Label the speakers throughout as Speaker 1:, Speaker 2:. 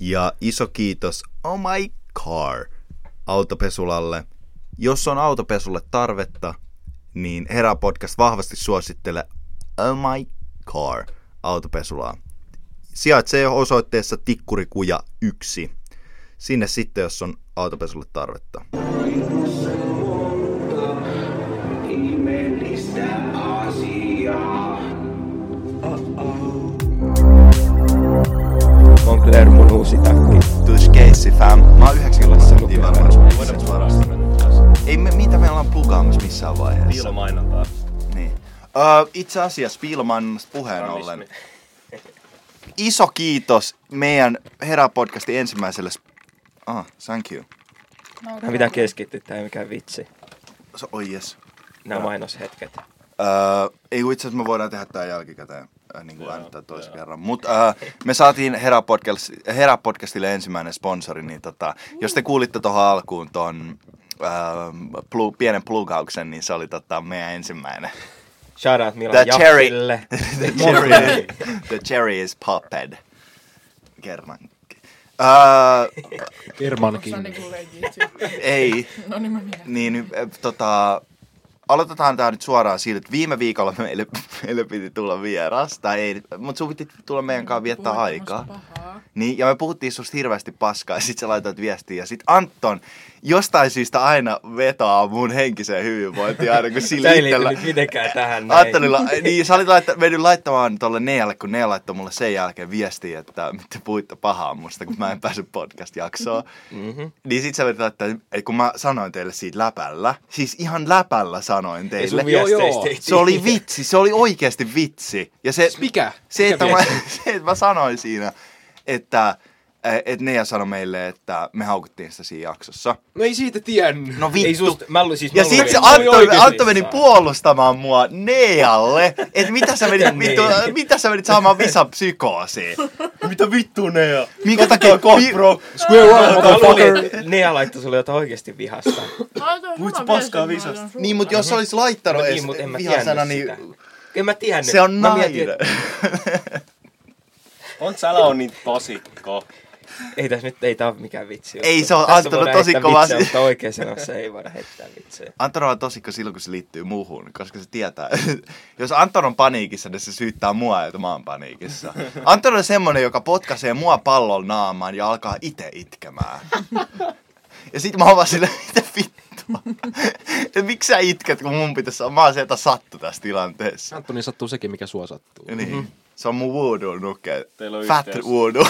Speaker 1: Ja iso kiitos Oh My Car autopesulalle. Jos on autopesulle tarvetta, niin Hera Podcast vahvasti suosittelee Oh My Car autopesulaa. Sijaitsee osoitteessa Tikkurikuja 1. Sinne sitten, jos on autopesulle tarvetta.
Speaker 2: Moncler mun uusi takki.
Speaker 1: Tuis keissi fam. Mä oon 90 senttiä Niin varmaan sun keissi varassa. Ei me, mitä meillä on plugaamassa missään vaiheessa.
Speaker 2: Piilomainontaa.
Speaker 1: Niin. Öö, itse asiassa Piilman puheen ollen. Iso kiitos meidän Herra-podcastin ensimmäiselle... sp- Ah, thank you.
Speaker 2: Mä pitää keskittyä, tää ei mikään vitsi.
Speaker 1: So, oh yes.
Speaker 2: Nämä mainoshetket.
Speaker 1: Öö, ei kun itse asiassa me voidaan tehdä tää jälkikäteen, äh, niin kuin äänittää toisen kerran. Mutta öö, me saatiin Herra-podcast- Herra-podcastille ensimmäinen sponsori, niin tota, jos te kuulitte tuohon alkuun ton öö, plu, pienen plugauksen, niin se oli tota, meidän ensimmäinen.
Speaker 2: Shoutout Milan
Speaker 1: The cherry.
Speaker 2: Jaffille.
Speaker 1: The cherry, the cherry is popped. Kerran. Öö,
Speaker 3: Kermankin.
Speaker 4: Se on niinku legit. sit.
Speaker 1: ei.
Speaker 4: No niin mä mietin.
Speaker 1: Niin, äh, tota, aloitetaan tämä nyt suoraan siitä, että viime viikolla meille, meille piti tulla vieras, tai ei, mutta sun piti tulla meidän kanssa viettää
Speaker 4: Puhuit
Speaker 1: aikaa.
Speaker 4: tämmöstä pahaa.
Speaker 1: Niin, ja me puhuttiin susta hirveästi paskaa, ja sit sä laitoit viestiä, ja sit Anton jostain syystä aina vetoaa mun henkiseen hyvinvointiin, aina kun sillä
Speaker 2: Tää ei liity
Speaker 1: itsellä-
Speaker 2: nyt mitenkään tähän näin.
Speaker 1: Antonilla, niin sä olit laittanut, mennyt laittamaan tuolle Nealle, kun Nea laittoi mulle sen jälkeen viestiä, että te puhuitte pahaa musta, kun mä en päässyt podcast-jaksoon.
Speaker 2: Mhm.
Speaker 1: Niin sit sä vedit laittaa, että kun mä sanoin teille siitä läpällä, siis ihan läpällä sanoin
Speaker 2: Ei sun
Speaker 1: teille.
Speaker 3: Joo, joo.
Speaker 2: viesteistä ei
Speaker 1: Se oli
Speaker 2: tiedä.
Speaker 1: vitsi, se oli oikeasti vitsi. Ja se,
Speaker 2: Siis
Speaker 3: Mikä?
Speaker 1: se,
Speaker 3: Mikä
Speaker 1: että mä,
Speaker 3: viesti?
Speaker 1: se, että mä sanoin siinä, että eh, että Nea sanoi meille, että me haukuttiin sitä siinä jaksossa.
Speaker 3: No ei siitä tiennyt.
Speaker 1: No vittu.
Speaker 2: Ei susta, mä lu, siis
Speaker 1: Ja
Speaker 2: mä
Speaker 1: sit
Speaker 2: luulin-
Speaker 1: se
Speaker 2: mä olin
Speaker 1: Antto,
Speaker 2: oikeesti
Speaker 1: Antto meni
Speaker 2: jossain.
Speaker 1: puolustamaan mua Nealle, että mitä sä menit,
Speaker 2: Mitä
Speaker 1: vittu,
Speaker 2: Nea?
Speaker 1: mitä sä menit saamaan visapsykoosiin.
Speaker 2: No
Speaker 5: Mitä vittu ne on?
Speaker 1: Minkä takia... vi-
Speaker 3: Square one,
Speaker 2: Mä
Speaker 3: motherfucker.
Speaker 2: luulin, että Nea laittoi sulle jotain oikeasti vihasta.
Speaker 4: Ai, toi on
Speaker 5: Puhuit
Speaker 4: sama
Speaker 5: sä paskaa
Speaker 4: viesti, mä otan sulle.
Speaker 1: Niin, mutta jos olisi laittanut
Speaker 2: Niin,
Speaker 1: edes
Speaker 2: mut en mä
Speaker 1: vihasana,
Speaker 2: tiennyt
Speaker 1: niin
Speaker 2: sitä. En mä tiennyt.
Speaker 1: se on
Speaker 2: Mä mietin,
Speaker 1: nainen.
Speaker 2: että
Speaker 5: On sälä on niin tosikko.
Speaker 2: Ei tässä nyt, ei tää ole mikään vitsi.
Speaker 1: Ei
Speaker 2: juttu.
Speaker 1: se on
Speaker 2: Tässä
Speaker 1: Anttonen
Speaker 2: voidaan heittää
Speaker 1: tosikko, vaan
Speaker 2: vitsejä,
Speaker 1: se-
Speaker 2: Mutta oikein sanossa ei voida heittää vitsejä.
Speaker 1: Anton on tosikko silloin, kun se liittyy muuhun, koska se tietää. Jos Anton on paniikissa, niin se syyttää mua, että mä oon paniikissa. Anton on semmonen, joka potkaisee mua pallon naamaan ja alkaa itse itkemään. Ja sit mä oon vaan silleen, mitä vittua? Ja Miksi sä itket, kun mun pitäisi olla? Mä oon sieltä sattu tässä tilanteessa.
Speaker 3: Antoni sattuu sekin, mikä sua sattuu.
Speaker 1: Ja niin. Se on mun voodoo-nukke.
Speaker 5: Mhm. Teillä on
Speaker 1: Fat
Speaker 5: yhteys.
Speaker 1: voodoo.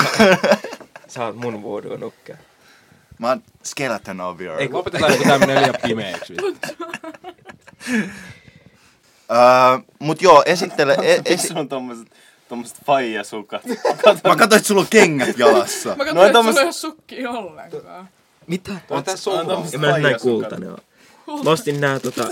Speaker 2: Sä oot mun voodoo nukke.
Speaker 1: Mä oon skeleton of your...
Speaker 2: Ei, kun-
Speaker 3: Lopetetaan, kun tää menee liian pimeäksi.
Speaker 1: Öö, mut joo, esittele... E,
Speaker 5: Miksi
Speaker 1: esi-
Speaker 5: sulla on tommoset, tommoset faijasukat?
Speaker 1: mä katsoin, että sulla on kengät jalassa.
Speaker 4: Mä
Speaker 5: No,
Speaker 4: katsoin, että
Speaker 5: tommoset-
Speaker 4: sulla ei oo sukki ollenkaan.
Speaker 2: Mitä?
Speaker 3: On tässä on.
Speaker 5: tommoset
Speaker 2: En mä nyt näin
Speaker 5: faijasukat.
Speaker 2: kultainen oo. Mä ostin nää tota...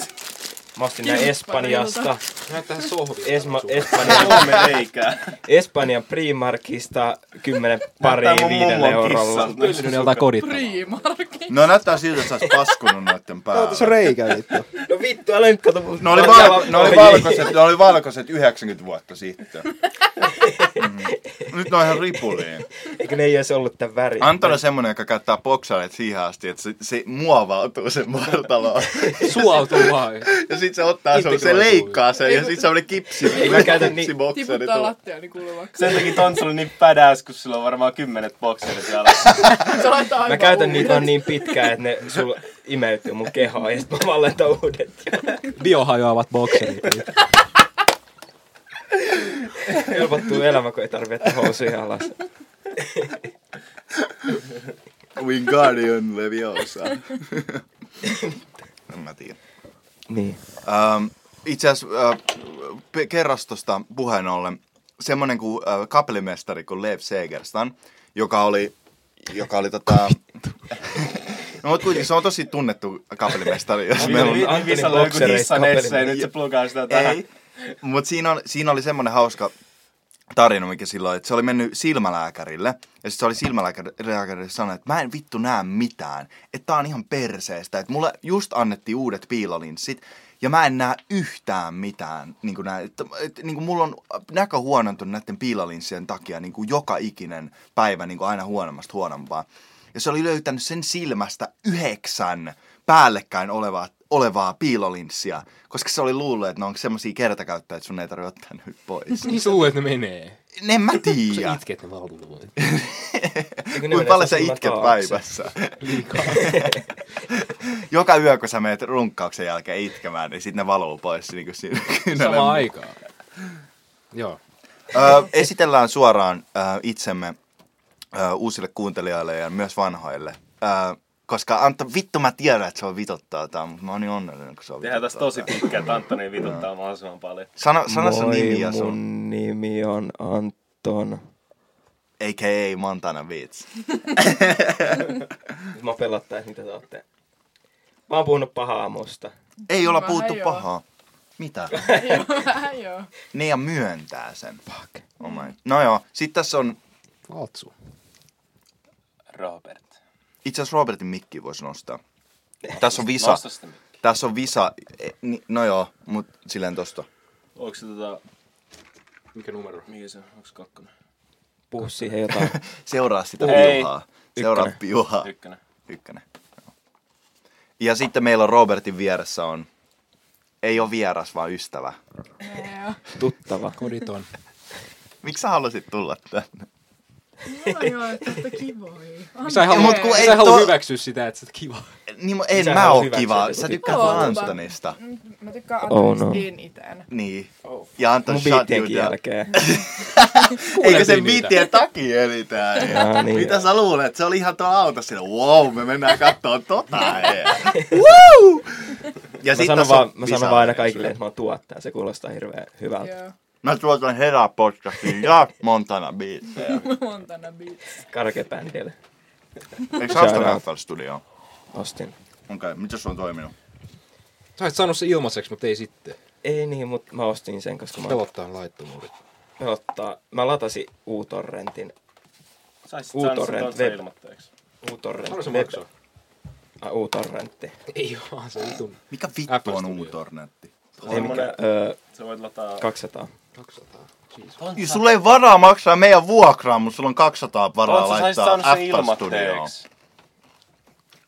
Speaker 2: Mä ostin nää Espanjasta.
Speaker 4: tota-
Speaker 3: Näyttää sohvilta.
Speaker 2: Esma,
Speaker 5: Ei
Speaker 2: Espanjan,
Speaker 5: Kolme reikää.
Speaker 2: Espanjan Primarkista 10
Speaker 5: Tää
Speaker 2: paria
Speaker 5: mun mummon
Speaker 2: viidellä eurolla.
Speaker 5: kissan.
Speaker 3: Tyylinen jotain kodittavaa.
Speaker 4: Priimarki.
Speaker 1: No näyttää siltä, että sä oot paskunut noitten päälle.
Speaker 3: on reikä vittu.
Speaker 2: No vittu, älä nyt kato mun.
Speaker 1: Ne oli,
Speaker 2: Mä-
Speaker 1: val- ne, oli
Speaker 2: Oi,
Speaker 1: valkoiset, ne oli valkoiset 90 vuotta sitten. Mm. Nyt ne on ihan ripuliin.
Speaker 2: Eikö ne ei edes ollut tän väri?
Speaker 1: Anton on semmonen, joka käyttää boksareet siihen asti, että se, se muovautuu sen vartaloon.
Speaker 3: Suoltuu vaan.
Speaker 1: Ja sit se ottaa sen, se
Speaker 3: Integroituu.
Speaker 1: leikkaa sen ja sit semmonen kipsi.
Speaker 2: Ei mä käytä niin-
Speaker 1: kipsibokseri
Speaker 4: Tiputtaa
Speaker 1: tulee.
Speaker 4: lattiaa, niin kuuluu vaikka.
Speaker 5: Sen takia Tonsulla on niin pädäs, kun sillä on varmaan kymmenet bokserit jalassa.
Speaker 4: Se laittaa aivan
Speaker 2: Mä käytän
Speaker 4: uudet.
Speaker 2: niitä vaan niin pitkään, että ne sul imeytyy mun kehoon ja sit mä vaan laitan uudet.
Speaker 3: Biohajoavat bokserit.
Speaker 2: Helpottuu elämä, kun ei tarvitse jättää housuja alas.
Speaker 1: Wingardium Leviosa. en mä tiedä.
Speaker 2: Niin.
Speaker 1: Ähm, itse asiassa äh, pe- kerrastosta puheen ollen, semmoinen kuin äh, kapellimestari kuin Lev Segerstan, joka oli, joka oli tota... No mutta kuitenkin se on tosi tunnettu kapellimestari, jos meillä on...
Speaker 2: Antonin
Speaker 5: Niin Visalla on joku
Speaker 2: boksereista
Speaker 5: hissan
Speaker 2: kapelin.
Speaker 5: essei, nyt se plugaa sitä tähän.
Speaker 1: Mutta siinä, on, siinä oli semmoinen hauska tarina, mikä silloin, että se oli mennyt silmälääkärille, ja sitten se oli silmälääkärille sanonut, että mä en vittu näe mitään, että tää on ihan perseestä, että mulle just annettiin uudet piilolinssit, ja mä en näe yhtään mitään, niin kuin, nää, että, että, niin kuin mulla on näkö huonontunut näiden piilolinssien takia niin kuin joka ikinen päivä niin kuin aina huonommasta huonompaa. Ja se oli löytänyt sen silmästä yhdeksän päällekkäin olevaa, olevaa piilolinssia, koska se oli luullut, että ne on semmoisia kertakäyttäjiä, että sun ei tarvitse ottaa nyt pois.
Speaker 6: Niin suu, että ne menee.
Speaker 1: En mä
Speaker 6: Kun sä
Speaker 1: tiedä.
Speaker 6: itket ne valuu.
Speaker 2: Niin
Speaker 1: Kuinka paljon sä itket päivässä? Joka yö, kun sä menet runkkauksen jälkeen itkemään, niin sitten ne valuu pois. Niin kuin siinä kynänen
Speaker 6: Samaan aikaan. Joo.
Speaker 1: Ö, esitellään suoraan ö, itsemme ö, uusille kuuntelijoille ja myös vanhoille. Ö, koska Antto, vittu mä tiedän, että se on vitottaa tää, mutta mä oon niin onnellinen, kun se on
Speaker 5: Tehdään tässä
Speaker 1: vitottaa
Speaker 5: tosi pitkä, että Antoni vituttaa mahdollisimman paljon.
Speaker 1: tää. Sano, sano sun
Speaker 2: Moi,
Speaker 1: nimi ja
Speaker 2: mun
Speaker 1: sun,
Speaker 2: nimi on Anton.
Speaker 1: a.k.a. Montana Beats.
Speaker 6: Nyt mä pelottaa, että mitä te ootte. Mä oon puhunut pahaa musta.
Speaker 1: Ei olla
Speaker 4: Vähän
Speaker 1: puhuttu
Speaker 4: joo.
Speaker 1: pahaa. Mitä?
Speaker 4: Joo, vähän joo.
Speaker 1: Ne ja myöntää sen. Fuck. Oh my. No joo, sit tässä on,
Speaker 6: Valtsu.
Speaker 5: Robert.
Speaker 1: itse asiassa Robertin mikki voisi nostaa. Tässä on visa,
Speaker 5: Nosta sitä mikkiä.
Speaker 1: tässä on visa, e, ni- no joo, mut silleen tosta.
Speaker 5: Onko se tota...
Speaker 6: Mikä numero?
Speaker 5: Mikä se on? Onko se kakkonen?
Speaker 2: Puhu siihen jotain.
Speaker 1: Tota Seuraa sitä
Speaker 5: Ei.
Speaker 1: piuhaa. Seuraa
Speaker 2: Ykkönen.
Speaker 1: piuhaa.
Speaker 5: Ykkönen.
Speaker 1: Ykkönen. joo. Ja sitten meillä on Robertin vieressä on, ei ole vieras, vaan ystävä.
Speaker 4: Ne joo.
Speaker 2: Tuttava.
Speaker 6: Koditon.
Speaker 1: Miksi sä halusit tulla tänne?
Speaker 4: Joo, joo, että olette kivoja.
Speaker 3: Sä ei halua,
Speaker 1: mut kun ei
Speaker 3: sä ei halua
Speaker 1: to-
Speaker 3: hyväksyä sitä, että sä oot kiva.
Speaker 1: Niin, mu- en
Speaker 6: Sä
Speaker 1: mä
Speaker 6: haluat
Speaker 1: oo
Speaker 6: hyväksyä
Speaker 1: kiva.
Speaker 6: tätä.
Speaker 1: Sä tykkäät
Speaker 4: Joo,
Speaker 1: vaan
Speaker 4: lupa.
Speaker 1: Antonista.
Speaker 4: Mä tykkään
Speaker 2: Oh,
Speaker 4: Antonista
Speaker 2: no.
Speaker 4: niin itään.
Speaker 1: Niin. Ja Anton
Speaker 2: Mun
Speaker 1: shut
Speaker 2: biittien
Speaker 1: you down.
Speaker 2: jälkeen.
Speaker 1: Eikö sen
Speaker 6: niitä.
Speaker 1: biittien takia elitään?
Speaker 2: Aa, niin.
Speaker 1: Mitä sä luulet? Se oli ihan tuolla autossa. sillä, Wow, me mennään kattoo tota. ei." Woo! Ja
Speaker 2: Mä
Speaker 1: sit
Speaker 2: sanon,
Speaker 1: tässä on
Speaker 2: vaan, mä sanon
Speaker 1: visa-
Speaker 2: vaan aina kaikille, että mä oon tuottaja. Se kuulostaa hirveän hyvältä.
Speaker 4: Joo.
Speaker 1: Mä tuotan herää podcastiin ja Montana biittejä.
Speaker 4: Montana Beats.
Speaker 2: Karkebändille.
Speaker 1: Eikö sä osta
Speaker 2: Shout out.
Speaker 1: Raffal Studioon?
Speaker 2: Ostin.
Speaker 1: Okei, okay, miten se on toiminut?
Speaker 6: Sä oot saanut se ilmaiseksi, mutta ei sitten.
Speaker 2: Ei niin, mutta mä ostin sen, koska mä
Speaker 6: Pelottaa laittomuudet.
Speaker 2: pelottaa. Mä latasin U-torrentin.
Speaker 5: Saisit
Speaker 2: Uutorrent
Speaker 5: saanut sen tonsa
Speaker 2: web.
Speaker 5: ilmoitteeksi.
Speaker 6: Paljon
Speaker 2: U-torrentti.
Speaker 6: se maksaa?
Speaker 2: Ah, U-torrentti.
Speaker 6: Ei oo, se vitun.
Speaker 1: Mikä vittu
Speaker 6: Apple
Speaker 1: on
Speaker 6: Studio.
Speaker 1: U-tornetti?
Speaker 2: Ei
Speaker 5: Semmonen-
Speaker 2: mikään. Öö,
Speaker 5: Sä voit lataa...
Speaker 2: 200.
Speaker 6: 200.
Speaker 1: Niin, sulla ei varaa maksaa meidän vuokraa, mutta sulla on 200 varaa
Speaker 5: Oot sä saisit
Speaker 1: laittaa
Speaker 5: saanut sen
Speaker 1: Apple Studioon.
Speaker 5: ilmoitteeksi.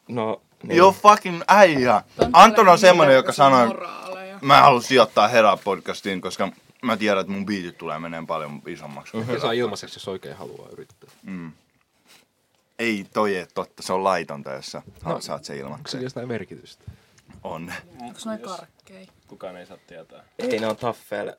Speaker 2: No, niin.
Speaker 1: Joo, fucking äijä. Anton on semmonen, joka sanoi,
Speaker 4: Moraaleja.
Speaker 1: mä haluan sijoittaa herää podcastiin, koska mä tiedän, että mun biitit tulee meneen paljon isommaksi.
Speaker 6: Ja saa ilmaiseksi, jos oikein haluaa yrittää.
Speaker 1: Ei toi ei totta, se on laitonta, jos sä no. saat se ilmatteeksi.
Speaker 6: jotain merkitystä?
Speaker 1: On.
Speaker 4: Onks noi karkkei?
Speaker 5: Kukaan ei saa tietää.
Speaker 2: Ei, ne on taffeilla.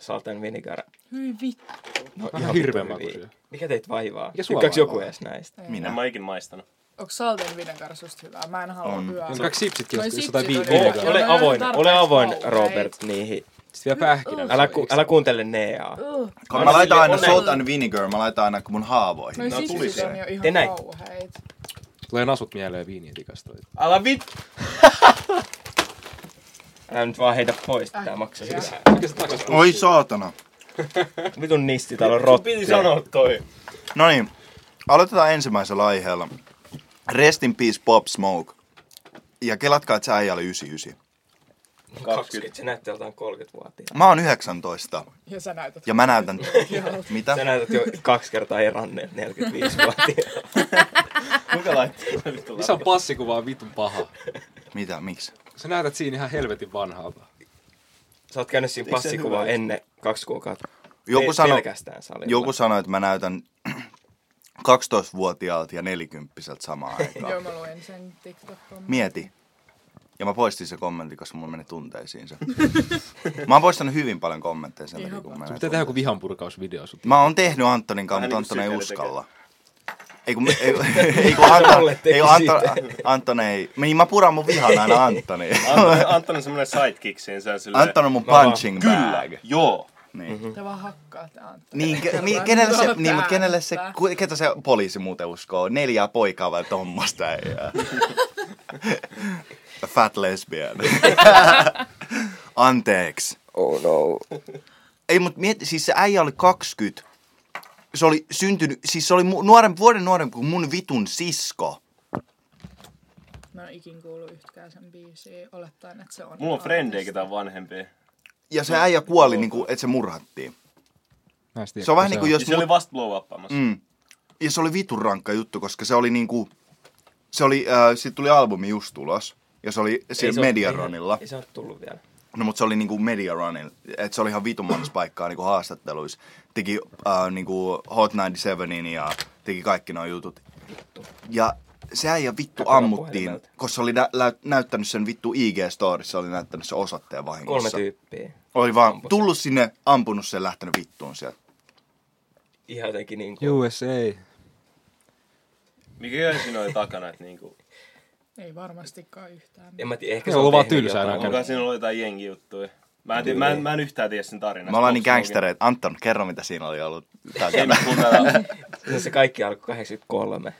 Speaker 2: Salten vinegar.
Speaker 4: Hyi vittu.
Speaker 2: No,
Speaker 6: Vähän
Speaker 2: ihan
Speaker 6: hirveän
Speaker 2: vitun hyviä.
Speaker 6: makuisia.
Speaker 2: Mikä teitä vaivaa?
Speaker 6: Mikä sua
Speaker 2: Tykkääks
Speaker 6: vaivaa?
Speaker 2: joku edes näistä?
Speaker 5: En
Speaker 1: Minä.
Speaker 5: mä ikin maistanut.
Speaker 4: Onks salten vinegar susta hyvää? Mä en halua
Speaker 1: On.
Speaker 4: hyvää.
Speaker 6: On kaikki sipsit,
Speaker 4: Noi
Speaker 6: jos
Speaker 4: sipsit
Speaker 6: jotain
Speaker 4: oli-
Speaker 6: viiniä.
Speaker 4: Joo,
Speaker 6: Sitten
Speaker 4: Ole
Speaker 2: Ole
Speaker 4: ne on avoin,
Speaker 2: avoin,
Speaker 4: tarpeeksi
Speaker 2: ole
Speaker 4: ole
Speaker 2: avoin,
Speaker 4: avoin, kauheita.
Speaker 2: Robert,
Speaker 4: Robert,
Speaker 2: niihin.
Speaker 6: vielä pähkinä.
Speaker 2: Älä, ku,
Speaker 3: Siis-
Speaker 2: älä kuuntele Neaa.
Speaker 4: Ugh.
Speaker 1: Kun mä laitan aina
Speaker 5: Onne-
Speaker 1: salt and vinegar, mä laitan aina mun haavoihin.
Speaker 4: Noi
Speaker 1: No, tuli
Speaker 4: sipsit on
Speaker 1: se.
Speaker 4: jo ihan
Speaker 2: Te näit.
Speaker 4: kauheita.
Speaker 6: Tulee nasut mieleen viinien tikasta.
Speaker 5: Älä vit!
Speaker 2: Älä nyt vaan heitä pois, tää maksaa
Speaker 4: Äkkiä.
Speaker 2: sisään.
Speaker 1: Oi saatana.
Speaker 2: Vitun nisti, täällä on rotti.
Speaker 5: Piti sanoa toi.
Speaker 1: No niin, aloitetaan ensimmäisellä aiheella. Rest in peace Pop Smoke. Ja kelatkaa, että se äijä oli 99.
Speaker 2: 20. Se näyttää jotain 30-vuotiaalta.
Speaker 1: Mä oon 19
Speaker 4: Ja sä näytät.
Speaker 1: ja mä näytän... Mitä?
Speaker 2: Sä näytät jo kaksi kertaa eranneet 45-vuotiaalta.
Speaker 5: Kuka laittaa? Vittu
Speaker 6: Isän passikuva on vitun paha.
Speaker 1: Mitä? Miksi?
Speaker 6: Sä näytät siinä ihan helvetin vanhalta.
Speaker 2: Sä oot käynyt siinä
Speaker 5: Eikö se
Speaker 2: passikuvaa
Speaker 5: hyvä?
Speaker 2: ennen kaksi kuukautta.
Speaker 1: Joku
Speaker 2: Pe-
Speaker 1: sanoi,
Speaker 2: Pelkästään salilla.
Speaker 1: joku sanoi, että mä näytän 12-vuotiaalta ja 40 samaan
Speaker 4: Joo,
Speaker 1: aikaan.
Speaker 4: mä luen sen TikTok-homman.
Speaker 1: Mieti. Ja mä poistin se kommentti, koska mulla meni tunteisiin se. Mä oon poistanut hyvin paljon kommentteja sen takia, kun mä
Speaker 6: Sun
Speaker 1: näin
Speaker 6: pitää tehdä joku vihanpurkausvideo sut.
Speaker 1: Mä oon tehnyt Antonin kanssa,
Speaker 5: Vähän
Speaker 1: mutta
Speaker 5: niinku
Speaker 1: Anton ei
Speaker 5: sykeli
Speaker 1: uskalla. Ei kun, ei, ei kun Anton,
Speaker 2: Olle teki
Speaker 1: ei, kun Anton,
Speaker 2: siitä.
Speaker 1: Anton ei, niin mä puran mun vihan aina Antoni.
Speaker 5: Anton, Anton on semmonen sidekicksin, se on silleen...
Speaker 1: Anton on mun punching
Speaker 5: Kyllä,
Speaker 1: bag.
Speaker 5: joo.
Speaker 1: Niin.
Speaker 4: Te vaan hakkaatte Antti.
Speaker 1: Niin, ke, mi,
Speaker 4: Kerran
Speaker 1: kenelle se,
Speaker 4: tuota
Speaker 1: niin, mut kenelle se,
Speaker 4: ääntä.
Speaker 1: ku- ketä se poliisi muuten uskoo? Neljää poikaa vai tommosta äijää? Fat lesbian. Anteeksi.
Speaker 2: Oh no.
Speaker 1: Ei, mutta mieti, siis se äijä oli 20. Se oli syntynyt, siis se oli mu- nuorempi, vuoden nuorempi kuin mun vitun sisko.
Speaker 4: Mä en ikin kuullut yhtäkään sen biisiä, olettaen, että se on.
Speaker 5: Mulla on frendejä,
Speaker 4: artisti.
Speaker 5: ketä on vanhempia.
Speaker 1: Ja se äijä kuoli, niin kuin, että se murhattiin.
Speaker 3: Mä en tiedä,
Speaker 1: Se on vähän niin
Speaker 3: kuka
Speaker 1: kuin
Speaker 5: Ja
Speaker 1: jos...
Speaker 5: se oli vasta blow uppaamassa.
Speaker 1: Mm. Ja se oli vitun rankka juttu, koska se oli niinku... Se oli, äh, siitä tuli albumi just ulos. Ja se oli
Speaker 2: Ei
Speaker 1: siellä
Speaker 2: se oo-
Speaker 1: Mediaronilla.
Speaker 2: Ei, ei se ole tullut vielä.
Speaker 1: No mutta se oli niinku Mediaronilla. Että se oli ihan vitun monessa paikkaa niinku haastatteluissa. Teki äh, niinku Hot 97 ja teki kaikki nuo jutut. Ja se äijä vittu
Speaker 2: Katsotaan
Speaker 1: ammuttiin,
Speaker 2: puhelimelta.
Speaker 1: koska se oli nä- lä- näyttänyt sen vittu IG-storissa, se oli näyttänyt sen osoitteen
Speaker 2: Kolme
Speaker 1: vahingossa.
Speaker 2: tyyppiä.
Speaker 1: Oli vaan
Speaker 2: Ampui sen.
Speaker 1: tullut sinne, ampunut sen, lähtenyt vittuun sieltä.
Speaker 2: Ihan jotenkin niin kuin...
Speaker 3: USA.
Speaker 5: Mikä siinä oli takana, että niinku...
Speaker 4: Ei varmastikaan yhtään.
Speaker 2: En mä tiedä, ehkä
Speaker 3: Ne
Speaker 2: se
Speaker 3: on
Speaker 2: on
Speaker 3: vaan
Speaker 2: tehnyt
Speaker 3: tylsää
Speaker 2: jotain.
Speaker 3: näköjään.
Speaker 5: Onko siinä ollut jotain jengi juttuja? Mä en, tiedä, mä, en, mä en yhtään tiedä sen tarinasta.
Speaker 1: Me ollaan niin
Speaker 5: Onks se
Speaker 1: gangstereita. Anton, kerro mitä siinä oli ollut.
Speaker 5: oikein- Ei nyt kuuntella.
Speaker 2: Ja No Se kaikki alkoi 83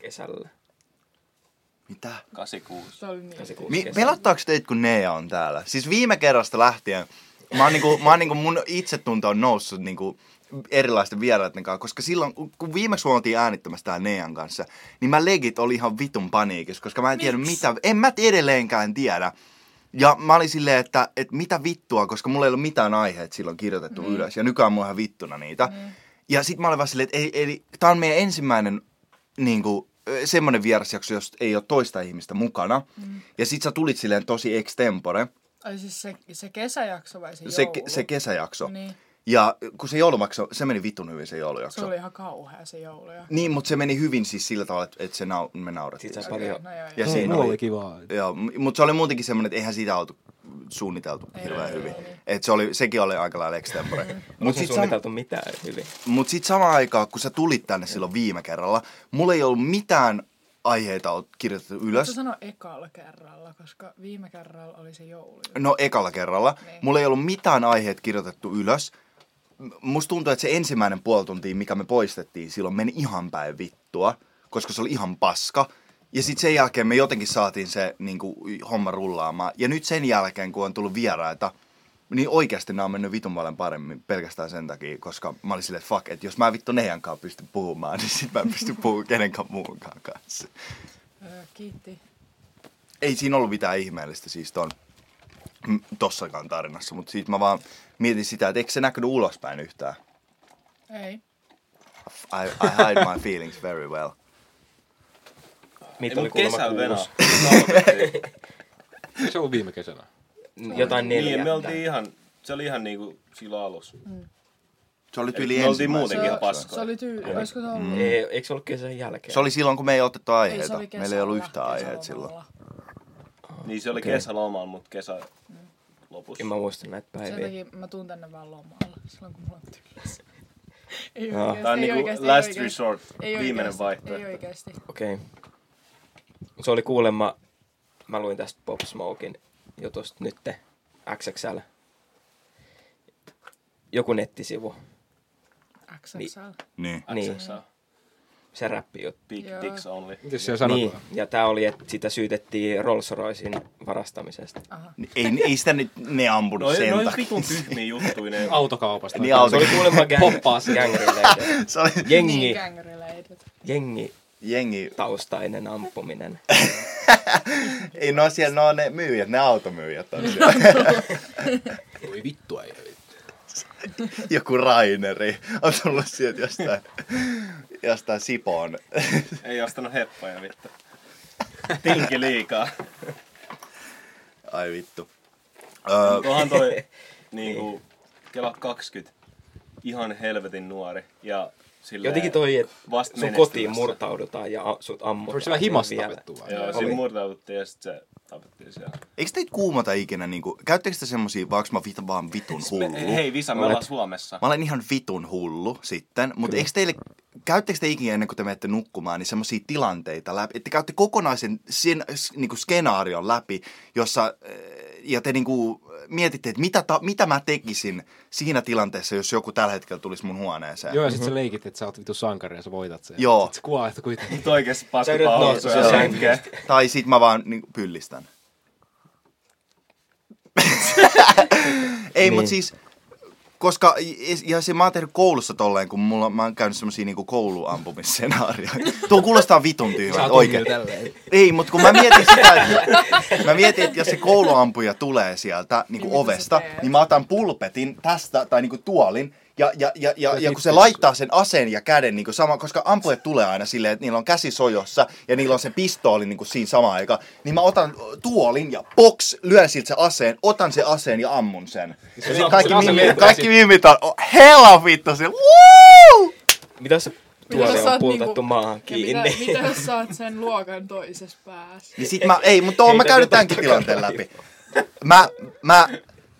Speaker 2: kesällä.
Speaker 1: Mitä?
Speaker 5: 86.
Speaker 4: Se oli niin.
Speaker 2: Se kuusi
Speaker 1: Mi-
Speaker 2: kesää.
Speaker 1: pelottaako teitä, kun Nea on täällä? Siis viime kerrasta lähtien mä oon niinku, mä oon niinku mun itsetunto on noussut niinku erilaisten vieraiden kanssa, koska silloin, kun kun viimeksi me oltiin äänittämässä tää Nean kanssa, niin mä legit oli ihan vitun paniikissa, koska mä en tiedä mitä, en mä edelleenkään tiedä. Ja mä olin silleen, että, että mitä vittua, koska mulla ei ollut mitään aiheet silloin kirjoitettu mm. ylös, ja nykyään mulla on ihan vittuna niitä. Mm. Ja sit mä olin vaan silleen, että ei, eli, tää on meidän ensimmäinen niin kuin, semmoinen vierasjakso, jos ei ole toista ihmistä mukana. Mm. Ja sit sä tulit silleen tosi extempore,
Speaker 4: Ai siis se, se kesäjakso vai se joulu?
Speaker 1: se, ke- se kesäjakso. Niin.
Speaker 4: Niin,
Speaker 1: Ja kun se joulumakso, se meni vitun hyvin se
Speaker 4: se
Speaker 1: joulujakso.
Speaker 4: oli ihan kauhea se joulu. Ja...
Speaker 1: Niin, mutta se meni hyvin siis sillä tavalla, että, että se nau- me naurettiin.
Speaker 2: Sit sä
Speaker 1: sitä.
Speaker 2: paljon...
Speaker 4: No joo, joo.
Speaker 1: Ja
Speaker 3: Se
Speaker 1: siinä
Speaker 3: mulla
Speaker 1: oli,
Speaker 3: oli kivaa.
Speaker 1: joo, mutta se oli muutenkin semmoinen, että eihän sitä oltu suunniteltu
Speaker 4: Ei,
Speaker 1: hirveän
Speaker 4: ei,
Speaker 1: hyvin.
Speaker 4: ei, ei.
Speaker 1: Et se oli, sekin oli aika lailla extempore.
Speaker 2: Onko
Speaker 1: mutta
Speaker 2: sun
Speaker 1: sitten sam-
Speaker 2: suunniteltu mitään hyvin?
Speaker 1: mut sit samaan aikaan, kun sä tulit tänne silloin viime kerralla, mulla ei ollut mitään aiheita ollut kirjoitettu ylös.
Speaker 4: Sä sano ekalla kerralla, koska viime kerralla oli se joulu.
Speaker 1: No ekalla kerralla. Niin.
Speaker 4: Niin.
Speaker 1: Mulla ei ollut mitään aiheet kirjoitettu ylös. M- Musta tuntuu, että se ensimmäinen puoli tuntia, mikä me poistettiin silloin, meni ihan päin vittua, koska se oli ihan paska. Ja sitten sen jälkeen me jotenkin saatiin se niin kuin, homma rullaamaan. Ja nyt sen jälkeen, kun on tullut vieraita, niin oikeasti nämä on mennyt vitun paljon paremmin pelkästään sen takia, koska mä olin silleen, että fuck, että jos mä vittu neidän kanssa pystyn puhumaan, niin sit mä en pysty puhumaan kenenkään muunkaan kanssa.
Speaker 4: Öö, kiitti.
Speaker 1: Ei siinä ollut mitään ihmeellistä siis ton mm, tossakaan tarinassa, mutta siitä mä vaan mietin sitä, että eikö se näkynyt ulospäin yhtään.
Speaker 4: Ei.
Speaker 1: I, I hide my feelings very well.
Speaker 5: Ei,
Speaker 2: Mitä oli
Speaker 5: mut
Speaker 2: kuulemma
Speaker 5: kesä venaa.
Speaker 2: kuusi?
Speaker 3: Se on viime kesänä.
Speaker 2: Jotain neljä.
Speaker 5: Niin, me oltiin ihan... Se oli ihan niinku silloin alussa.
Speaker 1: Se oli
Speaker 5: Eli
Speaker 1: tyyli
Speaker 5: me oltiin
Speaker 1: ensimmäinen.
Speaker 5: muutenkin ihan
Speaker 1: jakso.
Speaker 5: paskoja.
Speaker 4: Se oli tyyli. Olisiko se ollut? Mm.
Speaker 2: Ei, eikö se ollut kesän jälkeen?
Speaker 1: Se oli silloin, kun me ei otettu
Speaker 4: Ei, se
Speaker 1: aiheita.
Speaker 4: oli kesällä.
Speaker 1: Meillä ei ollut yhtään aiheita
Speaker 4: kesälomalla.
Speaker 1: silloin.
Speaker 5: Niin se oli kesälomalla, mut kesä lopussa.
Speaker 2: En mä muista näitä
Speaker 4: Sen
Speaker 7: niin.
Speaker 2: päiviä.
Speaker 4: takia mä tuun tänne vaan lomalla, silloin kun mulla on tylsä. Ei
Speaker 2: Joo.
Speaker 4: oikeesti,
Speaker 5: Tää on
Speaker 4: ei
Speaker 5: niinku
Speaker 4: oikeesti, ei
Speaker 5: last
Speaker 4: oikeesti.
Speaker 5: resort,
Speaker 4: Ei
Speaker 5: viimeinen
Speaker 4: oikeesti, Ei
Speaker 5: vaihtoehto.
Speaker 4: oikeesti.
Speaker 2: Okei. Se oli kuulemma... Mä luin tästä Pop Smokin jutusta nytte. XXL. Joku nettisivu.
Speaker 4: XXL.
Speaker 1: Niin.
Speaker 2: Niin,
Speaker 5: XXL.
Speaker 2: se räppijuttu.
Speaker 5: Big
Speaker 4: Joo.
Speaker 5: dicks only.
Speaker 3: Mitäs siellä sanotaan?
Speaker 2: Niin, ja tää oli, että sitä syytettiin Rolls Roycein varastamisesta.
Speaker 4: Aha.
Speaker 1: Ei, ei sitä nyt ne ampunut
Speaker 5: Noi,
Speaker 1: sen
Speaker 5: noi
Speaker 1: takia.
Speaker 5: no vitun tyhmiä juttuja ne.
Speaker 3: Autokaupasta.
Speaker 1: Niin auto.
Speaker 2: Se oli kuulemma
Speaker 3: Poppaa
Speaker 2: gang- gangrileidet.
Speaker 1: Se oli
Speaker 2: Jengi,
Speaker 4: Niin, gangrileidet.
Speaker 2: jengi
Speaker 1: jengi.
Speaker 2: taustainen ampuminen.
Speaker 1: Ei, no siellä no ne myyjät, ne automyyjät on siellä.
Speaker 3: Voi vittu ei. vittu.
Speaker 1: Joku Raineri on tullut sieltä jostain, jostain Sipoon.
Speaker 5: Ei ostanut heppoja vittu. Tinki liikaa.
Speaker 1: Ai vittu. Öö,
Speaker 5: Tuohan toi niinku kela 20. Ihan helvetin nuori. Ja silleen
Speaker 2: Jotenkin toi, että
Speaker 5: vasta
Speaker 2: sun
Speaker 5: menestymässä.
Speaker 2: kotiin murtaudutaan ja a- sut ammutaan.
Speaker 3: Onko se vähän himasta
Speaker 2: vielä.
Speaker 3: tapettu vai?
Speaker 5: Joo, siinä murtauduttiin ja sit se tapettiin siellä.
Speaker 1: Eikö teitä kuumota ikinä, niinku, käyttekö te semmosia, vaikka mä vita vaan vitun hullu?
Speaker 5: Siis Me, hei Visa, me
Speaker 2: Olet-
Speaker 5: ollaan Suomessa.
Speaker 1: Mä olen ihan vitun hullu sitten, mutta eikö teille, käyttekö te ikinä ennen kuin te menette nukkumaan, niin semmosia tilanteita läpi, että käytte kokonaisen sen, s- niinku, skenaarion läpi, jossa, äh, ja te niinku, mietitte, että mitä, ta, mitä mä tekisin siinä tilanteessa, jos joku tällä hetkellä tulisi mun huoneeseen.
Speaker 3: Joo, ja sit sä leikit, että sä oot vittu sankari ja sä voitat sen.
Speaker 1: Joo.
Speaker 3: Sit sä kuolet kuitenkin.
Speaker 5: Nyt oikeesti paska
Speaker 2: Sä yrität
Speaker 5: pahoittua
Speaker 2: nousta
Speaker 5: ja
Speaker 2: sieltä.
Speaker 5: sänkeä.
Speaker 1: Tai sit mä vaan niinku, pyllistän. Ei, niin. mutta siis Koska, ja se, mä oon tehnyt koulussa tolleen, kun mulla, mä oon käynyt semmosia niinku kouluampumissenaarioita. Tuo kuulostaa vitun tyhmältä, oikein.
Speaker 3: tälleen.
Speaker 1: Ei, mutta kun mä mietin sitä, että, mä mietin, että jos se kouluampuja tulee sieltä niin kuin
Speaker 4: Niin mitä sä
Speaker 1: ovesta,
Speaker 4: teet?
Speaker 1: niin mä otan pulpetin tästä tai niin kuin tuolin. Ja, ja, ja, ja, ja kun se
Speaker 3: itse
Speaker 1: laittaa sen aseen ja käden niin kuin sama, koska ampujat tulee aina silleen, että niillä on käsi sojossa ja niillä on se pistooli niin kuin siinä samaan aikaan, niin mä otan tuolin ja box, lyön siltä se aseen, otan se aseen ja ammun sen. Ja sit kaikki,
Speaker 3: ase
Speaker 1: mimi,
Speaker 3: lentää
Speaker 1: kaikki
Speaker 3: sit.
Speaker 1: mimit on, oh, hella vittu, se, woo!
Speaker 2: Mitä se
Speaker 4: Mitä jos
Speaker 2: tuoli
Speaker 4: sä
Speaker 2: on
Speaker 4: oot
Speaker 2: pultattu
Speaker 4: niinku-
Speaker 2: maahan
Speaker 4: ja
Speaker 2: kiinni?
Speaker 4: Mitä, mitä jos sä oot sen luokan toisessa päässä?
Speaker 1: Niin sit mä, ei, mutta oon
Speaker 2: Heitä
Speaker 1: mä käynyt
Speaker 2: jotain
Speaker 1: tämänkin tilanteen
Speaker 2: takaraivoon.
Speaker 1: läpi. Mä, mä,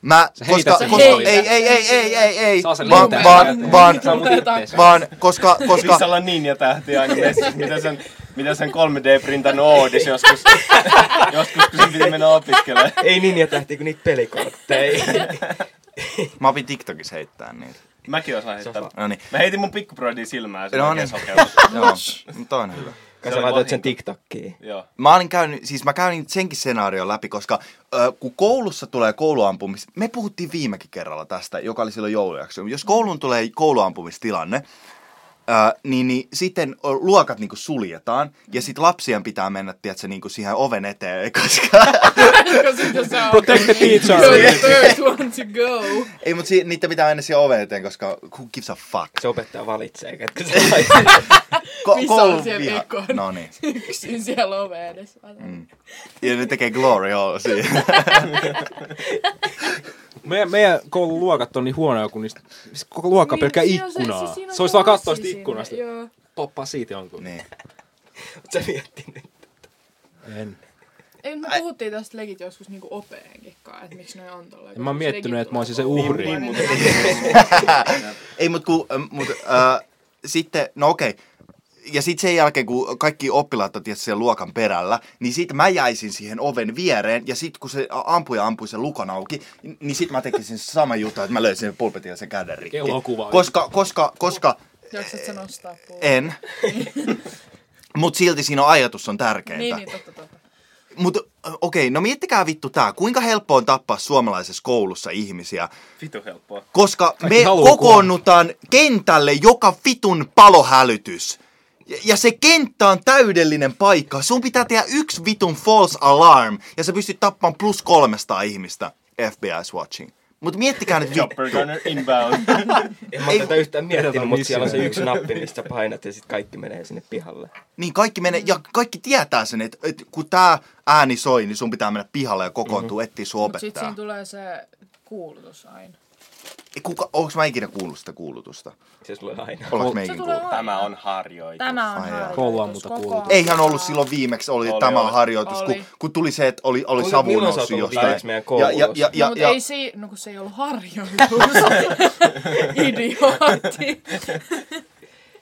Speaker 1: mä, koska,
Speaker 3: heität sen
Speaker 1: koska,
Speaker 4: heitän.
Speaker 1: ei, ei, ei, ei, ei, ei, ei,
Speaker 3: Saa sen
Speaker 1: vaan,
Speaker 3: lentää
Speaker 1: vaan,
Speaker 3: käteen.
Speaker 1: vaan,
Speaker 3: Saa mut itteensä.
Speaker 1: vaan, koska, koska,
Speaker 5: Missä ollaan ninja tähtiä aina messissä? Mitä niin sen, mitä sen 3D-printannut Oodis joskus, joskus kun sen piti mennä opiskelemaan?
Speaker 2: Ei niin ja tähtiä kuin niitä pelikortteja.
Speaker 1: mä opin TikTokissa heittää niitä.
Speaker 5: Mäkin osaan heittää.
Speaker 1: No niin,
Speaker 5: Mä heitin mun pikkubroidin silmään sen
Speaker 1: No
Speaker 5: no,
Speaker 1: niin.
Speaker 5: niin. sokeus.
Speaker 1: joo, mutta on hyvä.
Speaker 2: Kai
Speaker 5: Se
Speaker 2: sä
Speaker 5: oli
Speaker 2: laitoit sen
Speaker 5: vahinko.
Speaker 2: TikTokkiin.
Speaker 5: Joo.
Speaker 1: Mä olin käynyt, siis mä käyn senkin skenaarion läpi, koska ö, kun koulussa tulee kouluampumis, me puhuttiin viimekin kerralla tästä, joka oli silloin joulujakso. Jos koulun tulee kouluampumistilanne, ö, niin, niin sitten ö, luokat niinku suljetaan ja sitten lapsien pitää mennä, tiedätkö, niinku siihen oven eteen, koska
Speaker 4: Koska sitten sä oot...
Speaker 7: Protect the teacher.
Speaker 4: You're the third one to go.
Speaker 1: ei, mutta si- niitä pitää mennä siihen oven eteen, koska who gives a fuck.
Speaker 2: Se opettaja valitsee, ketkä se laittaa.
Speaker 1: Ko-
Speaker 4: Missä on siellä pikkuinen?
Speaker 1: No niin.
Speaker 4: Yksin siellä oveen edessä. Mm.
Speaker 1: Ja ne tekee glory hole siihen.
Speaker 7: Meidän, meidän koulun luokat on niin huonoja, kun niistä, siis koko luokka niin, pelkkää
Speaker 4: siis
Speaker 7: ikkunaa. Se, olisi vaan katsoa sitä ikkunasta.
Speaker 4: Joo.
Speaker 7: Poppaa siitä jonkun.
Speaker 1: niin.
Speaker 2: Oot sä miettinyt?
Speaker 7: En.
Speaker 4: Ei, me puhuttiin tästä legit joskus niinku opeenkin kanssa, että miksi noi on tolla.
Speaker 7: En mä oon miettinyt, että mä olisin se uhri.
Speaker 5: Niin, mutta
Speaker 1: Ei, mutta kun, ö, mut, äh, sitten, no okei. Ja sitten sen jälkeen, kun kaikki oppilaat on tietysti siellä luokan perällä, niin sitten mä jäisin siihen oven viereen, ja sitten kun se ampuja ampui sen lukon auki, niin sitten mä tekisin sama juttu, että mä löysin sen pulpetin ja sen käden rikki.
Speaker 7: Elokuva.
Speaker 1: Koska, koska, koska,
Speaker 4: Jaksat sä nostaa puolta?
Speaker 1: en. Mutta silti siinä on ajatus on tärkeintä.
Speaker 4: Niin, niin, totta, totta.
Speaker 1: Mutta okei, no miettikää vittu tää. Kuinka helppoa on tappaa suomalaisessa koulussa ihmisiä,
Speaker 5: vitu helppoa.
Speaker 1: koska me
Speaker 7: haluaa
Speaker 1: kokoonnutaan kentälle joka vitun palohälytys. Ja- Ja se kenttä on täydellinen paikka. Sun pitää tehdä yksi vitun false alarm ja sä pystyt tappamaan plus 300 ihmistä. FBI's watching. Mutta miettikää nyt vittu.
Speaker 5: Chopper Gunner inbound.
Speaker 2: En mä tätä yhtään miettinyt,
Speaker 7: Katsotaan,
Speaker 2: mutta
Speaker 7: missä
Speaker 2: siellä on se
Speaker 7: ne on.
Speaker 2: yksi nappi, mistä painat ja sitten kaikki menee sinne pihalle.
Speaker 1: Niin kaikki menee, ja kaikki tietää sen, että, että kun tää ääni soi, niin sun pitää mennä pihalle ja kokoontua, etsiä sun
Speaker 4: Mut sit
Speaker 1: opettajaa.
Speaker 4: siinä tulee se kuulutus aina.
Speaker 1: Ei, Kuka, onks mä ikinä kuullut sitä kuulutusta?
Speaker 2: Se tulee aina.
Speaker 1: Olenko mä
Speaker 4: Se
Speaker 1: ikinä
Speaker 4: tulee
Speaker 1: kuullut?
Speaker 4: aina.
Speaker 5: Tämä on harjoitus.
Speaker 4: Tämä
Speaker 1: Ai
Speaker 4: on
Speaker 1: jaa.
Speaker 4: harjoitus.
Speaker 7: Koulua muuta
Speaker 4: koko
Speaker 7: kuulutus.
Speaker 4: ajan.
Speaker 1: Eihän ollut silloin viimeksi, oli,
Speaker 5: Oli,
Speaker 1: tämä
Speaker 5: oli.
Speaker 1: harjoitus, kun,
Speaker 4: Oli.
Speaker 1: kun tuli se, että oli, oli
Speaker 2: Oli-
Speaker 1: savu
Speaker 2: milloin sä oot
Speaker 1: noussut
Speaker 2: ollut
Speaker 1: jostain.
Speaker 2: viimeksi meidän
Speaker 1: Ja, ja, ja,
Speaker 2: koulussa?
Speaker 1: ja,
Speaker 4: no, mutta
Speaker 1: ja,
Speaker 4: ei si- no kun se ei ollut harjoitus. Idiootti.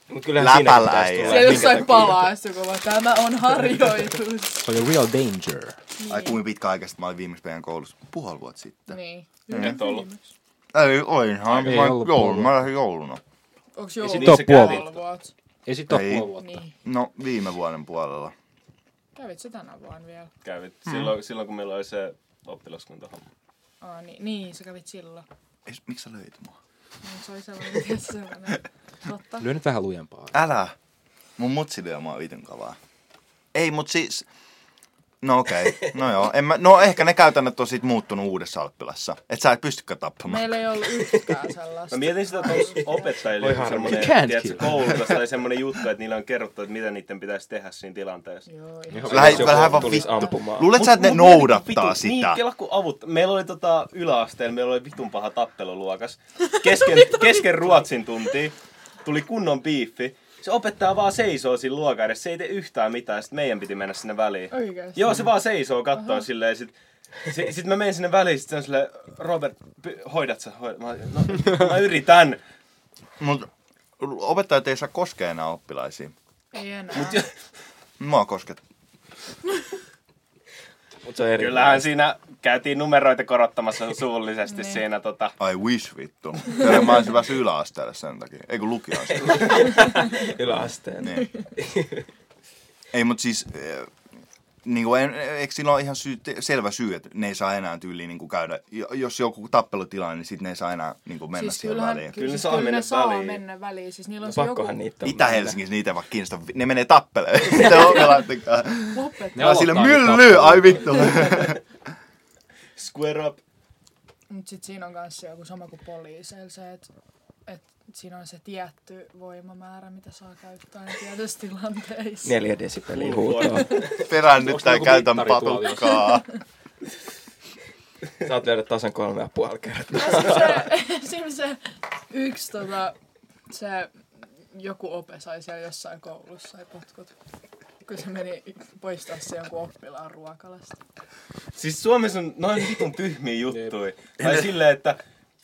Speaker 2: Mut kyllähän siinä
Speaker 1: Läpällä
Speaker 2: pitäisi
Speaker 1: ei
Speaker 2: tulla.
Speaker 1: ole.
Speaker 4: Siellä
Speaker 2: Minkä
Speaker 4: jossain
Speaker 2: takia?
Speaker 4: palaa, sit joku vaan, tämä on harjoitus.
Speaker 7: Se oli real danger.
Speaker 1: ai kuinka pitkä aikaista mä olin viimeksi meidän koulussa? Puoli vuotta sitten.
Speaker 4: Niin.
Speaker 5: Et ollut.
Speaker 1: Ei, olinhan
Speaker 7: Ei
Speaker 1: mä
Speaker 7: ollut
Speaker 1: joulun,
Speaker 7: puoli
Speaker 1: mä lähdin jouluna.
Speaker 4: Onks
Speaker 5: sit
Speaker 4: joulu
Speaker 7: itse kävit.
Speaker 4: valvoat?
Speaker 7: Ei sit oo
Speaker 1: Ei.
Speaker 7: puoli vuotta.
Speaker 4: Niin.
Speaker 1: No, viime vuoden puolella.
Speaker 4: Kävit sä tänä vuonna vielä?
Speaker 5: Kävit. Silloin, silloin kun meillä oli se oppilaskuntahomma.
Speaker 4: Aa, niin, niin, sä kävit silloin.
Speaker 1: Ei, miksi sä löit mua?
Speaker 4: Niin, se oli sellainen, tiedä sellainen. Totta.
Speaker 7: Lyö nyt vähän lujempaa.
Speaker 1: Älä! Mun mutsi lyö mua vitun kavaa. Ei, mut siis... No okei, okay. no joo. En mä, no ehkä ne käytännöt on sit muuttunut uudessa Alppilassa. Et sä et pystykään tappamaan.
Speaker 4: Meillä ei ollut yhtään sellaista.
Speaker 7: No
Speaker 5: Mä mietin sitä, että onko opettajille
Speaker 2: Voi
Speaker 5: joku
Speaker 2: harmi.
Speaker 5: semmoinen,
Speaker 7: Can't
Speaker 5: tiedätkö,
Speaker 7: kill.
Speaker 5: koulutus tai semmoinen juttu, että niillä on kerrottu, että mitä niiden pitäisi tehdä siinä
Speaker 7: niin.
Speaker 5: tilanteessa.
Speaker 4: Joo,
Speaker 2: Jos
Speaker 4: ihan.
Speaker 1: Lähde,
Speaker 2: joku
Speaker 1: lähde vaan
Speaker 2: tulisi
Speaker 1: vittu.
Speaker 2: ampumaan.
Speaker 1: Luulet sä,
Speaker 5: Mut-
Speaker 1: että ne
Speaker 5: mut meillä
Speaker 1: noudattaa
Speaker 5: vitu-
Speaker 1: sitä?
Speaker 5: Niin, kela kun avut. Meillä oli tota yläasteella, meillä oli vitun paha tappeluluokas. Kesken, kesken ruotsin tunti tuli kunnon biiffi. Se opettaa vaan seisoo siinä luokan edessä. Se ei tee yhtään mitään. Sitten meidän piti mennä sinne väliin.
Speaker 4: Oikeesti?
Speaker 5: Joo, se vaan seisoo kattoo silleen. Sit, sit, sit mä menen sinne väliin. Sitten se on silleen, Robert, py- hoidat sä? Hoidat. Mä, oon, no, mä yritän.
Speaker 1: Mut opettajat ei saa koskea enää oppilaisiin.
Speaker 4: Ei enää.
Speaker 1: Mua kosket.
Speaker 2: Mut se on eri.
Speaker 5: Kyllähän siinä käytiin numeroita korottamassa suullisesti
Speaker 1: Niin.
Speaker 5: siinä tota...
Speaker 1: I wish vittu. Kyllä mä olisin päässyt yläasteelle sen takia. Ei kun lukioon sen
Speaker 2: yläasteen.
Speaker 1: Niin. Ei mut siis, eh, niin kuin, en, eikö sillä ole ihan syy, te- selvä syy, että ne ei saa enää tyyliin niin kuin käydä, jo- jos joku tappelutilanne, niin sitten ne ei saa enää niin kuin mennä siis
Speaker 4: siis
Speaker 1: siihen
Speaker 4: kyllähän,
Speaker 1: väliin.
Speaker 4: Kyllä,
Speaker 5: Kyllä
Speaker 4: siis
Speaker 5: saa
Speaker 4: kyllä
Speaker 5: mennä
Speaker 4: ne saa
Speaker 5: väliin.
Speaker 4: mennä väliin. Siis niillä on se joku...
Speaker 2: Pakkohan niitä on.
Speaker 1: Itä-Helsingissä niitä ei vaan kiinnosta, ne menee tappeleen. Te olkalaittekaan.
Speaker 4: Lopettaa.
Speaker 3: Ne
Speaker 1: Mä sille
Speaker 3: aloittaa niitä
Speaker 1: myllyy, ai vittu.
Speaker 5: Square up.
Speaker 4: Mut sit siinä on kanssa joku sama kuin poliiseilla se, että et siinä on se tietty voimamäärä, mitä saa käyttää niin tietyissä tilanteissa.
Speaker 5: Niin.
Speaker 2: Neljä desibeliä huutoa.
Speaker 1: Perään nyt
Speaker 3: Onks
Speaker 1: tai
Speaker 3: joku
Speaker 1: käytän
Speaker 3: mittari tuolla
Speaker 1: patukkaa.
Speaker 2: Saat lyödä tasan kolme ja puoli kertaa.
Speaker 4: se, siinä se yksi tota, se joku ope sai siellä jossain koulussa sai potkut. Kun se meni poistaa se jonkun oppilaan ruokalasta.
Speaker 5: Siis Suomessa on noin vitun tyhmiä juttuja. Tai silleen, että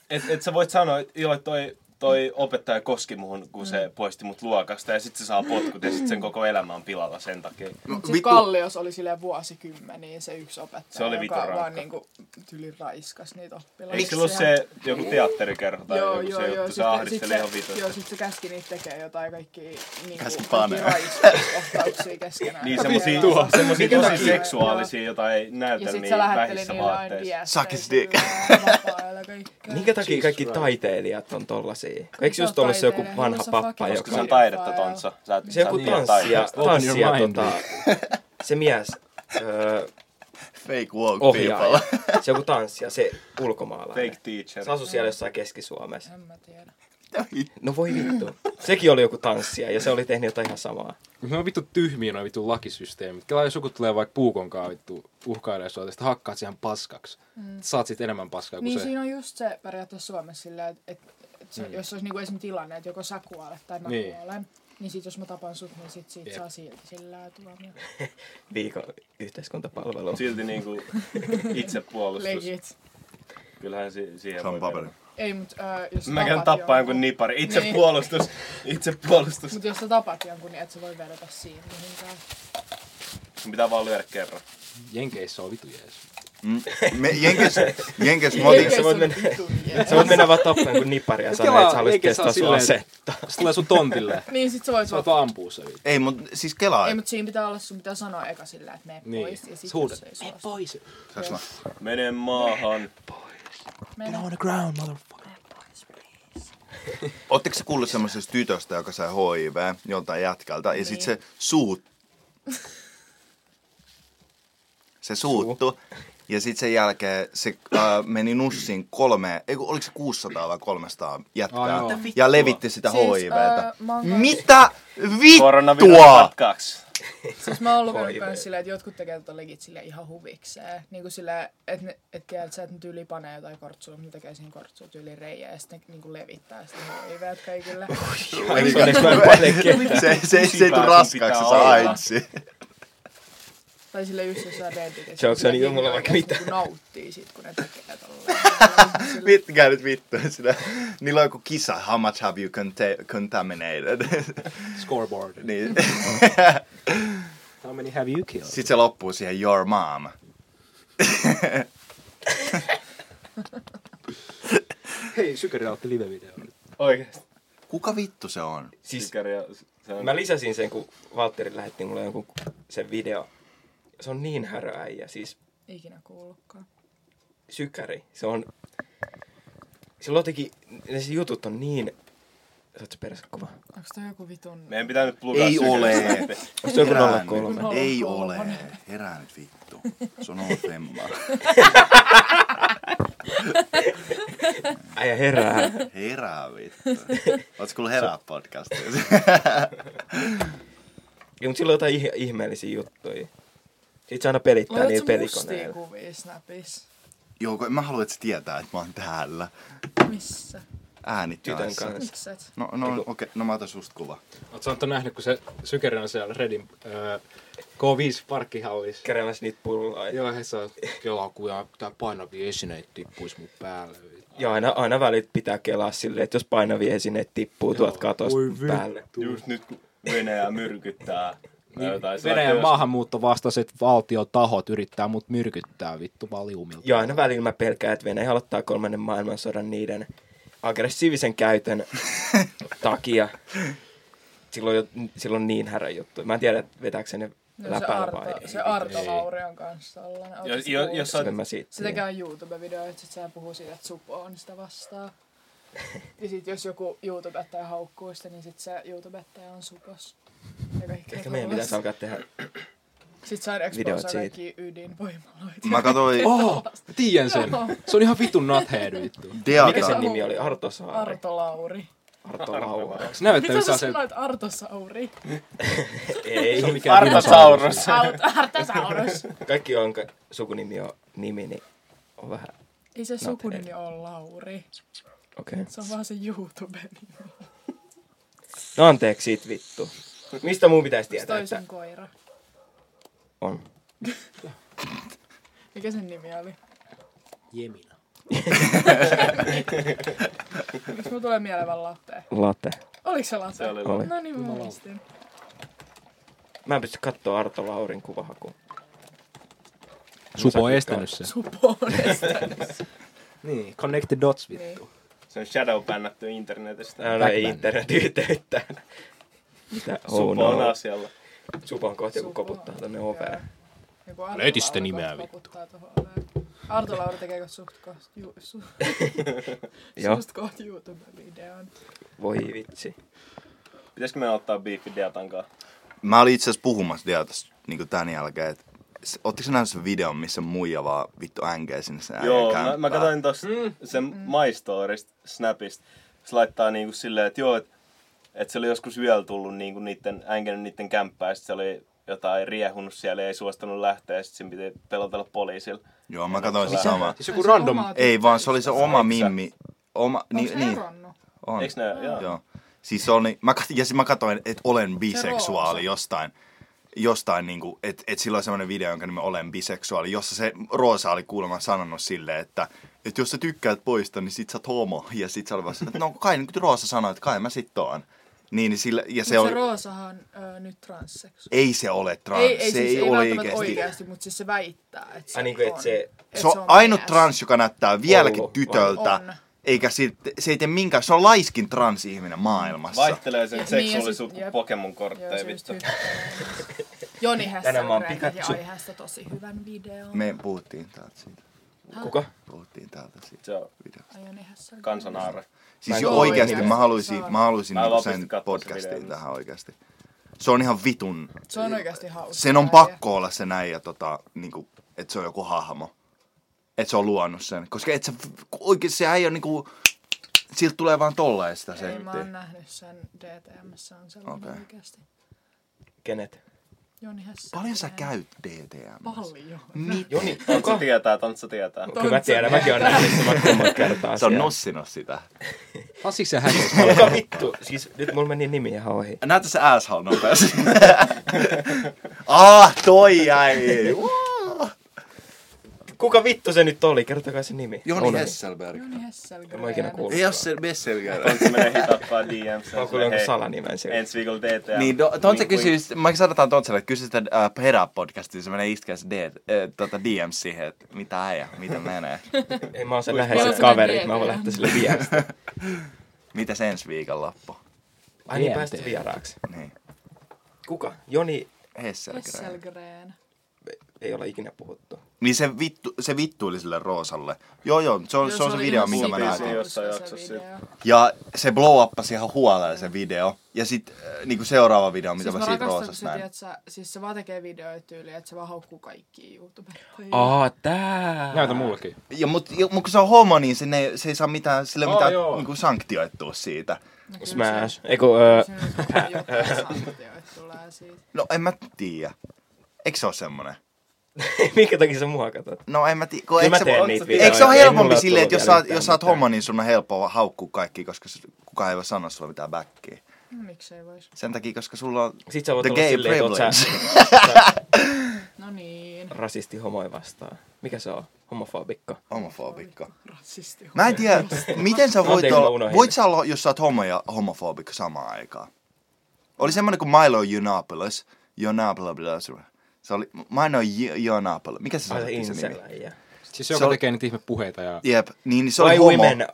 Speaker 5: et, et sä voit sanoa, että joo, toi, toi opettaja koski muhun, kun se poisti mut luokasta. Ja sit se saa potkut ja sit sen koko elämä on pilalla sen takia.
Speaker 1: No,
Speaker 4: Mut sit
Speaker 1: vittu.
Speaker 4: Kallios oli silleen vuosikymmeniin se yksi opettaja,
Speaker 5: Se oli vitun
Speaker 4: joka
Speaker 5: rankka.
Speaker 4: vaan niinku tyli raiskas niitä oppilaita.
Speaker 5: Eikö se ollut se joku teatterikerho tai
Speaker 4: Joo,
Speaker 5: joku
Speaker 4: joo,
Speaker 5: se juttu?
Speaker 4: joo.
Speaker 5: Se ahdisteli ihan vitusti.
Speaker 4: Joo, sit se käski niitä tekee jotain kaikki niinku,
Speaker 1: Käski
Speaker 4: kaikki
Speaker 1: paneja.
Speaker 4: raiskauskohtauksia keskenään.
Speaker 5: Niin
Speaker 4: Ja
Speaker 5: semmosia,
Speaker 4: vielä-
Speaker 5: semmosia
Speaker 4: Minkä
Speaker 5: tosi
Speaker 4: takia?
Speaker 5: seksuaalisia jotain
Speaker 4: Ja sit
Speaker 5: näytelmiä
Speaker 4: se lähetteli
Speaker 5: niin vähissä
Speaker 4: niille aina
Speaker 5: vaatteissa.
Speaker 4: viestejä.
Speaker 1: Suck his dick.
Speaker 4: Vapailla kaikkea.
Speaker 2: Minkä takia kaikki taiteilijat on tollasia? Eikö
Speaker 4: se
Speaker 2: just
Speaker 4: on
Speaker 2: ollut se joku
Speaker 4: taiteilija?
Speaker 2: vanha
Speaker 4: Se on
Speaker 2: pappa,
Speaker 4: fucking
Speaker 2: joka...
Speaker 5: Koska se on
Speaker 4: Kyllä.
Speaker 5: taidetta tonsa. Sä et,
Speaker 1: Siis
Speaker 2: Se joku
Speaker 5: sä et tiedä
Speaker 2: tanssia,
Speaker 5: taiteesta.
Speaker 7: Open your
Speaker 2: tanssia
Speaker 7: mind.
Speaker 2: tota, se mies, öö,
Speaker 1: Fake walk
Speaker 2: ohjaaja,
Speaker 1: people.
Speaker 2: se joku tanssia, se ulkomaalainen.
Speaker 5: Fake teacher.
Speaker 2: Se asui siellä jossain Keski-Suomessa.
Speaker 4: En mä tiedä.
Speaker 2: No voi vittu. Sekin oli joku tanssija ja se oli tehnyt jotain ihan samaa.
Speaker 3: Ne on vittu tyhmiä noin vittu lakisysteemit. Kela jos joku tulee vaikka puukonkaan vittu uhkailee sua, ja sitten hakkaat siihen paskaksi. Mm. Saat sit enemmän paskaa kuin
Speaker 4: Niin
Speaker 3: se.
Speaker 4: siinä on just se periaatteessa Suomessa silleen, että et, et se- jos olisi niinku esimerkiksi tilanne, että joko sä kuolet tai mä
Speaker 3: Niin.
Speaker 4: kuolen, niin sit jos mä tapan sut, niin sit siitä
Speaker 3: Jep.
Speaker 4: saa silti sillä tuomio.
Speaker 2: Viikon yhteiskuntapalvelu.
Speaker 5: Silti niinku itsepuolustus.
Speaker 4: Legit.
Speaker 5: Kyllähän si- siihen
Speaker 1: Se on
Speaker 5: voi
Speaker 1: paperi.
Speaker 5: mennä.
Speaker 4: Ei, mut äh, jos
Speaker 5: Mä käyn
Speaker 4: tapat
Speaker 5: tappaa
Speaker 4: jonkun-
Speaker 5: jonkun nipari.
Speaker 4: Niin.
Speaker 5: Itsepuolustus. Itsepuolustus.
Speaker 4: Mut jos sä tapat jonkun, niin et sä voi vedetä siinä mihinkään.
Speaker 5: Sun pitää vaan lyödä kerran.
Speaker 3: Jenkeissä on vitu jees.
Speaker 1: Mm. Me, jenkes, jenkes, mä otin,
Speaker 4: Jenkeissä
Speaker 2: voit
Speaker 4: on
Speaker 2: mennä-
Speaker 4: vitun niin. jees.
Speaker 2: Sä voit mennä vaan tappamaan kuin nippari
Speaker 4: No
Speaker 2: ja sanoa,
Speaker 3: Kelaa,
Speaker 2: että sä haluaisit
Speaker 3: eikä
Speaker 2: testaa
Speaker 3: saa
Speaker 2: sun
Speaker 3: silleen-
Speaker 2: asetta.
Speaker 3: Se tulee sun tontille.
Speaker 4: Niin sit sä voit
Speaker 3: Saat
Speaker 4: vaan...
Speaker 3: vaan ampua se vittu.
Speaker 1: ei, mut siis kelaa.
Speaker 4: Ei, mut siinä pitää olla, sun pitää sanoa eka sillä, että mene
Speaker 3: Niin.
Speaker 4: pois. Ja sit
Speaker 3: Sä huudat,
Speaker 4: jos ei
Speaker 3: "Mene
Speaker 4: suostu.
Speaker 3: pois.
Speaker 1: Saaks mä-
Speaker 5: Mene maahan.
Speaker 4: Mene
Speaker 3: On the ground, motherfucker.
Speaker 4: pois, please.
Speaker 1: Oletteko se kuullut semmoisesta tytöstä, joka sai HIV joltain jätkältä, ja sit
Speaker 4: Niin.
Speaker 1: se suut... Se suuttu. Ja sitten sen jälkeen se äh, meni nussiin kolme, ei kun oliko se 600 vai 300 jätkää,
Speaker 3: Ai joo.
Speaker 1: ja levitti sitä
Speaker 4: Siis,
Speaker 1: HIVtä.
Speaker 4: äh, mä oon
Speaker 1: Mitä
Speaker 5: Koronavirus
Speaker 1: vittua?
Speaker 5: kaksi.
Speaker 4: Siis mä oon lukenut
Speaker 2: Voi
Speaker 4: myös
Speaker 2: ei.
Speaker 4: silleen, että jotkut tekee tota legit sille ihan huvikseen. Niin kuin silleen, että ne, et tiedät sä, että ne tyyli panee jotain kortsua, mutta ne tekee siihen kortsua tyyli reijää ja sitten ne niinku levittää sitä hiveet kaikille.
Speaker 1: se, se, se, se ei tule
Speaker 5: Kusipää
Speaker 1: raskaaksi, se
Speaker 5: sun
Speaker 1: saa
Speaker 5: pitää
Speaker 1: aitsi.
Speaker 4: tai sille just jossain redditissä.
Speaker 2: Se onks se
Speaker 4: sillä
Speaker 2: niinku mulla
Speaker 4: jengi
Speaker 2: vaikka
Speaker 4: oikeesti
Speaker 2: mitään?
Speaker 4: niinku nauttii sit, kun ne tekee tolleen.
Speaker 1: Mitkä nyt vittu sitä. Niillä on joku kisa, how much have you conta- contaminated?
Speaker 3: Scoreboard.
Speaker 1: niin.
Speaker 3: How many have you killed?
Speaker 1: Sitten se loppuu siihen your mom.
Speaker 3: Hei, Sykeri otti live-videon nyt.
Speaker 5: Oikeesti.
Speaker 1: Kuka vittu se on?
Speaker 2: Siis
Speaker 5: Sykäriä. Se on
Speaker 2: Mä lisäsin sen, kun Valtteri lähetti mulle jonkun sen video. Se on niin häröäijä, siis
Speaker 4: Ikinä kuullutkaan.
Speaker 2: sykäri. Se on... Silloin jotenkin, ne se jutut on niin... Oletko perässä kova?
Speaker 4: Onks toi joku vitun...
Speaker 5: Meidän pitää nyt plugaa
Speaker 1: Ei
Speaker 5: Sykäriä
Speaker 1: ole.
Speaker 5: läpi.
Speaker 2: Onko se joku
Speaker 1: Herää
Speaker 2: 03?
Speaker 4: nyt.
Speaker 1: Ei ole.
Speaker 4: Kolmonen.
Speaker 1: Herää nyt vittu. Se on ollut femma.
Speaker 2: Äijä herää.
Speaker 1: Herää vittu. Oletko kuullut herää podcastia?
Speaker 2: Joo, mutta sillä on jotain ih- ihmeellisiä juttuja. Sitten se aina pelittää niillä
Speaker 4: Laitat sä mustia
Speaker 2: pelikoneilla.
Speaker 4: kuvia Snapissa?
Speaker 1: Joo, kun mä haluan, että se tietää, että mä oon täällä.
Speaker 4: Missä?
Speaker 1: Äänittäessä.
Speaker 2: Tytön kanssa.
Speaker 4: Mikset?
Speaker 1: No, no okei, okay. no mä otan susta kuva.
Speaker 3: Oot sä Antto nähnyt, kun se Sykeri on siellä Redin öö, K5 parkkihallissa.
Speaker 2: Keräämässä niitä pullaa.
Speaker 3: Joo, he saa kelaa kujaa, tää painavia esineet tippuis mun päälle.
Speaker 2: Ja aina, aina välit pitää kelaa silleen, että jos painavia esineet tippuu tuolta katosta
Speaker 3: Voi vittu.
Speaker 2: päälle.
Speaker 5: Just nyt kun Venäjä myrkyttää.
Speaker 3: Niin,
Speaker 5: jotain sellaista,
Speaker 3: Venäjän
Speaker 5: jos-
Speaker 3: maahanmuuttovastaiset valtiotahot yrittää mut myrkyttää vittu valiumilta.
Speaker 2: Ja aina välillä mä pelkään, että Venäjä aloittaa kolmannen maailmansodan niiden aggressiivisen käytön takia. Silloin, jo- silloin niin härä juttu. Mä en tiedä, vetääkö se ne
Speaker 4: No, se,
Speaker 2: läpäällä vai
Speaker 4: Arto,
Speaker 2: ei?
Speaker 4: se Arto Laurion kanssa tällainen. Oletko
Speaker 5: Jos,
Speaker 4: sä
Speaker 5: jo,
Speaker 4: kuullut
Speaker 5: jos
Speaker 4: sen?
Speaker 5: sä
Speaker 2: Sitten mä siitä.
Speaker 4: Se tekee aina YouTube-videoita, että se puhuu siitä, että supo on sitä vastaan. Ja sit jos joku YouTubettaja haukkuu sitä, niin sit se YouTubettaja on supos. Ja kaikki
Speaker 2: Ehkä meidän pitäisi alkaa tehdä.
Speaker 4: Sit saa
Speaker 2: videoita
Speaker 4: exposaa
Speaker 2: siitä.
Speaker 4: kaikki ydinvoimaloita.
Speaker 1: Mä katsoin
Speaker 3: Oh, mä tiedän sen. Se on ihan vitun nathead vittu.
Speaker 2: Mikä sen
Speaker 1: Diagra.
Speaker 2: nimi oli? Arto Saari.
Speaker 4: Arto Lauri.
Speaker 2: Arto Lauri.
Speaker 3: Onks näyttänyt
Speaker 4: Mitä sä
Speaker 3: saa se?
Speaker 4: sanoit Arto Sauri?
Speaker 2: Ei.
Speaker 3: se on mikään
Speaker 5: Artasaurus.
Speaker 4: Aut, Arto Saurus.
Speaker 2: Kaikki, jonka sukunimi on nimi, niin on vähän...
Speaker 4: Ei
Speaker 2: No,
Speaker 4: se sukunimi ole Lauri.
Speaker 2: Okei. Okay.
Speaker 4: Se on vaan se YouTube-nimi.
Speaker 2: No anteeksi siitä vittu. Mistä mun pitäisi tietää,
Speaker 4: Toi
Speaker 2: että
Speaker 4: sun koira.
Speaker 2: on?
Speaker 4: Mikä sen nimi oli?
Speaker 3: Jemina.
Speaker 4: Miksi mulla tulee mieleen vaan latte?
Speaker 2: Late.
Speaker 4: Oliko se latte?
Speaker 5: Se oli
Speaker 2: Oli.
Speaker 4: No niin, mä muistin.
Speaker 2: Mä en pysty katsoa Arto Laurin kuvahaku.
Speaker 3: Supo on estänyt sen.
Speaker 4: Supo on
Speaker 3: Niin, connect the dots
Speaker 4: Niin.
Speaker 3: vittu.
Speaker 5: Se on shadow bännätty internetistä.
Speaker 2: Älä ei internet yhteyttä. Mitä? Oh
Speaker 5: Supo on
Speaker 2: no.
Speaker 5: asialla.
Speaker 2: Supon kohta joku koputtaa tänne oveen.
Speaker 3: Löyti sitä nimeä,
Speaker 4: vittu. Arto Lauri tekeekö suht kohta ju, su,
Speaker 2: Joo.
Speaker 4: suht kohta YouTube-videon?
Speaker 2: Voi vitsi.
Speaker 5: Pitäisikö meidän ottaa biifi Deatan kanssa?
Speaker 1: Mä olin itse asiassa puhumassa Diatasta niin tämän jälkeen, että Ottiko sä nähnyt sen videon, missä muija vaan vittu änkee sinne sen äijän
Speaker 5: Joo, mä,
Speaker 1: kämppään?
Speaker 5: mä katsoin tosta sen
Speaker 4: Mm.
Speaker 5: My Storista, Snapista. Se laittaa niinku silleen, että joo, että et se oli joskus yöllä tullut niinku niitten, änkenyt niitten kämppää, sit se oli jotain riehunut siellä ja ei suostunut lähteä, ja sit sen piti pelotella poliisilla.
Speaker 1: Joo, mä katsoin sen
Speaker 5: Mitä?
Speaker 1: sama.
Speaker 3: Siis joku random.
Speaker 1: Ei vaan, se oli se oma
Speaker 5: Eikö sä?
Speaker 1: mimmi. Oma, niin,
Speaker 4: Niin,
Speaker 1: niin, on.
Speaker 5: Eiks ne? Joo.
Speaker 1: Joo. Siis se on, niin- mä, kat- ja sit mä katsoin, että olen biseksuaali
Speaker 4: Roosa.
Speaker 1: jostain. Jostain niinku, että et sillä on semmoinen video, jonka nimi Olen biseksuaali, jossa se Roosa oli kuulemma sanonut silleen, että et jos sä tykkäät poista, niin sit sä oot homo. Ja sit sä oli vaan, silleen, että no kai nyt Roosa sanoi, että kai mä sit oon. Niin, niin sillä, ja se
Speaker 4: Se,
Speaker 1: oli,
Speaker 4: se Roosahan ö, nyt transseksu.
Speaker 1: ei se ole trans,
Speaker 4: Ei, ei,
Speaker 1: se
Speaker 4: siis,
Speaker 1: ei,
Speaker 4: ei,
Speaker 1: ole
Speaker 4: välttämättä
Speaker 1: oikeasti.
Speaker 4: oikeasti, mutta siis se väittää, että se
Speaker 2: Ai niinku, et
Speaker 4: on.
Speaker 2: se-
Speaker 4: Et
Speaker 1: Se on ainut
Speaker 4: mies.
Speaker 1: trans, joka näyttää vieläkin
Speaker 2: Ollut,
Speaker 1: tytöltä.
Speaker 4: on.
Speaker 1: Eikä sit, se ei tee minkään, se on laiskin transihminen maailmassa.
Speaker 5: Vaihtelee sen
Speaker 4: Ja-
Speaker 5: seksuaalisuutta
Speaker 4: niin, ja
Speaker 5: niin,
Speaker 4: sit-
Speaker 5: Pokemon
Speaker 4: Joo,
Speaker 5: kortteja
Speaker 4: se just
Speaker 5: vittu.
Speaker 4: tykkää. Joni Hessel
Speaker 2: Tänään mä oon
Speaker 4: teki
Speaker 2: Pikachu.
Speaker 4: aiheesta tosi hyvän videon.
Speaker 1: Me puhuttiin täältä siitä.
Speaker 2: Kuka?
Speaker 1: Puhuttiin täältä siitä
Speaker 5: Se on
Speaker 1: videosta.
Speaker 4: Ai Joni Hessel.
Speaker 5: kansanaara.
Speaker 1: Siis
Speaker 2: en
Speaker 1: jo
Speaker 2: kuullut
Speaker 1: oikeasti
Speaker 4: oikeasti.
Speaker 1: mä haluaisin,
Speaker 4: Saa.
Speaker 1: mä haluaisin
Speaker 5: Mä
Speaker 1: niinku
Speaker 5: vaan
Speaker 1: sen
Speaker 5: pysty katsomaan sen
Speaker 1: podcastiin
Speaker 5: videon.
Speaker 1: tähän oikeasti. Se on ihan vitun.
Speaker 4: Se on oikeasti hauska.
Speaker 1: Sen on
Speaker 4: äijä.
Speaker 1: pakko olla se näin ja tota, niinku, että se on joku hahmo. Että se on luonut sen. Koska et se, oikeasti se äijä on niinku, siltä tulee vaan tolleen sitä
Speaker 4: Ei, mä oon
Speaker 1: settiä.
Speaker 4: nähnyt sen DTMssä on sellainen
Speaker 1: Okei.
Speaker 4: okay. oikeasti.
Speaker 2: Kenet?
Speaker 4: Joni Hessel.
Speaker 1: Paljon sä
Speaker 4: tekee
Speaker 1: käyt Mm. DTM?
Speaker 4: Paljon.
Speaker 2: Joni.
Speaker 5: Tontsa tietää, tontsa tietää.
Speaker 2: Kyllä mä tiedän, mäkin oon nähnyt sen vaikka monta kertaa
Speaker 1: Se on
Speaker 2: siellä.
Speaker 1: nossinut sitä.
Speaker 3: Passiksi se häkis.
Speaker 2: Olkaa vittu. Siis nyt mulla meni nimi ihan ohi.
Speaker 1: Näytä se asshole nopeasti. ah, toi jäi.
Speaker 2: Kuka vittu se nyt oli? Kertokaa se nimi.
Speaker 1: Joni
Speaker 2: Oli.
Speaker 1: Hesselberg.
Speaker 4: Joni Hessel.
Speaker 2: En mä ikinä
Speaker 4: Green.
Speaker 2: kuullut.
Speaker 1: Ei ole se Messelger.
Speaker 5: Tontsa menee hitappaa DM.
Speaker 2: Mä oon kuullut jonkun salanimen siellä.
Speaker 5: Ensi viikolla DTA.
Speaker 1: Niin, do, Tontsa kysyy, mä sanotaan Tontsalle, että kysy sitä äh, Perä-podcastia, se menee iskeä se D, äh, tota DM siihen, että mitä äijä, mitä menee.
Speaker 2: Ei mä oon sen
Speaker 4: Mulla on
Speaker 2: läheiset
Speaker 4: semmonen
Speaker 2: kaverit,
Speaker 4: DTM.
Speaker 2: mä voin lähteä sille viestiin.
Speaker 1: Mitäs ensi viikon loppu?
Speaker 2: Ai niin
Speaker 3: DTM.
Speaker 2: päästä vieraaksi.
Speaker 1: Niin,
Speaker 2: Kuka? Joni
Speaker 1: Hesselgren.
Speaker 4: Hessel Green.
Speaker 2: ei olla ikinä puhuttu.
Speaker 1: Niin se, vittu, se vittuili sille Roosalle. Joo joo, se on, se, on se
Speaker 4: oli
Speaker 1: video,
Speaker 4: ihan
Speaker 1: minkä mä
Speaker 4: sikana
Speaker 1: näytin.
Speaker 5: Joo.
Speaker 4: hauska
Speaker 5: Jossain
Speaker 4: se
Speaker 5: jaksossa
Speaker 4: video.
Speaker 1: Ja se blow uppasi ihan huolella se video. Ja sit äh, niinku seuraava video, mitä mä
Speaker 4: Siis mä
Speaker 1: siitä
Speaker 4: rakastan, kun
Speaker 1: Roosasta
Speaker 4: se,
Speaker 1: näin.
Speaker 4: tiedät, sä, siis se vaan tekee videoita tyyliin, että se vaan haukkuu kaikkiin YouTubeen.
Speaker 2: Aa, tää!
Speaker 3: Näytä mullekin.
Speaker 1: Ja mut, ja, mut kun se on homo, niin se, ne, se ei saa mitään, sille
Speaker 3: Aa,
Speaker 1: mitään
Speaker 3: joo.
Speaker 1: niinku sanktioittua siitä.
Speaker 2: Smash. Eiku, öö,
Speaker 4: Siinä on semmoinen juttu, sanktioita tulee siitä.
Speaker 1: No en mä tiedä. Eikö se ole semmonen?
Speaker 2: minkä takia sä mua katot?
Speaker 1: No en mä tiedä. kun
Speaker 2: Kyllä mä
Speaker 1: eikö se-
Speaker 2: teen
Speaker 5: on-
Speaker 2: niitä
Speaker 5: eikö
Speaker 2: videoita.
Speaker 1: Eikö se ole
Speaker 2: Ei
Speaker 1: helpompi
Speaker 2: mulla
Speaker 1: silleen, että
Speaker 2: tullut
Speaker 1: jos sä, oot-
Speaker 2: vielä
Speaker 1: jos sä oot
Speaker 2: mitään.
Speaker 1: homo, niin sun on helppoa haukkua kaikki, koska s- kukaan ei voi sanoa sulle mitään backia.
Speaker 4: No, Miksei vois?
Speaker 1: Sen takia, koska sulla on...
Speaker 2: Sit sä voit
Speaker 1: The
Speaker 2: olla
Speaker 1: gay
Speaker 2: silleen, että oot sä
Speaker 4: No niin.
Speaker 2: rasisti homoi vastaan. Mikä se on? Homofobikko.
Speaker 1: Homofobikko.
Speaker 4: Rasisti.
Speaker 1: Mä en tiedä, miten sä voit
Speaker 2: Anteeksi, mä
Speaker 1: olla...
Speaker 2: unohdin.
Speaker 1: Voit sä olla, jos sä oot homo ja homofobikko samaan aikaan? Oli semmonen kuin Milo Yiannopoulos. Yiannopoulos. Se oli... Milo Yi- Yiannopoulos. Mikä se
Speaker 2: Ai Ah, se
Speaker 1: oli se nimi?
Speaker 2: inseläijä.
Speaker 3: Siis
Speaker 1: Se
Speaker 3: joka
Speaker 1: on-
Speaker 3: tekee niitä ihme puheita ja...
Speaker 1: Jep, niin niin se oli
Speaker 2: Why
Speaker 1: homo.
Speaker 2: women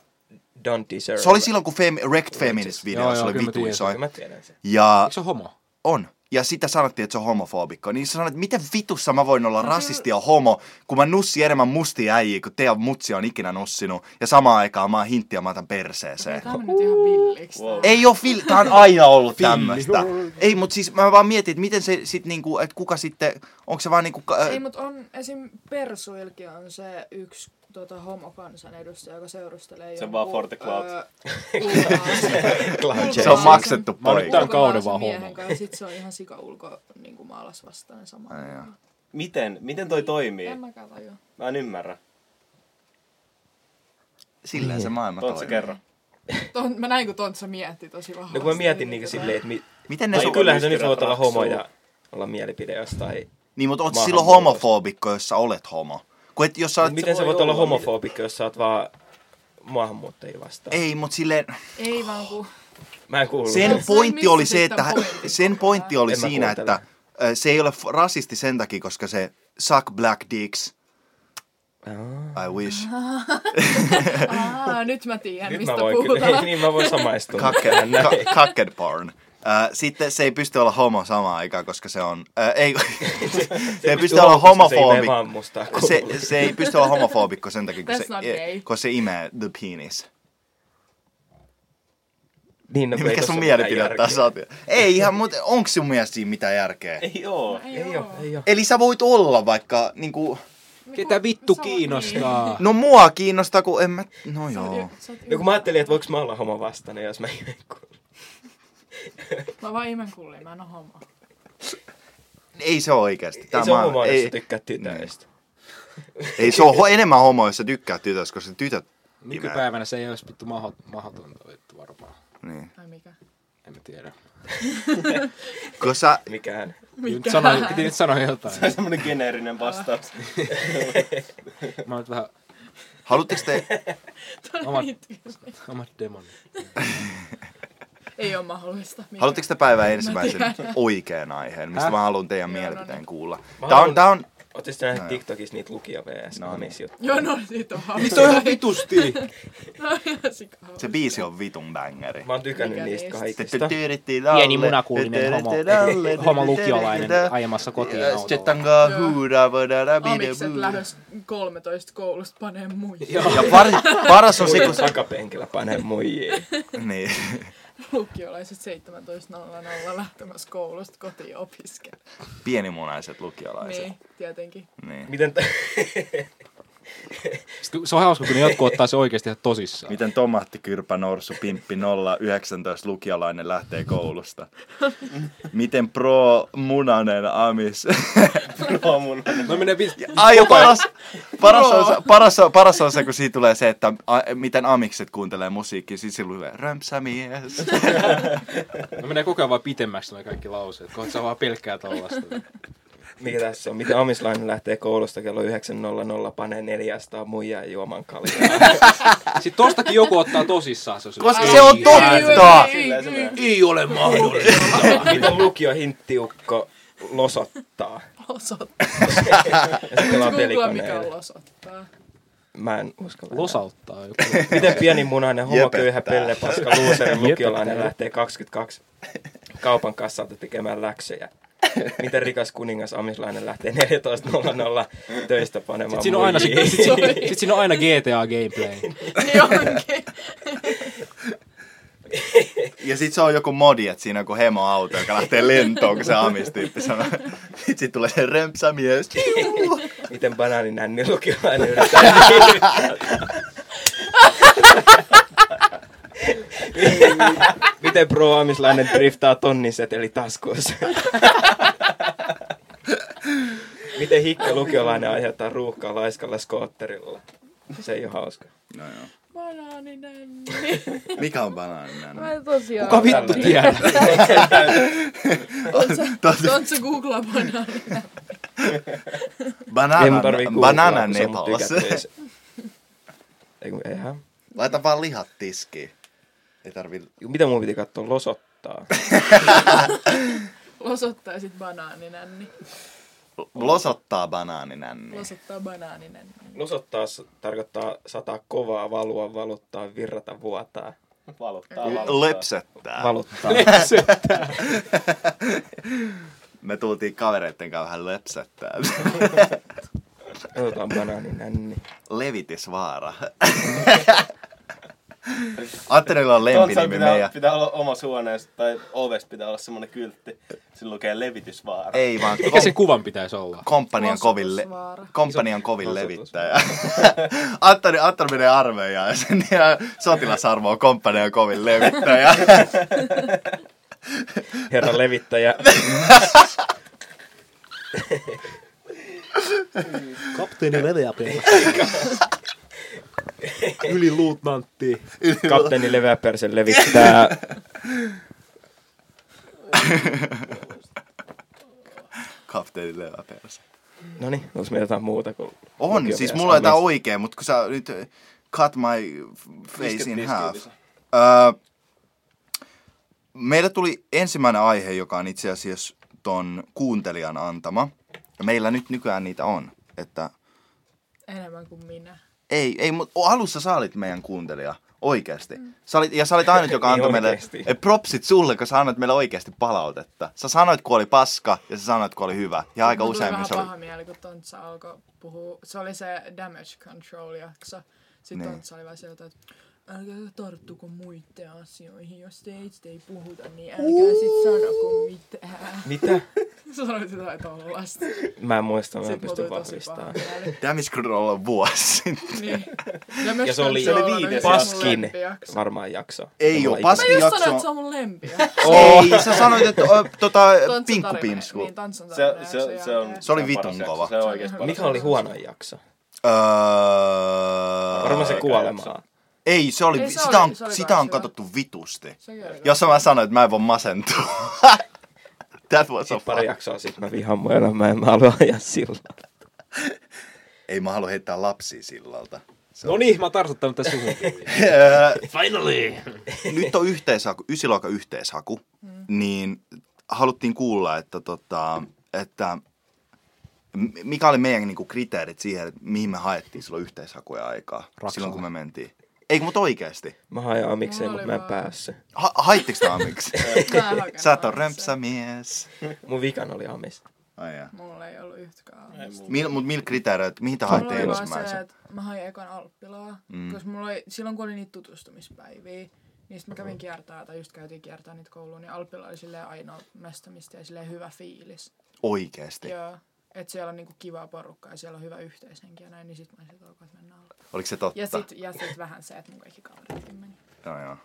Speaker 2: don't deserve.
Speaker 1: Se oli silloin, kun femi, Wrecked Feminist video,
Speaker 3: Joo,
Speaker 1: se
Speaker 3: joo,
Speaker 1: oli
Speaker 3: kyllä mä
Speaker 1: vitu
Speaker 3: tiedän
Speaker 1: iso.
Speaker 2: Mä tiedän sen.
Speaker 1: Ja
Speaker 3: Eikö se ole homo?
Speaker 1: on. ja sitä sanottiin, että se on homofobikko. Niin sanoin, että miten vitussa mä voin olla rasisti ja homo, kun mä nussi enemmän mustia äijiä, kun teidän mutsia on ikinä nussinut. Ja samaan aikaan mä oon hintti ja mä otan perseeseen.
Speaker 4: Tämä on nyt ihan villiksi.
Speaker 5: Wow.
Speaker 4: tää.
Speaker 1: Ei oo fil... Tää on aina ollut tämmöstä. Ei, mut siis mä vaan mietin, että miten se sit niinku, että kuka sitten, onko se vaan niinku... Ka-
Speaker 4: Ei, mutta on esim. Persuilki on se yksi tota, homokansanedustaja, joka seurustelee
Speaker 5: Se on vaan Forte Cloud.
Speaker 1: se on maksettu
Speaker 3: Mä oon nyt
Speaker 1: poika.
Speaker 3: Tää on kauden vaan homo.
Speaker 4: Ja sit se on ihan sika ulko niin kuin maalaisvastainen sama.
Speaker 1: Ai joo.
Speaker 5: Miten? Miten toi toimii?
Speaker 2: Niin.
Speaker 4: En mäkään tajua.
Speaker 5: Mä en ymmärrä.
Speaker 1: Silleen
Speaker 2: Niin.
Speaker 1: se maailma
Speaker 5: Tuon se
Speaker 1: toimii.
Speaker 5: kerro.
Speaker 4: Ton, mä näin, kun Tontsa mietti tosi vahvasti.
Speaker 2: No kun mä mietin niinku silleen, että mi-
Speaker 1: Miten ne
Speaker 2: no,
Speaker 1: sun...
Speaker 2: kyllähän sä nyt voit olla
Speaker 5: raksuu.
Speaker 2: homo ja olla mielipide jostain.
Speaker 1: Niin, mutta oot sä
Speaker 2: Maahan
Speaker 1: silloin
Speaker 2: muutos.
Speaker 1: homofobikko, jos sä olet homo. Kun et, jos sä oot...
Speaker 2: Miten sä voit olla homofobikko, jos sä oot vaan maahanmuuttajia vastaan?
Speaker 1: Ei, mut silleen...
Speaker 4: Ei vaan kun...
Speaker 2: Mä en kuulu.
Speaker 1: Sen
Speaker 4: Sä
Speaker 1: pointti
Speaker 4: missasit
Speaker 1: oli se, että
Speaker 4: tämän pointin.
Speaker 1: sen pointti oli
Speaker 2: En mä
Speaker 1: siinä,
Speaker 2: kuuntele.
Speaker 1: että ö, se ei ole f- rasisti sen takia, koska se suck black dicks. I wish.
Speaker 4: Aa, nyt mä tiedän,
Speaker 2: Nyt
Speaker 4: mistä
Speaker 2: mä voin kyllä,
Speaker 4: puhutaan.
Speaker 2: ei, niin mä voin samaistua.
Speaker 1: Cucked,
Speaker 2: tähän näin.
Speaker 1: cu- cucked porn. Ö, Sitten se ei pysty olla homo samaan aikaan, koska se on... ö, ei, se ei pysty olla
Speaker 2: Homo, koska se imee
Speaker 1: homofobikko.
Speaker 2: vaan mustaa
Speaker 1: Se,
Speaker 2: kuulua.
Speaker 1: se ei pysty olla homofobikko sen takia, kun
Speaker 4: That's
Speaker 1: se,
Speaker 4: not gay.
Speaker 1: kun se imee the penis.
Speaker 2: Niin, no, kun
Speaker 1: Niin
Speaker 2: ei
Speaker 1: mikä
Speaker 2: tossa
Speaker 1: sun
Speaker 2: ole
Speaker 1: mielipide
Speaker 2: mitään
Speaker 1: on tässä
Speaker 2: järkeä.
Speaker 1: asiassa? Ei ihan, mutta onks sun mielestä siinä mitään järkeä?
Speaker 5: Ei oo.
Speaker 2: Ei oo, ei oo.
Speaker 1: Eli sä voit olla vaikka niinku...
Speaker 3: Ketä vittu
Speaker 4: niin-
Speaker 3: kiinnostaa?
Speaker 1: No mua kiinnostaa, kun en mä... No joo.
Speaker 2: No kun mä ajattelin, että voiko mä olla homo vastainen, jos mä imeen kuulua.
Speaker 4: Mä vaan imen kulliin, mä en oo homo.
Speaker 1: Ei se ole oikeasti.
Speaker 2: Ei
Speaker 1: Tämä
Speaker 2: se on homo, jos
Speaker 1: ei,
Speaker 2: sä tykkäät tytöistä.
Speaker 1: ei, se on ho- enemmän homo, jos sä tykkää tytöstä, koska se tytöt...
Speaker 3: Nykypäivänä se ei olisi vittu mahot- mahdotonta vittu varmaan.
Speaker 1: Niin.
Speaker 4: Tai mikä?
Speaker 3: En mä tiedä.
Speaker 1: Kun sä...
Speaker 2: Mikään.
Speaker 3: Nyt sanoin, piti nyt sanoa jotain.
Speaker 5: Se on semmonen geneerinen vastaus.
Speaker 3: Mä oon nyt vähän
Speaker 1: Haluatteko te...
Speaker 3: omat, omat demonit.
Speaker 4: Ei oo mahdollista. Mikä?
Speaker 1: Haluatteko Niin. te päivän ensimmäisen oikean aiheen, mistä mä haluan teidän
Speaker 4: Joo, no
Speaker 1: mielipiteen
Speaker 4: niin.
Speaker 1: kuulla? Tää
Speaker 2: Mä
Speaker 1: on,
Speaker 2: haluan-
Speaker 1: tää on...
Speaker 2: Ootte sitten nähnyt TikTokissa niitä lukija vs. No, niin. juttuja?
Speaker 4: Joo, no nyt on hauska.
Speaker 3: Se on ihan vitusti.
Speaker 4: No ihan sika hauska.
Speaker 1: Se biisi on vitun bängeri.
Speaker 2: Mä oon tykännyt
Speaker 4: Mikä
Speaker 2: niistä
Speaker 4: niistä?
Speaker 2: kaikista.
Speaker 3: Pieni munakuulinen homo, homo lukiolainen ajamassa kotiin autolla.
Speaker 4: Amikset lähes 13 koulusta panee muihin.
Speaker 1: Ja par, paras on se,
Speaker 2: Tuikun
Speaker 1: kun...
Speaker 2: takapenkillä panee muijia.
Speaker 1: Niin.
Speaker 4: Lukiolaiset 17.00 lähtemässä koulusta kotiin opiskelemaan.
Speaker 1: Pienimunaiset lukiolaiset.
Speaker 4: Niin, tietenkin.
Speaker 1: Niin.
Speaker 2: Miten t-
Speaker 3: Sit kun- Se on hauska, kun ne jotkut ottaa se oikeasti ihan tosissaan.
Speaker 1: Miten tomaattikyrpä norsu pimppi 019 lukiolainen lähtee koulusta? Miten pro munanen amis?
Speaker 5: Pro mun.
Speaker 3: No menee vittu.
Speaker 1: Ai ja paras, paras, on, se- paras, on, paras on se, kun siitä tulee se, että a, miten amikset kuuntelee musiikkia. Siis silloin tulee römpsämies.
Speaker 3: No menee koko ajan vaan pitemmäksi noi kaikki lauseet. Kohta saa vaan pelkkää tollasta.
Speaker 2: Mikä tässä on? Miten amislainen lähtee koulusta kello 9.00, panee 400 muijaa juoman kaljaa?
Speaker 3: Sitten tostakin joku ottaa tosissaan. Se on
Speaker 1: Koska se on totta!
Speaker 5: Silleen se menee.
Speaker 3: Ei ole mahdollista.
Speaker 2: Miten lukio hinttiukko losottaa?
Speaker 4: Losottaa.
Speaker 2: Ja sitten pelaa
Speaker 4: Googlaa, mikä on
Speaker 2: pelikoneella.
Speaker 4: losottaa.
Speaker 2: Mä en uskalla.
Speaker 3: Losauttaa joku.
Speaker 2: Miten pieni munainen homoköyhä
Speaker 1: Jepettää.
Speaker 2: pellepaska luuseri lukiolainen
Speaker 3: Jepettää.
Speaker 2: lähtee 22 kaupan kassalta tekemään läksyjä? Miten rikas kuningas amislainen lähtee 14.00 töistä panemaan
Speaker 3: Sitten siinä on aina, se,
Speaker 2: muijia?
Speaker 3: sit, sit, sit siinä on aina GTA gameplay.
Speaker 4: Niin onkin.
Speaker 1: Ja sit se on joku modi, että siinä on joku hemoauto, joka lähtee lentoon, kun se amistyyppi sanoo. Sit, sit tulee se römpsämies.
Speaker 2: Miten banaaninänni lukiolainen yrittää niin? Miten proaamislainen driftaa tonniseteli taskuissa? Miten hikka lukiolainen aiheuttaa ruuhkaa laiskalla skootterilla? Se ei ole hauska.
Speaker 1: No joo.
Speaker 4: Banaani nänni.
Speaker 1: Mikä on banaaninen?
Speaker 4: Mä en tosiaan.
Speaker 3: Kuka vittu tiedä?
Speaker 4: Tontsa googlaa banaani.
Speaker 2: Ei
Speaker 1: Banana,
Speaker 2: mun tarvii kuulla,
Speaker 1: banana
Speaker 2: kun se on mun
Speaker 1: Nepals.
Speaker 2: tykätyissä. Ei kun- eihän.
Speaker 1: Laita vaan lihat tiskiin. Ei tarvi...
Speaker 2: Juu, Mitä mun piti katsoa? Losottaa.
Speaker 4: Losottaa sit banaani nänni.
Speaker 1: Losottaa niin banaaninänni.
Speaker 4: Losottaa banaani nänni.
Speaker 2: Losottaa s- tarkoittaa sataa kovaa, valua, valuttaa, virrata, vuotaa.
Speaker 5: Valuttaa, valuttaa.
Speaker 1: Lepsettää.
Speaker 2: valuttaa.
Speaker 1: Niin. Me tultiin kavereitten kanssa vähän lepsettää.
Speaker 2: Otetaan banaanin nänni.
Speaker 1: Levitisvaara. Atterilla on
Speaker 5: Tontsalla
Speaker 1: lempinimi
Speaker 5: pitää,
Speaker 1: meidän.
Speaker 5: pitää olla omassa huoneessa tai ovesta pitää olla semmoinen kyltti. Siinä lukee levitysvaara.
Speaker 1: Ei vaan,
Speaker 3: Mikä sen kuvan pitäisi olla?
Speaker 1: komppanian kovin, le-
Speaker 4: Vaara.
Speaker 1: komppanian kovin levittäjä. Attari, Attari menee armeijaan ja sen ja sotilasarmo on komppanian kovin levittäjä.
Speaker 2: Herra levittäjä.
Speaker 7: Kapteeni Leveäpeli. Yli luutnantti.
Speaker 2: Kapteeni Leväpersen levittää.
Speaker 1: Kapteeni leväperse.
Speaker 2: No niin, onko meillä jotain muuta kuin...
Speaker 1: On,
Speaker 2: lukiomies
Speaker 1: siis mulla on jotain
Speaker 2: Amis?
Speaker 1: oikein, mutta kun sä nyt eh, cut my face in half.
Speaker 5: lisä.
Speaker 1: Öö, meillä tuli ensimmäinen aihe, joka on itse asiassa ton kuuntelijan antama. Ja meillä nyt nykyään niitä on. Että
Speaker 4: Enemmän kuin minä.
Speaker 1: ei, ei, mutta alussa sä olit meidän kuuntelija. Oikeasti.
Speaker 4: Mm.
Speaker 1: Sä olit, ja sä olit ainut, joka
Speaker 2: Niin
Speaker 1: antoi meille
Speaker 2: oikeesti.
Speaker 1: eh, propsit sulle, kun sä annoit meille oikeasti palautetta. Sä sanoit, kun oli paska, ja sä sanoit, kun oli hyvä. Ja aika
Speaker 4: Mulla tuli
Speaker 1: usein
Speaker 4: vähän
Speaker 1: se oli...
Speaker 4: paha mieli, kun Tontsa alkoi puhua. Se oli se damage control jakso. Sitten
Speaker 1: Niin.
Speaker 4: niin. Tontsa oli vähän sieltä, että älkää tarttuko muiden asioihin. Jos teistä ei puhuta, niin älkää sit sanoko mitään.
Speaker 2: Mitä?
Speaker 4: Sä sanoit jotain tollasta.
Speaker 2: Mä en muista, mä en
Speaker 4: Sitten mulla tuli
Speaker 2: pysty
Speaker 4: tosi paha
Speaker 2: vahvistamaan.
Speaker 4: mieli.
Speaker 1: Damage Control on vuosi sitten.
Speaker 4: Niin. Ja, myös
Speaker 2: Ja se oli
Speaker 4: Tontsa on
Speaker 5: viides
Speaker 4: yksi mun
Speaker 2: paskin
Speaker 4: lempijakso.
Speaker 2: varmaan jakso.
Speaker 1: Ei oo,
Speaker 2: ole
Speaker 1: pas-
Speaker 4: Mä just
Speaker 1: jakso-
Speaker 4: sanoin, että se on mun lempiä.
Speaker 1: Ei, sä sanoit, että ö, tota,
Speaker 4: Tontsan tarina-
Speaker 1: pinkkupinsku.
Speaker 4: Niin, Tontsan
Speaker 5: Se,
Speaker 4: tarina
Speaker 5: se,
Speaker 4: jakso
Speaker 5: se, on,
Speaker 4: jälkeen.
Speaker 1: Se oli
Speaker 5: on
Speaker 1: vitun
Speaker 5: paras jakso,
Speaker 1: kova.
Speaker 5: Se on oikeesti paras.
Speaker 2: Mikä oli huono jakso?
Speaker 1: Öö,
Speaker 2: Varmaan se
Speaker 5: aika
Speaker 2: kuolemaa.
Speaker 1: Ei, se oli,
Speaker 4: Ei, se
Speaker 1: sitä,
Speaker 4: oli-
Speaker 1: on,
Speaker 4: se oli
Speaker 1: sitä on
Speaker 4: kans hyvä.
Speaker 1: katsottu vitusti.
Speaker 4: Sekin oli
Speaker 1: Jos mä sanoin, että mä en voi masentua. That was a
Speaker 2: Sitten pari
Speaker 1: fun.
Speaker 2: jaksoa sitten mä vihaan mun elämää ja mä haluan ajaa silloin.
Speaker 1: Ei mä halua heittää lapsia sillalta. Se
Speaker 3: No
Speaker 1: on-
Speaker 3: niin, mä oon tartuttanut tässä suhun.
Speaker 1: Öö,
Speaker 3: Finally!
Speaker 1: Nyt on yhteishaku, ysiluokan yhteishaku.
Speaker 4: Mm.
Speaker 1: Niin haluttiin kuulla, että, tota, että m- mikä oli meidän niinku kriteerit siihen, että mihin me haettiin silloin yhteishakuja aikaa. Silloin kun me mentiin. Eikö, mutta oikeasti.
Speaker 2: Mä hain amikseen,
Speaker 4: Mulla
Speaker 2: mutta
Speaker 4: oli
Speaker 2: mä en
Speaker 4: vaan-
Speaker 2: päässyt.
Speaker 1: Ha- haittiko tämä miksi?
Speaker 4: Mä en hakenut
Speaker 1: Sä et ole
Speaker 4: se.
Speaker 1: römpsämies.
Speaker 2: Mun vikan oli amis.
Speaker 1: Ai jaa.
Speaker 4: Mulla ei ollut yhtäkään.
Speaker 1: Mil, mut millä kriteereillä, mihin te
Speaker 4: Mulla
Speaker 1: haitte
Speaker 4: oli vaan se,
Speaker 1: ensimmäisen?
Speaker 4: että mä hain ekan Alppilaa, mm. koska mulla oli, silloin kun oli niitä tutustumispäiviä, niin sit mä kävin kiertää, tai just käytiin kiertää niitä kouluun, niin Alppila oli silleen ainoa mesta, mistä ei silleen hyvä fiilis.
Speaker 1: Oikeesti.
Speaker 4: Joo. Että siellä on niinku kivaa porukkaa ja siellä on hyvä yhteishenki ja näin, niin sit mä olisin, että ok, että mennään Alppilaa.
Speaker 1: Oliko se totta?
Speaker 4: Ja sit, ja sit vähän se, että mun kaikki kaveritkin meni.
Speaker 1: Joo, joo.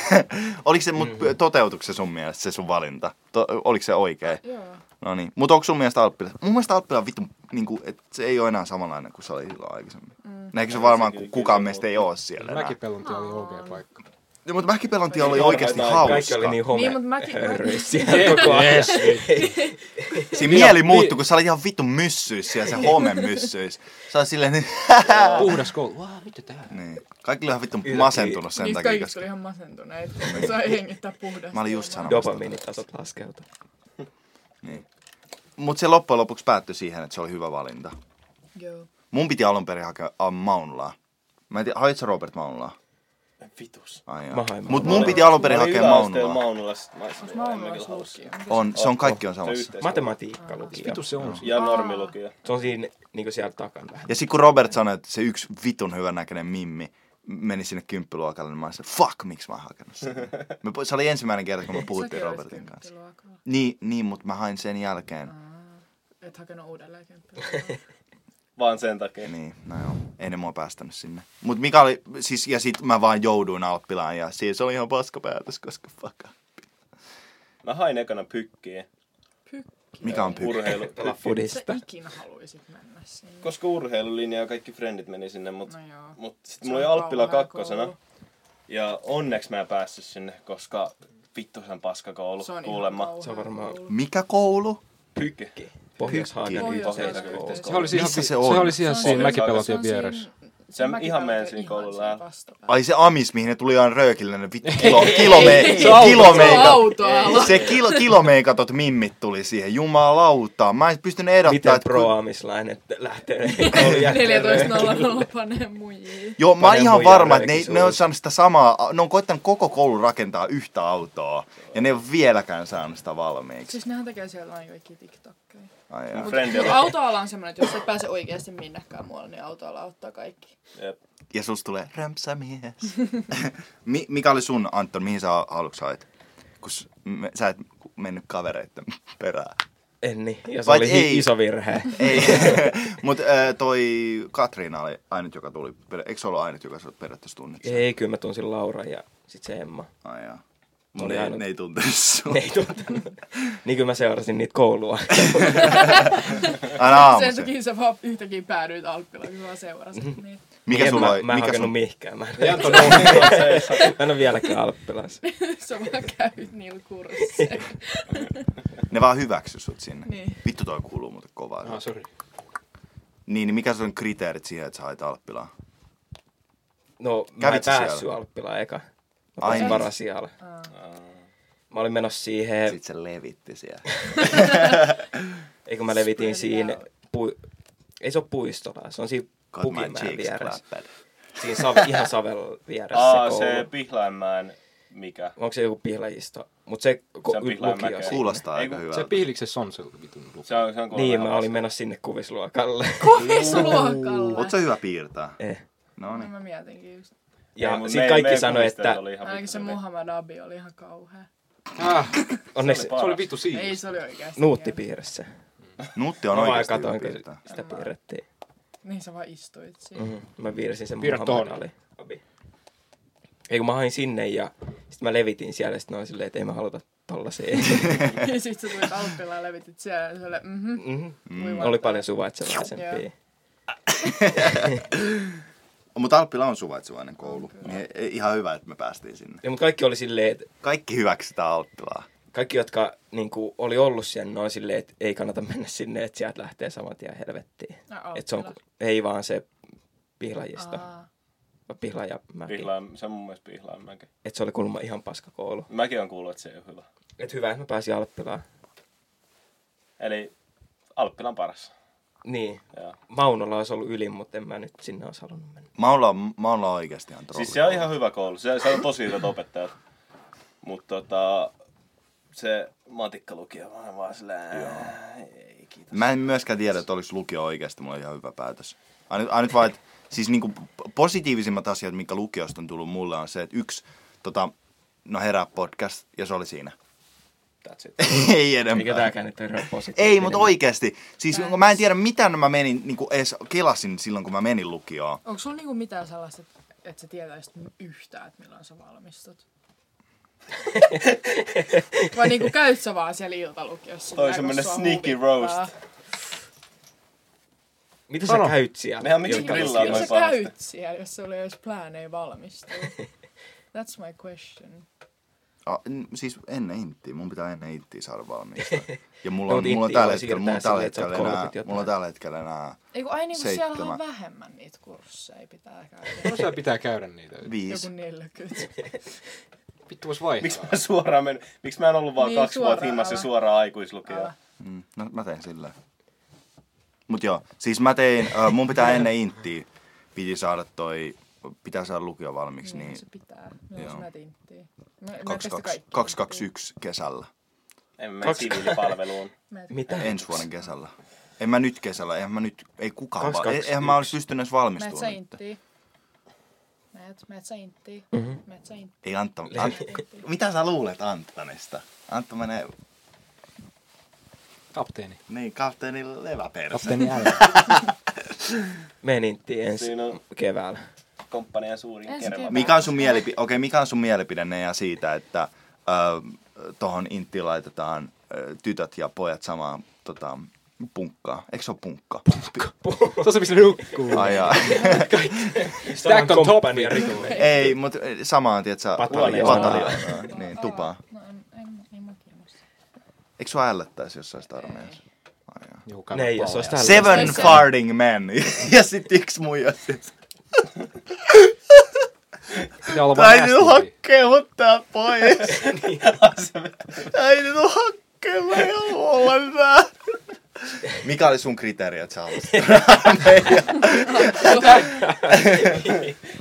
Speaker 1: oliko se, mut mm-hmm. toteutuiko se sun mielestä se sun valinta? To, oliko se oikein?
Speaker 4: Joo.
Speaker 1: No niin. Mut onko sun mielestä Alppila? Mun mielestä Alppila on vitun, niinku, et se ei ole enää samanlainen kuin se oli silloin aikaisemmin. Mm. Näinkö se varmaan,
Speaker 5: kyllä-
Speaker 1: kun
Speaker 5: kyllä
Speaker 1: kukaan
Speaker 5: se
Speaker 1: meistä ei ole siellä enää?
Speaker 3: Mäkipelunti oli oikea paikka.
Speaker 1: No, mutta Mäkipelontia oli
Speaker 5: Ei,
Speaker 1: oikeasti
Speaker 5: harvoin aikaa.
Speaker 2: Kaikki
Speaker 1: hauska.
Speaker 2: oli niin
Speaker 4: Niin, mut
Speaker 2: home.
Speaker 4: mäkin...
Speaker 2: Höyryisiä koko ajan.
Speaker 3: Yes.
Speaker 1: Siinä mieli muuttui, kun sä olit ihan vitun myssyissä siellä, se homemyssyissä. Sä olit silleen, niin,
Speaker 3: Puhdas koulu. Vau, mitä tää?
Speaker 1: niin. Kaikki oli ihan vitun masentunut sen
Speaker 4: Niistä
Speaker 1: takia, koska
Speaker 4: kaikista
Speaker 1: Niin.
Speaker 4: tuli ihan masentuneet, kun ne sai hengittää puhdasta.
Speaker 1: Mä olin just sanomassa.
Speaker 2: Dopamiinitasot laskeutuu.
Speaker 1: Mutta se loppujen lopuksi päättyi siihen, että se oli hyvä valinta.
Speaker 4: Joo.
Speaker 1: Mun piti alun perin hakea uh, Maunlaa. Mä en tiedä, hait sä Robert Maunlaa?
Speaker 5: Vitus.
Speaker 1: Ai
Speaker 2: Mä hain
Speaker 1: Mutta
Speaker 2: Maunulaa.
Speaker 1: mun piti alun perin
Speaker 5: Mä olin
Speaker 1: hakea
Speaker 5: yläasteella
Speaker 1: Maunlaa.
Speaker 5: Maunulassa. Mä olisin-
Speaker 4: Onks
Speaker 5: en mä
Speaker 4: mä
Speaker 5: kyllä
Speaker 4: ollut
Speaker 5: halua.
Speaker 4: lukio?
Speaker 1: On, se on, kaikki on
Speaker 5: Se on
Speaker 1: samassa.
Speaker 5: yhteis-
Speaker 2: Matematiikka lukio.
Speaker 3: Vitu se on.
Speaker 5: Ja normilukio.
Speaker 2: Se on siinä niinku siellä takana vähän.
Speaker 1: Ja sit kun Robert sanoi, että se yksi vitun hyvän näköinen mimmi meni sinne kymppiluokalle, niin mä olin se, fuck, miksi mä oon hakenut sen? Me, pu- se oli ensimmäinen kerta, kun me puhuttiin
Speaker 4: Säkin olit
Speaker 1: Robertin kanssa.
Speaker 4: kymppiluokalla.
Speaker 1: Niin, niin mutta mä hain sen jälkeen.
Speaker 4: Ah. Et hakenut uudelleen kymppiluokalla.
Speaker 5: Vaan sen takia.
Speaker 1: Niin, no joo. Ei ne mua päästänyt sinne. Mut mikä oli, siis, ja sit mä vaan jouduin Alppilaan ja siis se oli ihan paska päätös, koska fuck.
Speaker 5: Mä hain ekana pykkiä.
Speaker 4: Pykki.
Speaker 1: Mikä on pyykki?
Speaker 5: Urheilu.
Speaker 2: Pelaa
Speaker 4: Sä
Speaker 2: fudista.
Speaker 4: ikinä haluisit mennä sinne.
Speaker 5: Koska urheilulinja ja kaikki frendit meni sinne, mut,
Speaker 4: No joo.
Speaker 5: mut sit
Speaker 4: Se
Speaker 5: mulla oli
Speaker 4: on
Speaker 5: Alppila
Speaker 4: kauhea
Speaker 5: kakkosena.
Speaker 4: koulu.
Speaker 5: Ja onneksi mä en päässyt sinne, koska vittu sen paskakoulu
Speaker 4: Se on ihan
Speaker 5: kuulemma.
Speaker 4: kauhea
Speaker 2: Se on varmaan-
Speaker 4: koulu.
Speaker 1: Mikä koulu?
Speaker 5: Pykki.
Speaker 2: Pohjois-Haagan
Speaker 4: Pohjois-Haagan
Speaker 2: yhteiskoulu.
Speaker 4: yhteiskoulu.
Speaker 3: Sehän oli,
Speaker 1: Missä
Speaker 3: ihan,
Speaker 1: se
Speaker 3: se
Speaker 1: on?
Speaker 3: sehän oli ihan
Speaker 4: Se
Speaker 3: siinä
Speaker 4: on siinä- se on
Speaker 3: mäkipelontien
Speaker 4: siinä-
Speaker 3: vieressä.
Speaker 5: Se
Speaker 4: Mäkin
Speaker 5: ihan
Speaker 4: melkein
Speaker 5: mensin koulun
Speaker 4: siihen
Speaker 5: lähellä.
Speaker 4: vastapäähän.
Speaker 1: Ai se amis, mihin ne tuli aina röökillä, ne vittu kilo, kilome,
Speaker 7: se on auto.
Speaker 4: Se on
Speaker 1: kilomeika.
Speaker 4: autoala.
Speaker 1: Se kilo, kilomeikatot mimmit tuli siihen, jumalautaa. Mä en pystynyt ehdottaa,
Speaker 2: Miten
Speaker 1: että... kun-
Speaker 2: proaamislainen lähtee koulun jälkeen
Speaker 4: 14.00 panee muijiin.
Speaker 1: Joo, mä oon
Speaker 2: Panee
Speaker 1: ihan
Speaker 2: muijaa
Speaker 1: varma, että ne,
Speaker 2: röökin
Speaker 1: ne on
Speaker 2: suuhun.
Speaker 1: saanut sitä samaa, ne on koittanut koko koulun rakentaa yhtä autoa, ja ne ei ole vieläkään saanut sitä valmiiksi.
Speaker 4: Siis nehän tekee sieltä aina kaikki TikTokkeja.
Speaker 1: Ai, jaa.
Speaker 5: Friendillä.
Speaker 4: Mut autoala on semmoinen, että jos et pääse oikeasti minnekään muualle, niin autoala ottaa kaikki.
Speaker 5: Jep.
Speaker 1: ja sus tulee rämpsämies. Mi- mikä oli sun, Anton, mihin sä aluksi hait? Kun s- me, sä et mennyt kavereitten perään.
Speaker 2: En niin, ja se
Speaker 1: Vai
Speaker 2: oli
Speaker 1: ei.
Speaker 2: hi- iso virhe.
Speaker 1: Ei, mutta toi Katriina oli ainut, joka tuli, per- eikö se ollut ainut, joka se periaatteessa tunnettu?
Speaker 2: Ei, kyllä mä tunsin Laura ja sit se Emma.
Speaker 1: Ai jaa.
Speaker 2: Oli
Speaker 1: Mun ei,
Speaker 2: ainut.
Speaker 1: ne ei tuntenut sua.
Speaker 2: Ne ei tuntunut. niin kyllä mä seurasin niitä koulua.
Speaker 1: Aina
Speaker 4: Sen
Speaker 1: aamuisin.
Speaker 4: takia sä vaan yhtäkkiä päädyit Alppilla, kun vaan seurasit niin niitä.
Speaker 1: Mikä
Speaker 2: En
Speaker 1: sulla
Speaker 2: mä,
Speaker 1: oli?
Speaker 2: Mä en
Speaker 1: Mikä
Speaker 2: hakenut
Speaker 1: sun...
Speaker 2: mihkään. Mä en,
Speaker 3: Ja Anton nousi
Speaker 2: mä en ole vieläkään Alppilassa.
Speaker 4: Sä vaan käyt niillä kursseilla.
Speaker 1: Ne vaan hyväksy sut sinne.
Speaker 4: Niin.
Speaker 1: Vittu toi kuuluu muuten kovaa.
Speaker 3: Ah, sorry.
Speaker 1: Niin, niin mikä sun kriteerit siihen, että sä hait Alppilaan?
Speaker 2: No, mä en
Speaker 1: Kävit sä
Speaker 2: päässyt
Speaker 1: siellä?
Speaker 2: Alppilaan eka. Mä
Speaker 1: Ai
Speaker 2: pääsin
Speaker 1: niin.
Speaker 2: parasialle. Mä olin menossa siihen,
Speaker 1: Sitten se levitti siellä.
Speaker 2: eikö mä levitin
Speaker 4: Spread
Speaker 2: siinä,
Speaker 4: out.
Speaker 2: pui, ei se ole puistola, se on siinä
Speaker 1: Got my
Speaker 2: Pukimäen
Speaker 1: cheeks
Speaker 2: vieressä.
Speaker 1: clapped.
Speaker 2: Siinä sav, ihan savel vieressä
Speaker 5: Aa,
Speaker 2: se
Speaker 5: se
Speaker 2: koulu.
Speaker 5: Pihlainmäen mikä?
Speaker 2: Onko se joku pihlajisto? Mut se,
Speaker 5: Se
Speaker 2: ko-
Speaker 5: on Pihlajamäkeä.
Speaker 2: lukio siinä.
Speaker 1: Kuulostaa
Speaker 5: Ei,
Speaker 1: aika
Speaker 5: kun
Speaker 1: hyvältä.
Speaker 3: Se piiliksessä on se vitun luku.
Speaker 5: Se on, se on kuulemma
Speaker 2: Niin,
Speaker 5: ihan
Speaker 2: mä
Speaker 5: vasta-
Speaker 2: olin menossa sinne kuvisluokalle.
Speaker 4: Kuvisluokalle.
Speaker 1: Oot sä hyvä piirtää?
Speaker 2: Eh.
Speaker 1: No niin.
Speaker 4: Mä mietinkin just.
Speaker 5: Ei,
Speaker 2: Ja
Speaker 5: mut
Speaker 2: sitten
Speaker 5: meidän-
Speaker 2: kaikki
Speaker 5: meidän
Speaker 2: sanoi,
Speaker 5: kuvistelut
Speaker 2: että
Speaker 5: oli ihan
Speaker 4: Ainakin se
Speaker 5: vittu-
Speaker 4: Muhammad Abi oli ihan kauhea.
Speaker 3: Ah,
Speaker 2: onneksi
Speaker 3: se oli vittu
Speaker 5: Niin
Speaker 4: Ei
Speaker 3: siinä.
Speaker 4: se oli oikeasti.
Speaker 2: nuutti
Speaker 4: hieno.
Speaker 2: piirissä.
Speaker 1: Nutti
Speaker 2: Mä
Speaker 1: on
Speaker 2: vaan
Speaker 1: oikeesti hyvä
Speaker 2: katoin, kun
Speaker 1: piirtää.
Speaker 2: sitä piirrettiin.
Speaker 4: Niin sä vaan istuit
Speaker 5: Mhm.
Speaker 4: siinä.
Speaker 2: Mm-hmm. Mä viirsin sen
Speaker 3: Piirrä
Speaker 2: Muhammad
Speaker 3: tuon.
Speaker 2: Ali. Abi. Ei kun mä hain sinne ja sitten mä levitin siellä ja sitten mä olin silleen, että ei mä haluta tollasia.
Speaker 4: Ja sit sä tulit Alppilaan ja levitit siellä ja se oli mhm.
Speaker 2: mm-hmm.
Speaker 5: Mm.
Speaker 4: We want
Speaker 2: Oli
Speaker 4: that.
Speaker 2: paljon suvaitsevaisempia.
Speaker 4: Joo.
Speaker 1: Mutta Alppila on suvaitsevainen koulu. Niin e- ihan hyvä, että me päästiin sinne.
Speaker 2: Ja mut kaikki oli silleen, että
Speaker 1: Kaikki hyväksytään Alppilaa.
Speaker 2: kaikki, jotka niinku, oli ollut siellä, ne oli silleen, että ei kannata mennä sinne, että sieltä lähtee saman tien helvettiin.
Speaker 4: Ja
Speaker 2: Et se on,
Speaker 4: Alppila.
Speaker 2: ei vaan se pihlajista.
Speaker 4: No, oh, Aa.
Speaker 2: Pihlajamäki.
Speaker 5: Pihlain, se on mun mielestä Pihlainmäki.
Speaker 2: Että se oli kuulemma ihan paska koulu.
Speaker 5: Mäkin on kuullut, että se ei ole hyvä.
Speaker 2: Et hyvä, että mä pääsin Alppilaan.
Speaker 5: Eli Alppilan paras.
Speaker 2: Niin.
Speaker 5: Joo.
Speaker 2: Maunola olisi ollut ylin, mutta en mä nyt sinne olisi halunnut mennä.
Speaker 1: Maula, Maula on oikeasti ihan trolli.
Speaker 5: Siis se on ihan hyvä koulu. Se, se on tosi hyvät opettajat. Mutta tota, se matikkalukio vaan vaan silleen... Ei, kiitos.
Speaker 1: Mä en myöskään tiedä, että oliko lukio oikeasti mulla ihan hyvä päätös. Ainut, ainut vaan, että siis niinku p- positiivisimmat asiat, mikä lukiosta on tullut mulle, on se, että yksi, tota, no herää podcast, ja se oli siinä.
Speaker 5: That's it.
Speaker 1: Ei enempää.
Speaker 2: Eikä tääkään nyt ole positiivinen.
Speaker 1: Ei, mutta oikeasti. Siis kun mä en tiedä, mitä mä menin, niin kuin edes kelasin silloin, kun mä menin lukioon.
Speaker 4: Onko sulla niinku mitään sellaista, että- että sä tietäisit yhtään, että milloin sä valmistut? Vai niinku käyt sä vaan siellä iltalukiossa?
Speaker 5: Toi
Speaker 4: mitä, kun
Speaker 5: semmonen
Speaker 4: sua
Speaker 5: sneaky
Speaker 4: huvittaa?
Speaker 5: roast.
Speaker 2: Mitä sä käyt siellä?
Speaker 5: Mehän miksi
Speaker 4: Niin,
Speaker 5: grillaa
Speaker 4: miksi
Speaker 5: noin
Speaker 4: sä
Speaker 5: pahasti?
Speaker 4: käyt siellä, jos sulla ei olisi plänejä valmistua? That's my question.
Speaker 1: Ah, n- siis ennen inttiä. Mun pitää ennen inttiä saada valmiiksi. Ja mulla
Speaker 2: No,
Speaker 1: on,
Speaker 2: mut
Speaker 1: mulla on
Speaker 2: inttiä
Speaker 1: tällä
Speaker 2: voi
Speaker 1: hetkellä,
Speaker 2: siirtää
Speaker 1: mulla on tällä
Speaker 2: silleen, että sä oot
Speaker 1: hetkellä, enää,
Speaker 2: 30 jotain.
Speaker 1: mulla on tällä hetkellä enää
Speaker 4: Eiku ai niinku
Speaker 1: Seitsemän.
Speaker 4: siellä on vähemmän niitä kursseja pitää
Speaker 3: No
Speaker 4: käydä.
Speaker 3: siellä pitää käydä niitä.
Speaker 1: viisi.
Speaker 4: Joku 40.
Speaker 1: Niin.
Speaker 3: Vittu vois vaihtaa.
Speaker 5: Miksi mä suoraan menin? Miksi mä en ollut vaan
Speaker 4: Niin,
Speaker 5: niin, kaksi vuotta
Speaker 4: suoraan,
Speaker 5: himmassa
Speaker 4: älä.
Speaker 5: suoraan aikuislukioon?
Speaker 4: Älä.
Speaker 1: Mm, no mä tein sillä. Mut joo, siis mä tein, äh, mun pitää ennen inttiä, piti saada toi, pitää saada lukio valmiiksi,
Speaker 4: Niin
Speaker 1: niin
Speaker 4: se pitää. Milloin
Speaker 1: Joo.
Speaker 4: sä menet inttiin? Me- me pesti kaikki
Speaker 1: 221 kesällä.
Speaker 5: En mä mene siviilipalveluun.
Speaker 4: inttiin. Me-
Speaker 2: Mitä?
Speaker 1: Ensi vuoden kesällä. En mä nyt kesällä, eihän mä nyt, ei kukaan
Speaker 2: Kaksi,
Speaker 1: vaan,
Speaker 2: kaksi,
Speaker 1: eihän mä
Speaker 2: yksi.
Speaker 1: olisi pystynyt edes
Speaker 4: Meet
Speaker 1: valmistumaan. niin
Speaker 4: sä
Speaker 1: nyt.
Speaker 4: inttiin? Meet, meet sä inttiin?
Speaker 2: Mm-hmm.
Speaker 4: Meet sä inttiin?
Speaker 1: Ei Antta, Ant... mitä sä luulet Anttanista? Antta menee,
Speaker 3: Kapteeni.
Speaker 1: niin kapteenin leväperse.
Speaker 3: Kapteeni älä.
Speaker 2: Menittiin ensi
Speaker 5: Siinä on-
Speaker 2: keväällä.
Speaker 5: Komppanian suurin
Speaker 4: Ensi
Speaker 5: kerma.
Speaker 4: kevät.
Speaker 1: Mikä on sun, mielipi- okay, mikä on sun mielipide Nea, siitä, että öö, tuohon inttiin laitetaan ö, tytöt ja pojat samaan tota, punkkaan? Eikö se ole punkka?
Speaker 3: Se on se, missä ne nukkuu.
Speaker 1: Ai, ai.
Speaker 3: Stack on top.
Speaker 2: Komppania rikolle.
Speaker 1: Ei, mutta samaan, tiedätkö?
Speaker 2: Pataljoonaan.
Speaker 1: Pataljoonaan, niin, tupaa.
Speaker 4: No en, en, en mä kiinnosta.
Speaker 1: Eikö sua ällättäisi, jos sä olisit armeijassa?
Speaker 3: Joku
Speaker 2: Ne ei, jos
Speaker 3: palaa.
Speaker 2: olisi täällä.
Speaker 1: Seven
Speaker 4: Ei se-
Speaker 1: farting men. ja sit yksi muija.
Speaker 3: pitää olla vaan nästiä.
Speaker 1: hakemaan tää pois.
Speaker 3: Niin,
Speaker 1: Äiti tuu hakemaan, mä en halua olla nää. Mikä oli sun kriteeri, että sä haluaisit?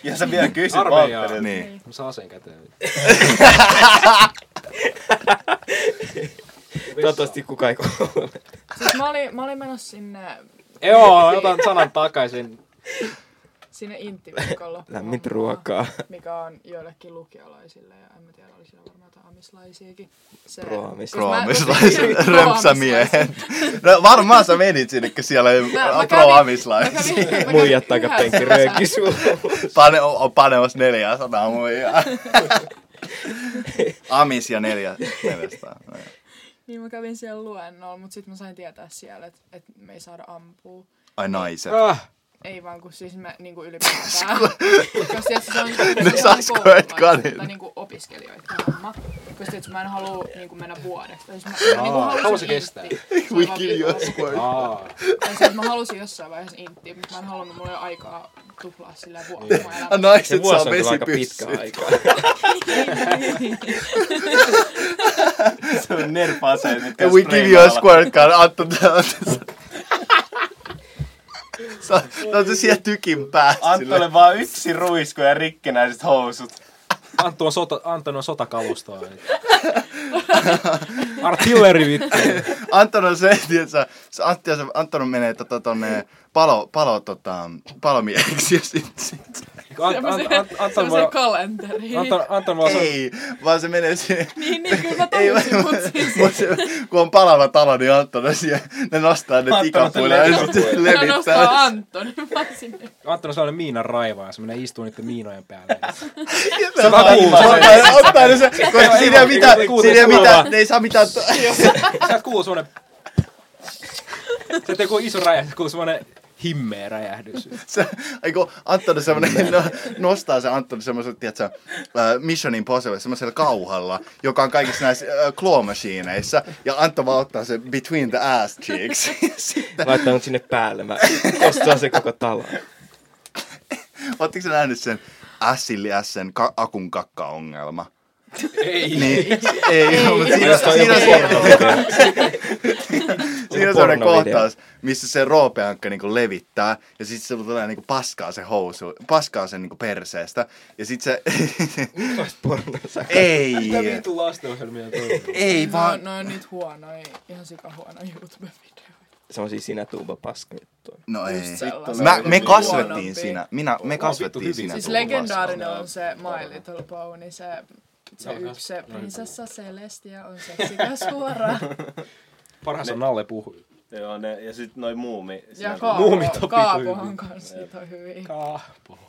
Speaker 5: Ja sä vielä kysyt
Speaker 3: Armeijaa.
Speaker 5: Valtterilta.
Speaker 1: Niin.
Speaker 3: Mä saan aseen käteen.
Speaker 2: Toivottavasti kukaan ei kuule.
Speaker 4: Siis mä olin, mä olin menossa sinne,
Speaker 3: Joo, otan sanan takaisin.
Speaker 4: sinne Intti-viikolla.
Speaker 2: Lämmintä ruokaa.
Speaker 4: Mikä on joillekin lukiolaisille ja en mä tiedä, oli siellä varmaan jotain amislaisiakin. Se,
Speaker 2: Proamis-
Speaker 4: koska mä-
Speaker 1: Proamislaisen
Speaker 4: Proamislaiset.
Speaker 1: röpsämiehen. No, varmaan sä menit sinne, kun siellä ei
Speaker 4: Mä- mä kävin- mä
Speaker 1: proamislaisia.
Speaker 4: kävin- mä kävin
Speaker 2: Muijat
Speaker 4: yhden
Speaker 2: takapenkki
Speaker 4: sellaisen-
Speaker 2: rööki suuhun.
Speaker 1: Pane, on on panemassa 400 muijaa. Amis ja neljä, 400. No joo.
Speaker 4: Niin mä kävin siellä luennolla, mutta sitten mä sain tietää siellä, että et me ei saada ampua.
Speaker 1: Ai naiset.
Speaker 3: Ah,
Speaker 4: Ei vaan, kun siis me niinku ylipäätään. Jos tietysti se on, se on
Speaker 1: sasko
Speaker 4: koululaisten
Speaker 1: et kanin.
Speaker 4: Tai niinku opiskelijoiden homma. Koska tietysti mä en halua niinku mennä vuodeksi. Tai siis mä, mä niinku
Speaker 3: Kauan
Speaker 4: halusin
Speaker 3: se kestää?
Speaker 4: inttiin.
Speaker 1: We
Speaker 4: Mä vaan
Speaker 1: kill
Speaker 4: viikolla-
Speaker 1: your squad.
Speaker 2: Ah.
Speaker 3: aa.
Speaker 4: Tai se, että mä halusin jossain vaiheessa inttiin, mutta mä en halunnut, mulla ei ole aikaa tuplaa sillä vuotta mun
Speaker 1: Ja
Speaker 4: elämässä.
Speaker 2: Se
Speaker 1: Naiset
Speaker 2: vuosi on
Speaker 1: saa
Speaker 2: kyllä aika pitkä
Speaker 1: vesipyssyn.
Speaker 2: aika.
Speaker 5: Se on nerpa-aseet, mitkä
Speaker 1: Ja
Speaker 5: on
Speaker 1: we give you a
Speaker 5: spreimaalla.
Speaker 1: squirt gun, Antto täältä. Sä sä oot siellä tykin päässä. silleen.
Speaker 5: Antolle vaan yksi ruisku ja rikkinäiset housut.
Speaker 3: Anttu on, sota, Anttu on sotakalustoa. Artilleri vittu.
Speaker 1: Anton on se, tiiätsä, se Antti on se, Anton menee tota tonne palo, palo, tota, palomieheksi ja sit, sit.
Speaker 3: Ant, ant,
Speaker 4: Semmoisen-
Speaker 3: ant, Anton voi
Speaker 4: Semmoisen kalenteriin.
Speaker 3: Anton, Anton voi olla
Speaker 1: Ei, vaan se menee siihen.
Speaker 4: Niin, niin, kyllä mä
Speaker 1: Ei,
Speaker 4: tajusin,
Speaker 1: vaan-
Speaker 4: mutta siis...
Speaker 1: mut se, kun on palava talo, niin Anton on siellä, ne nostaa ne
Speaker 5: Anton on
Speaker 1: tikapuille ja
Speaker 5: levittää.
Speaker 1: sitten
Speaker 4: Mä nostaa
Speaker 1: levittää.
Speaker 4: Antoni, mä oon sinne.
Speaker 3: Anton on sellainen miinan raivaaja, se menee istuu niiden miinojen päälle.
Speaker 1: Se
Speaker 3: vakuuttaa sen.
Speaker 1: Ottaa ne se, koska siinä ei ole mitään,
Speaker 3: Kuuntele,
Speaker 1: siinä ei ole
Speaker 3: kuuntele.
Speaker 1: mitään, ne ei saa mitään. to-
Speaker 3: Sä kuuluu semmonen... Se tekee iso räjähdys, kuuluu semmonen himmeä räjähdys.
Speaker 1: se, aiku, Antoni semmoinen, no, nostaa se Antoni semmoisella, tiedätkö, ää, Mission Impossible, semmoisella kauhalla, joka on kaikissa näissä äh, claw machineissa, ja Antto vaan ottaa se between the ass cheeks. Sitten,
Speaker 2: Laittaa mut sinne päälle. Mä ostan se koko talo.
Speaker 1: ootteko sä nähnyt sen Assilli S'n ka- akun kakka-ongelma?
Speaker 3: Ei.
Speaker 1: Niin, ei, joo, mutta siinä,
Speaker 2: Jos toi on
Speaker 1: siinä,
Speaker 2: joku
Speaker 1: siinä,
Speaker 2: porno-
Speaker 1: siinä on
Speaker 2: joku
Speaker 1: semmoinen
Speaker 2: pornovideo.
Speaker 1: kohtaus, missä se roopeankka niinku levittää, ja sitten se tulee niinku paskaa se housu, paskaa sen niinku perseestä, ja sitten se...
Speaker 2: Minkälaista pornoa sä
Speaker 1: ei!
Speaker 3: Mitä vittu lastenohjelmia toi?
Speaker 1: Ei
Speaker 4: No,
Speaker 1: vaan...
Speaker 4: no on niitä huonoja, ihan sikahuonoja YouTube-videoita.
Speaker 2: Semmosia siis sinä tuuba paskajuttuja.
Speaker 1: No ei.
Speaker 4: Just sellaisia.
Speaker 1: Mä, me
Speaker 4: Vittu
Speaker 1: kasvettiin
Speaker 4: huonompi.
Speaker 1: siinä. Minä, me kasvettiin
Speaker 3: hyvin.
Speaker 1: siinä.
Speaker 4: Siis
Speaker 1: tullut
Speaker 4: legendaarinen
Speaker 1: vastaan.
Speaker 4: on se My Little Pony, se, se yksi, se prinsessa Celestia on seksikäs suoraan.
Speaker 3: Parhaassa on Nalle puhui.
Speaker 5: Joo, ne, ja sitten noi muumi.
Speaker 4: Ja
Speaker 5: sinä-
Speaker 3: Muumit on
Speaker 4: Kaapo,
Speaker 3: vittu
Speaker 4: Kaapohan
Speaker 3: hyviä.
Speaker 4: kanssa niitä on hyviä.
Speaker 3: Kahpo.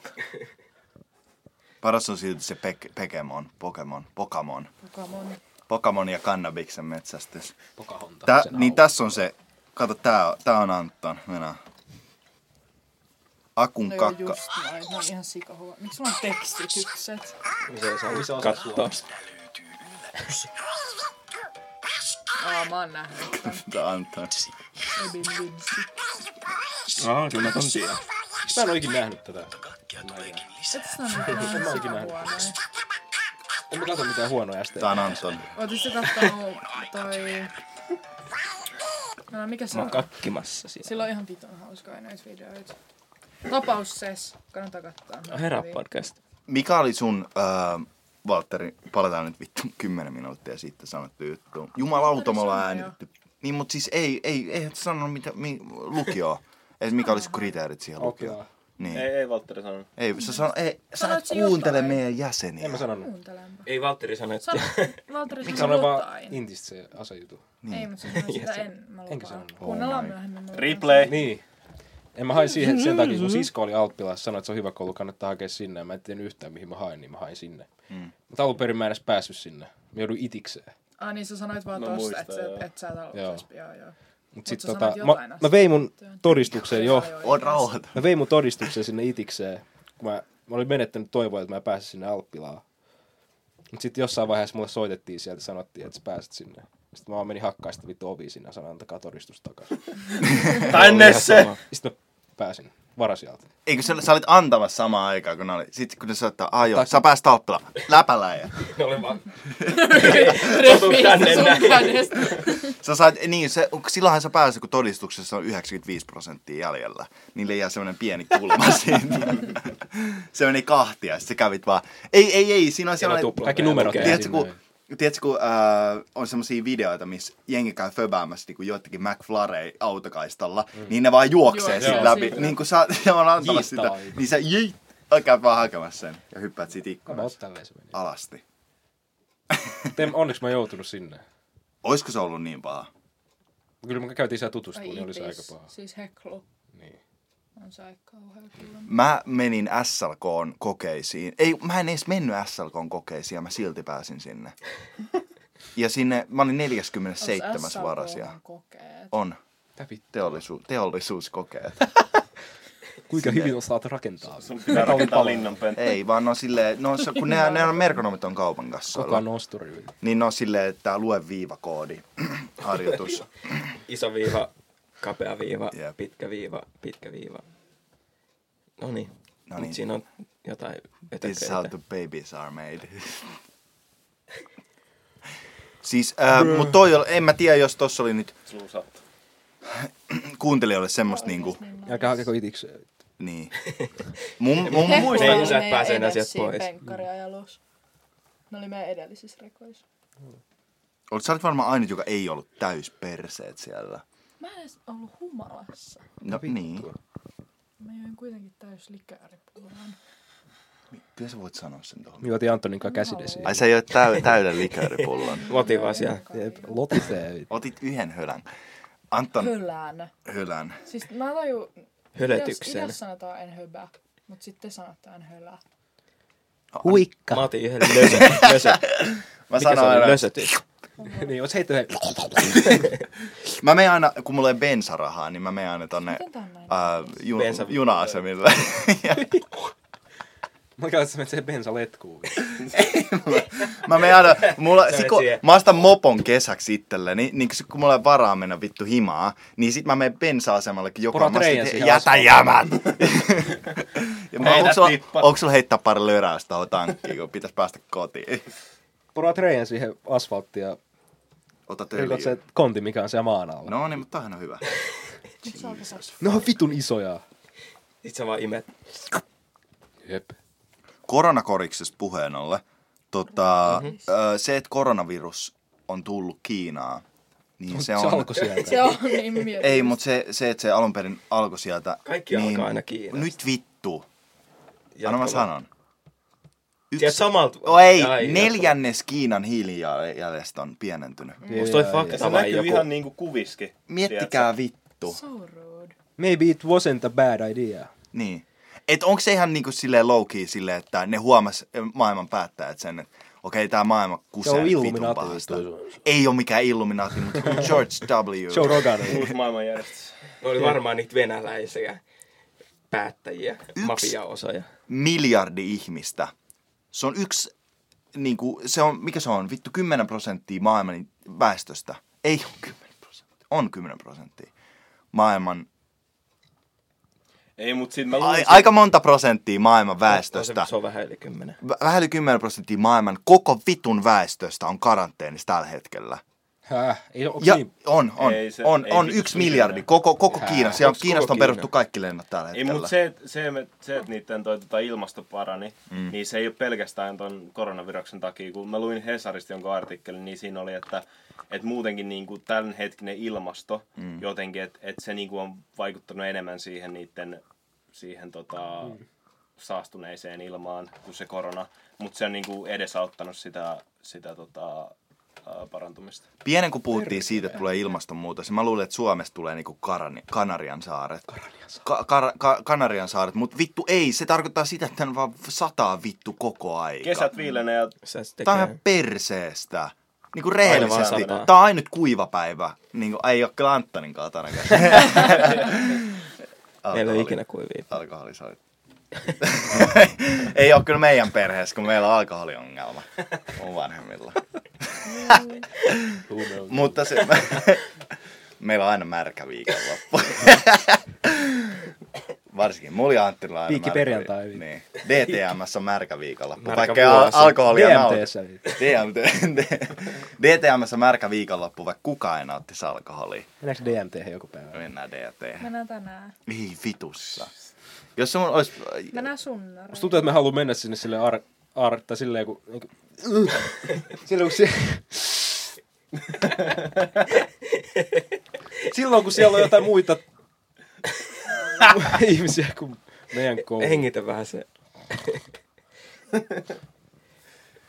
Speaker 1: Paras on silti se pek- Pokemon, Pokemon, Pokemon.
Speaker 4: Pokemon.
Speaker 1: Pokemon ja kannabiksen metsästys.
Speaker 3: Pokahonta.
Speaker 1: Tää, niin tässä on se, kato tää, on- tää on Anton, mennään. Akun
Speaker 4: No joo,
Speaker 1: kakka.
Speaker 4: just näin. Ne on ihan sikahuono. Miksi sulla on tekstitykset?
Speaker 3: Missä osa
Speaker 2: Kattoa.
Speaker 4: Aa, mä oon nähnyt.
Speaker 1: Tää Anton.
Speaker 4: Ebin Vinci.
Speaker 2: Aa, kyllä mä ton tiedän.
Speaker 3: Mä en oo ikinä nähnyt tätä.
Speaker 4: Et sä on nyt ihan sikahuonoja.
Speaker 3: En mä katso mitään huonoja ST.
Speaker 1: Tää on Anton.
Speaker 4: Ootis sä kattonut toi... No, mikä se
Speaker 2: Mä
Speaker 4: on?
Speaker 2: oon kakkimassa siellä.
Speaker 4: Sillä on ihan vitun hauskaa näitä videoita. Tapaus ses. Kannattaa katsoa.
Speaker 2: No herra podcast.
Speaker 1: Mikä oli sun, öö, Valtteri, palataan nyt vittu 10 minuuttia sitten sanottu juttu. Jumalauta, me ollaan
Speaker 4: Sanoja.
Speaker 1: äänitetty. Niin, mut siis ei, ei, ei et sanonut mitä, mi, lukioa. Et mikä oli sun kriteerit siihen lukioon.
Speaker 3: Okei.
Speaker 1: Niin.
Speaker 5: Ei, ei Valtteri sanonut.
Speaker 1: Ei, sä, sano, ei, sä et
Speaker 4: Sanoit sä
Speaker 1: kuuntele
Speaker 4: jotain?
Speaker 1: meidän jäseniä.
Speaker 3: En mä sanonut.
Speaker 4: Kuuntelempa.
Speaker 2: Ei Valtteri sano, että
Speaker 4: Sano, Valtteri, sano
Speaker 3: Sanoin vaan
Speaker 4: jotain.
Speaker 3: intistä se asejutu.
Speaker 4: Ei, mutta sä sanoit sitä en. Mä
Speaker 3: Enkä
Speaker 4: lupaan.
Speaker 3: sanonut.
Speaker 4: Kuunnellaan myöhemmin. mä lupaan.
Speaker 5: Replay.
Speaker 3: Niin. En mä hain siihen sen takia, kun sisko oli Alppilassa, sanoi, että se on hyvä koulu, kannattaa hakea sinne. Ja Mä en tiennyt yhtään, mihin mä hain, niin mä hain sinne. Mm. Mutta alun perin mä en edes päässyt sinne. Mä jouduin itikseen.
Speaker 4: Ah niin, sä sanoit vaan
Speaker 5: Mä
Speaker 4: tosta,
Speaker 5: muistan,
Speaker 4: että sä,
Speaker 5: joo.
Speaker 4: et sä et ollut
Speaker 3: Joo.
Speaker 4: lesbi, joo, joo.
Speaker 3: Mut
Speaker 4: Mut
Speaker 3: sit
Speaker 4: sä
Speaker 3: tota,
Speaker 4: sanoit jotain
Speaker 3: mä,
Speaker 4: asiasta.
Speaker 3: mä vein mun todistuksen jo.
Speaker 1: Oot rauhoita.
Speaker 3: Mä vein mun todistuksen sinne itikseen, kun mä, mä olin menettänyt toivoa, että mä pääsen sinne Alppilaan. Mut sitten jossain vaiheessa mulle soitettiin sieltä ja sanottiin, että sä pääset sinne. Sitten mä vaan menin hakkaan sitä vittu ovi sinne ja sanoin, antakaa todistus takaisin.
Speaker 5: Tänne se!
Speaker 2: sama.
Speaker 3: Sitten mä pääsin. varasijalta.
Speaker 1: Eikö sä, sä olit antamassa samaan aikaan, kun ne oli. Sitten kun ne soittaa, ah joo, sä pääsit Alppilaan. Läpäläjä.
Speaker 2: Ne oli vaan,
Speaker 4: Repi
Speaker 2: tänne
Speaker 4: sun
Speaker 2: näin.
Speaker 4: kädestä.
Speaker 1: Sä sait, niin, se, silloinhan sä pääsit, kun todistuksessa on 95 prosenttia jäljellä. Niille jää semmoinen pieni kulma siitä. se meni kahtia, ja sit sä kävit vaan. Ei, ei, ei, siinä on
Speaker 2: siellä on
Speaker 1: sellainen...
Speaker 2: tupla.
Speaker 3: Kaikki numerot.
Speaker 2: Lukee.
Speaker 1: Tiedätkö, kun, tiedätkö, kun äh, on semmoisia videoita, missä jengi käy föbäämässä niin joitakin McFlarey autokaistalla, mm. niin ne vaan juoksee
Speaker 4: Juoksee
Speaker 1: siitä läpi.
Speaker 4: siitä.
Speaker 1: Niin kun sä sä on antamassa sitä,
Speaker 3: Jiittaa.
Speaker 1: niin sä jiit, käy vaan hakemassa sen ja hyppäät siitä
Speaker 3: Mä
Speaker 1: ikkunasta
Speaker 3: oot tälleen se meni.
Speaker 1: alasti.
Speaker 3: Mut en- Onneksi mä en joutunut sinne.
Speaker 1: Oisko se ollut niin paha?
Speaker 3: Kyllä me käytiin siellä
Speaker 4: Ai
Speaker 3: tutustumaan, niin oli se aika
Speaker 4: itis.
Speaker 3: paha.
Speaker 4: Siis heklu.
Speaker 3: Niin.
Speaker 4: On se aika kauhea kyllä.
Speaker 1: Mä menin SLKn kokeisiin. Ei, mä en edes mennyt SLKn kokeisiin ja mä silti pääsin sinne. Ja sinne, mä olin 47.
Speaker 4: Onks SLK
Speaker 1: varasia.
Speaker 4: kokeet?
Speaker 1: On.
Speaker 3: Mitä vittu?
Speaker 1: Teollisuus, teollisuuskokeet.
Speaker 3: Kuinka hyvin osaat rakentaa?
Speaker 5: Sun pitää rakentaa linnanpönttä.
Speaker 1: Ei, vaan ne on silleen, ne on, se- kun ne, ne on merkonomit on kaupan
Speaker 3: Koko
Speaker 1: kassoilla,
Speaker 3: on nosturi.
Speaker 1: niin ne on silleen, että lue viivakoodi harjoitus.
Speaker 2: iso viiva, kapea viiva,
Speaker 1: Jep.
Speaker 2: pitkä viiva, pitkä viiva. No niin.
Speaker 1: No
Speaker 2: Mut
Speaker 1: niin.
Speaker 2: siinä on jotain
Speaker 1: This is
Speaker 2: ötököitä.
Speaker 1: how the babies are made. Siis, äh, mutta toi oli, en mä tiedä, jos tossa oli nyt
Speaker 5: Sluusattu.
Speaker 1: kuuntelijoille semmoista niinku,
Speaker 4: Niin
Speaker 3: Älkää hakeko itikseen.
Speaker 1: niin. Mun, mun
Speaker 4: Heklu
Speaker 1: muista,
Speaker 4: oli
Speaker 2: Ei sä
Speaker 4: meidän
Speaker 2: pääse enää
Speaker 4: edes
Speaker 2: sieltä
Speaker 4: siinä
Speaker 2: pois.
Speaker 4: Penkkariajelussa. Ne oli meidän edellisissä rekoissa.
Speaker 1: olit, sä olit varmaan ainut, joka ei ollut täysperseet siellä.
Speaker 4: Mä en edes ollut humalassa.
Speaker 1: No niin,
Speaker 4: Mä join kuitenkin täys likääripullan.
Speaker 1: kyllä sä voit sanoa sen tuohon.
Speaker 3: Me juotiin Antonin kanssa käsidesiin.
Speaker 1: Ai sä ei ole täy, täyden likööripullon.
Speaker 2: Luotiin vaan siellä.
Speaker 3: Jep, Lotisee.
Speaker 1: Otit yhden hölän. Anton
Speaker 4: Hölään.
Speaker 1: hölän.
Speaker 4: Siis mä tajun, jos
Speaker 2: Hölötyksellä.
Speaker 4: idässä sanotaan en höbä, mut sitten sanotaan en hölää.
Speaker 3: Huikka.
Speaker 2: Mä otin yhden lösö. lösö.
Speaker 1: Mä
Speaker 2: Mikä se
Speaker 1: sanoin
Speaker 2: oli?
Speaker 1: aina,
Speaker 2: Lösöty.
Speaker 3: niin, oot heitty hei.
Speaker 1: Mä menen aina, kun mulla ei bensarahaa, niin mä menen aina tonne
Speaker 4: Miten tää on näin?
Speaker 1: äh, ju,
Speaker 2: Bensa-
Speaker 1: juna-asemille. Ja
Speaker 3: Mä katsoin, että sä menet siihen bensaletkuun.
Speaker 1: mä menen aina, mulla,
Speaker 2: Sä
Speaker 1: sit
Speaker 2: menet
Speaker 1: kun
Speaker 2: siihen.
Speaker 1: mä ostan mopon kesäksi itselleni, niin sit kun mulla ei varaa mennä vittu himaa, niin sit mä menen bensa-asemallekin joka
Speaker 3: Porat
Speaker 1: mä sit-
Speaker 3: reijän siihen
Speaker 1: jätä
Speaker 3: asfaltille.
Speaker 1: jämät! ja mä,
Speaker 5: Heitä
Speaker 1: onks, sulla,
Speaker 5: tippa.
Speaker 1: onks sulla heittää pari löräystä tohon tankkiin, kun pitäis päästä kotiin?
Speaker 3: Poraat reijän siihen asfalttiin ja
Speaker 1: Ota
Speaker 3: rikot
Speaker 1: öljyä.
Speaker 3: se konti, mikä on siellä maan alla.
Speaker 1: No niin, mutta toihan on hyvä.
Speaker 4: Mut se alkaa saada-
Speaker 3: Ne on vitun isoja.
Speaker 2: Sit sä vaan imet.
Speaker 3: Jep.
Speaker 1: koronakoriksessa puheen ollen, tota, mm-hmm. se, että koronavirus on tullut Kiinaan, niin se
Speaker 3: Se, se
Speaker 1: on...
Speaker 3: alkoi sieltä.
Speaker 4: Se on niin miettinyt.
Speaker 1: Ei, mutta se, se, että se alun perin alkoi sieltä...
Speaker 2: Kaikki
Speaker 1: niin,
Speaker 2: alkaa aina Kiinasta.
Speaker 1: Nyt vittu. Anna mä sanon.
Speaker 2: Tiedät samalta.
Speaker 1: Oh, ei,
Speaker 2: Ai,
Speaker 1: neljännes Kiinan hiilijäljestä on pienentynyt.
Speaker 3: Mm.
Speaker 2: Onks toi
Speaker 5: Ja
Speaker 2: fakta
Speaker 5: se
Speaker 2: vai
Speaker 5: näkyy
Speaker 2: joku?
Speaker 5: ihan niinku kuviski.
Speaker 1: Miettikää vittu.
Speaker 4: So rude.
Speaker 3: Maybe it wasn't a bad idea.
Speaker 1: Niin. Et onko se ihan niinku silleen low key, silleen, että ne huomas ö, maailman päättäjät sen, että okei, tämä maailma
Speaker 3: Se
Speaker 1: kusee
Speaker 3: on
Speaker 1: nyt vitun
Speaker 3: Illuminati.
Speaker 1: pahasta. Ei ole mikään Illuminati, mutta George W.
Speaker 3: Joe Rogan.
Speaker 5: Uusi maailmanjärjestys.
Speaker 2: Ne oli varmaan niitä venäläisiä päättäjiä, mafiaosoja. No
Speaker 1: miljardi ihmistä. Se on yksi, niin kuin, se on, mikä se on, vittu 10 prosenttia maailman väestöstä. Ei ole 10 prosenttia, on 10 prosenttia maailman,
Speaker 5: Ei, mut sit mä
Speaker 1: a,
Speaker 5: luulen,
Speaker 1: aika monta prosenttia maailman väestöstä.
Speaker 2: Se, se on vähän yli kymmenen.
Speaker 1: Vä- Vähän yli 10 prosenttia maailman koko vitun väestöstä on karanteenissa tällä hetkellä.
Speaker 3: Häh? Ei oo
Speaker 1: Ja
Speaker 3: niin.
Speaker 1: on, on,
Speaker 5: Ei se-
Speaker 1: on,
Speaker 5: ei
Speaker 1: on
Speaker 5: vittu
Speaker 1: yksi
Speaker 5: mitään.
Speaker 1: miljardi, koko, koko Kiina. Siellä on,
Speaker 2: Onks koko
Speaker 1: Kiinasta on
Speaker 2: Kiina?
Speaker 1: peruttu kaikki lennot tällä
Speaker 5: Ei,
Speaker 1: hetkellä.
Speaker 5: mutta se, et- se, et- se että niiden toi, tota ilmasto parani, mm. niin se ei ole pelkästään ton koronaviruksen takia. Kun mä luin Hesarista jonkun artikkelin, niin siinä oli, että et muutenkin niinku tämänhetkinen ilmasto mm. jotenkin, että et se niinku on vaikuttanut enemmän siihen niiden siihen tota, saastuneeseen ilmaan kuin se korona. Mutta se on niinku edesauttanut sitä, sitä tota, ää, parantumista.
Speaker 1: Pienen kun puhuttiin siitä, että tulee ilmastonmuutos, niin mä luulen, että Suomesta tulee niinku Karani, Kanarian saaret. Kanarian saaret. Ka- kar- ka- Kanarian saaret, mutta vittu ei, se tarkoittaa sitä, että on vaan sataa vittu koko aika.
Speaker 5: Kesät viilenee ja
Speaker 2: Se
Speaker 1: Tää on
Speaker 2: tekee.
Speaker 1: ihan perseestä. Niinku
Speaker 2: Aina
Speaker 1: rehellisesti.
Speaker 2: vaan sataa.
Speaker 1: Tää on ainut kuiva päivä. Niinku, ei oo kyllä Anttaninkaan tänäkään.
Speaker 2: Meillä ei
Speaker 1: Alkoholi.
Speaker 2: ole ikinä kuivia.
Speaker 1: Alkoholisoi. ei oo kyllä meidän perheessä, kun meillä on alkoholiongelma. Mun vanhemmilla. Mutta se... Meillä on aina märkä viikonloppu. Varsinkin. Mulla oli Anttilla aina
Speaker 3: Piikki
Speaker 1: märkä
Speaker 3: perjantai.
Speaker 1: vi- Niin. DTMssä märkäviikolla.
Speaker 2: Märkä
Speaker 1: Vaikka al-
Speaker 2: vuosi.
Speaker 1: alkoholia
Speaker 3: DMTssä.
Speaker 1: nauti. DMT. DTMssä märkä viikonloppu, vaikka kukaan ei nauttisi alkoholia.
Speaker 3: Mennäänkö DMT joku päivä?
Speaker 1: Mennään DT.
Speaker 8: Mennään tänään.
Speaker 1: Ei vitussa. Jos se mun olisi...
Speaker 8: Mennään sunnareen.
Speaker 3: Musta tuntuu, että me haluamme mennä sinne sille ar... ar tai silleen, kun... Niin kuin, silloin, kun se... silloin, kun siellä on jotain muita ihmisiä kuin meidän koulu.
Speaker 2: Hengitä vähän se. no,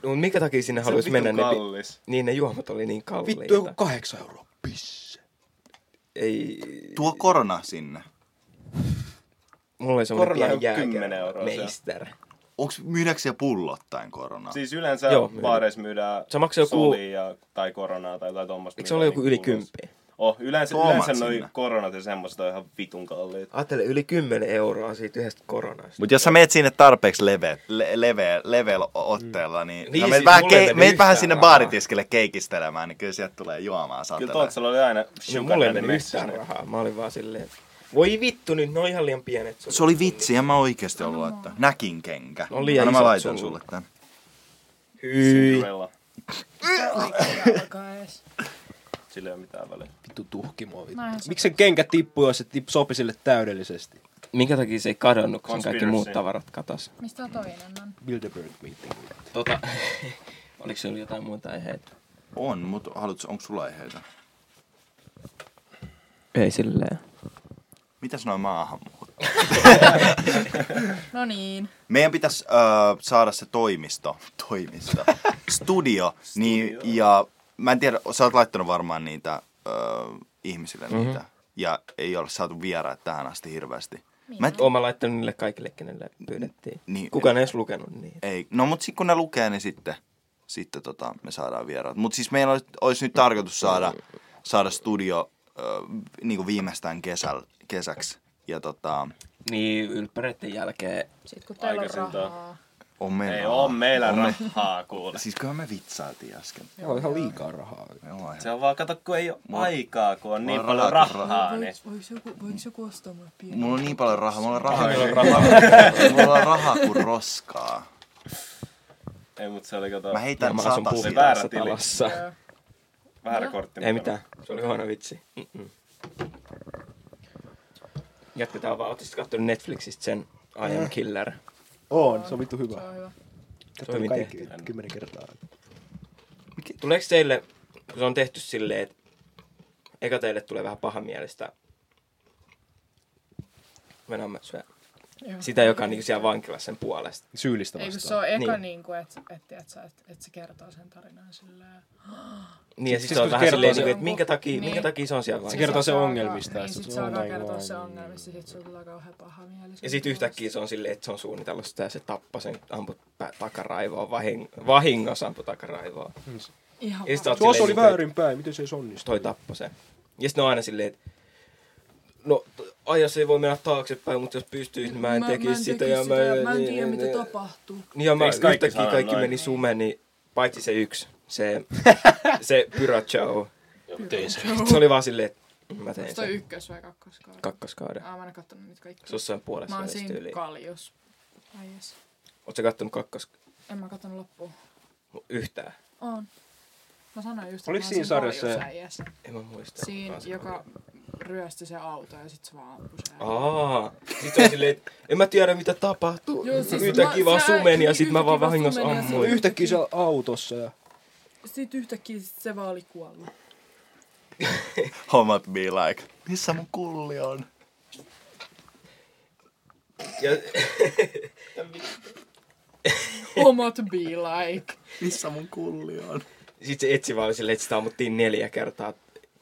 Speaker 2: mut minkä takia sinne haluaisi mennä? Ne, pi-
Speaker 5: kallis.
Speaker 2: niin ne juomat oli niin kalliita.
Speaker 3: Vittu, joku kahdeksan euroa. Pisse.
Speaker 2: Ei,
Speaker 1: Tuo korona sinne.
Speaker 2: mulla oli semmoinen
Speaker 5: Korona on
Speaker 2: pieni
Speaker 5: kymmenen
Speaker 2: jääkerä.
Speaker 5: euroa se.
Speaker 2: Meister.
Speaker 1: Onks myydäksä pullottain koronaa?
Speaker 5: Siis yleensä
Speaker 2: Ah. Joo,
Speaker 5: Joo,
Speaker 2: myydään.
Speaker 5: baareissa myydään
Speaker 2: Se maksoi joku-
Speaker 5: solia ja, tai koronaa tai jotain tuommoista.
Speaker 2: Eikö se ole joku yli kymppiä?
Speaker 5: niinku Oh, yleensä,
Speaker 1: Tuomat
Speaker 5: yleensä
Speaker 1: sinne.
Speaker 5: noi koronat ja semmoiset on ihan vitun kalliit.
Speaker 2: Ajattele, yli 10 euroa siitä yhdestä koronasta.
Speaker 1: Mutta jos sä meet sinne tarpeeksi leve, le, leve, level otteella, niin,
Speaker 2: Mm. Niin,
Speaker 1: niin meet
Speaker 2: siis
Speaker 1: vähän,
Speaker 2: mulle ei
Speaker 1: ke,
Speaker 2: mennyt
Speaker 1: meet vähän
Speaker 2: yhtään
Speaker 1: sinne
Speaker 2: rahaa.
Speaker 1: baaritiskille keikistelemään, niin kyllä sieltä tulee juomaa
Speaker 5: Kyllä
Speaker 1: satelee.
Speaker 5: Tootsalla oli aina
Speaker 2: No,
Speaker 5: sugar
Speaker 2: mulla ei
Speaker 5: daddy
Speaker 2: mennyt
Speaker 5: messissä.
Speaker 2: yhtään rahaa. Mä olin vaan silleen, voi vittu nyt, ne on ihan liian pienet.
Speaker 1: Se oli vitsi, en mä oikeesti ollut laittaa. Näkin kenkä.
Speaker 2: On liian
Speaker 1: Anna mä
Speaker 2: isot
Speaker 1: laitan
Speaker 2: sulle.
Speaker 1: sulle tän.
Speaker 2: Hyi.
Speaker 5: Cinderella.
Speaker 4: Alkaa ees.
Speaker 5: Sillä ei ole mitään väliä.
Speaker 3: Vittu tuhkimo. Vittu.
Speaker 8: No ihan sama.
Speaker 3: Miksi sen kenkä tippui, jos se tip, sopi sille täydellisesti?
Speaker 2: Minkä takia se ei kadonnut, kun
Speaker 5: Conspiracy.
Speaker 2: kaikki muut tavarat katos?
Speaker 8: Mistä on toinen on?
Speaker 3: Bilderberg meeting.
Speaker 2: Tota, oliko se jotain muuta aiheita?
Speaker 1: On, mut haluatko, onko sulla aiheita?
Speaker 2: Ei silleen.
Speaker 1: Mitäs noin maahanmuutto?
Speaker 8: No niin.
Speaker 1: Meidän pitäisi äh, saada se toimisto, toimisto, studio, niin, ja mä en tiedä, sä oot laittanut varmaan niitä äh, ihmisille
Speaker 5: Mhm.
Speaker 1: mm-hmm. niitä, ja ei ole saatu vieraat tähän asti hirveästi. Mä en,
Speaker 2: Oon mä Mm. laittanut niille kaikille, kenelle pyydettiin.
Speaker 1: Niin.
Speaker 2: Kukaan ei edes lukenut niitä.
Speaker 1: ei, no mut sit kun ne lukee, niin sitten, sitten tota, me saadaan vieraat. Mut siis meillä olisi, olisi nyt tarkoitus saada, saada studio äh, niin viimeistään kesä, kesäksi, ja tota,
Speaker 2: Niin, ylppäreiden jälkeen.
Speaker 8: Sitten kun teillä on
Speaker 5: Aikaisinta.
Speaker 8: rahaa.
Speaker 1: on meillä.
Speaker 5: Ei oo meillä rahaa kuule.
Speaker 1: Siis kyllä me vitsailtiin äsken.
Speaker 3: Meillä on ihan liikaa rahaa.
Speaker 1: Me ollaan
Speaker 5: Se on vaan, kato kun ei oo aikaa, kun on niin
Speaker 1: on
Speaker 5: paljon
Speaker 1: rahaa, kun
Speaker 5: rahaa, niin
Speaker 4: Voiko joku, voiko joku ostaa mulle pieni?
Speaker 1: Mulla on niin paljon rahaa, mulla on rahaa, mulla on rahaa kuin roskaa.
Speaker 5: ei mut se oli kato
Speaker 1: Mä heitän
Speaker 2: mä asun
Speaker 1: satasia.
Speaker 5: puhki- väärä
Speaker 2: puhtaassa
Speaker 5: tili.
Speaker 2: talossa.
Speaker 5: väärä kortti.
Speaker 2: Ei mitään, se oli huono vitsi. Mm-mm. Jatketaan vaan. Ootsä kattonut Netflixistä sen I
Speaker 3: Mm.
Speaker 2: Am Killer?
Speaker 3: On, se on vittu
Speaker 4: Se on
Speaker 3: hyvä.
Speaker 4: hyvä.
Speaker 2: Se on
Speaker 3: Katsoin
Speaker 2: hyvin
Speaker 3: kaikki
Speaker 2: tehty.
Speaker 3: kymmenen kertaa.
Speaker 2: Tuleeko teille, kun se on tehty silleen, että eka teille tulee vähän pahamielistä venämätsyä.
Speaker 4: Joo.
Speaker 2: Sitä, joka on niin siellä vankilassa sen puolesta.
Speaker 3: Syyllistä
Speaker 4: Ei kun
Speaker 3: vastaan.
Speaker 4: se on eka
Speaker 2: Niin.
Speaker 4: niin. niinku, että et, et, et, et, et se kertoo sen tarinan silleen.
Speaker 2: Niin, ja siis,
Speaker 3: siis
Speaker 2: se on
Speaker 3: kun se
Speaker 2: vähän
Speaker 3: kertoo
Speaker 2: silleen,
Speaker 3: se-
Speaker 2: niin kuin, että minkä takia,
Speaker 4: Niin.
Speaker 2: minkä takia se on siellä
Speaker 3: Se
Speaker 2: vankilassa.
Speaker 3: kertoo
Speaker 4: Sit
Speaker 3: sen
Speaker 4: alkaa-
Speaker 3: ongelmista, ja
Speaker 4: Niin,
Speaker 3: sit
Speaker 4: sit
Speaker 3: se
Speaker 4: se
Speaker 3: on
Speaker 4: alkaa
Speaker 3: näin
Speaker 4: kertoa
Speaker 3: vaan,
Speaker 4: se
Speaker 3: niin.
Speaker 4: ongelmista, sit sulla tulee kauhean paha mieli.
Speaker 2: niinku Ja sitten yhtäkkiä se on silleen, että se on suunnitellusta ja se tappoi sen amput pä- takaraivoa, vahing- vahingossa ampui takaraivoa.
Speaker 4: Ihan
Speaker 2: Ja sit sä oot
Speaker 3: Tuo
Speaker 2: silleen,
Speaker 3: oli
Speaker 2: niin kuin,
Speaker 3: väärinpäin, miten se ei onnistu?
Speaker 2: toi tappoi sen. Ja sitten on aina silleen, että no t- ajassa ei voi mennä taaksepäin, mutta jos pystyisi, niin mä en tekisi sitä. ja mä,
Speaker 4: mä en tiedä,
Speaker 2: niin,
Speaker 4: mitä
Speaker 2: niin.
Speaker 4: tapahtuu.
Speaker 2: Niin ja mä
Speaker 5: Eiks kaikki
Speaker 2: yhtäkkiä
Speaker 5: sano
Speaker 2: kaikki
Speaker 5: noin?
Speaker 2: meni sumeni, paitsi se yksi, se, se Pyrachow.
Speaker 3: tein sen.
Speaker 2: Se oli vaan silleen, että mä tein
Speaker 4: Onko toi
Speaker 2: sen
Speaker 4: ykkös vai kakkoskauden?
Speaker 2: kakkoskauden.
Speaker 4: Aa, mä en oo kattonut niitä kaikkia.
Speaker 2: Se on sen puolessa
Speaker 4: Mä oon
Speaker 2: välissä
Speaker 4: siinä
Speaker 2: tyyliin.
Speaker 4: kaljus. Ai jes.
Speaker 2: Oot sä kattonut kakkos
Speaker 4: En mä kattonut loppuun.
Speaker 2: yhtään?
Speaker 4: On. Mä sanoin just,
Speaker 3: Oliko
Speaker 4: mä oon
Speaker 3: siinä sarjassa
Speaker 4: kaljus,
Speaker 3: se-
Speaker 4: ai jes.
Speaker 2: En mä muista.
Speaker 4: Siinä,
Speaker 2: Mä oon
Speaker 4: joka ryösti se auto ja sit se vaan ampui sen.
Speaker 2: Aa, sit se on silleen, että en mä tiedä mitä tapahtuu.
Speaker 4: Joo, siis
Speaker 2: yhtäkkiä
Speaker 4: mä-
Speaker 2: vaan
Speaker 4: sä-
Speaker 2: sumeni ja
Speaker 4: niin,
Speaker 2: sit mä vaan
Speaker 4: yhtäkkiä vaan
Speaker 2: vahingossa
Speaker 4: sumeni ja
Speaker 2: ammuin.
Speaker 4: sit-
Speaker 3: Yhtäkkiä siellä autossa ja
Speaker 4: Sit yhtäkkiä sit se vaan oli kuollut.
Speaker 1: Hommat be like, missä mun kulli on?
Speaker 2: Ja,
Speaker 4: Homot be like.
Speaker 1: Missä mun kulli on?
Speaker 2: sit se etsi vaan oli silleen, että sitä ammuttiin neljä kertaa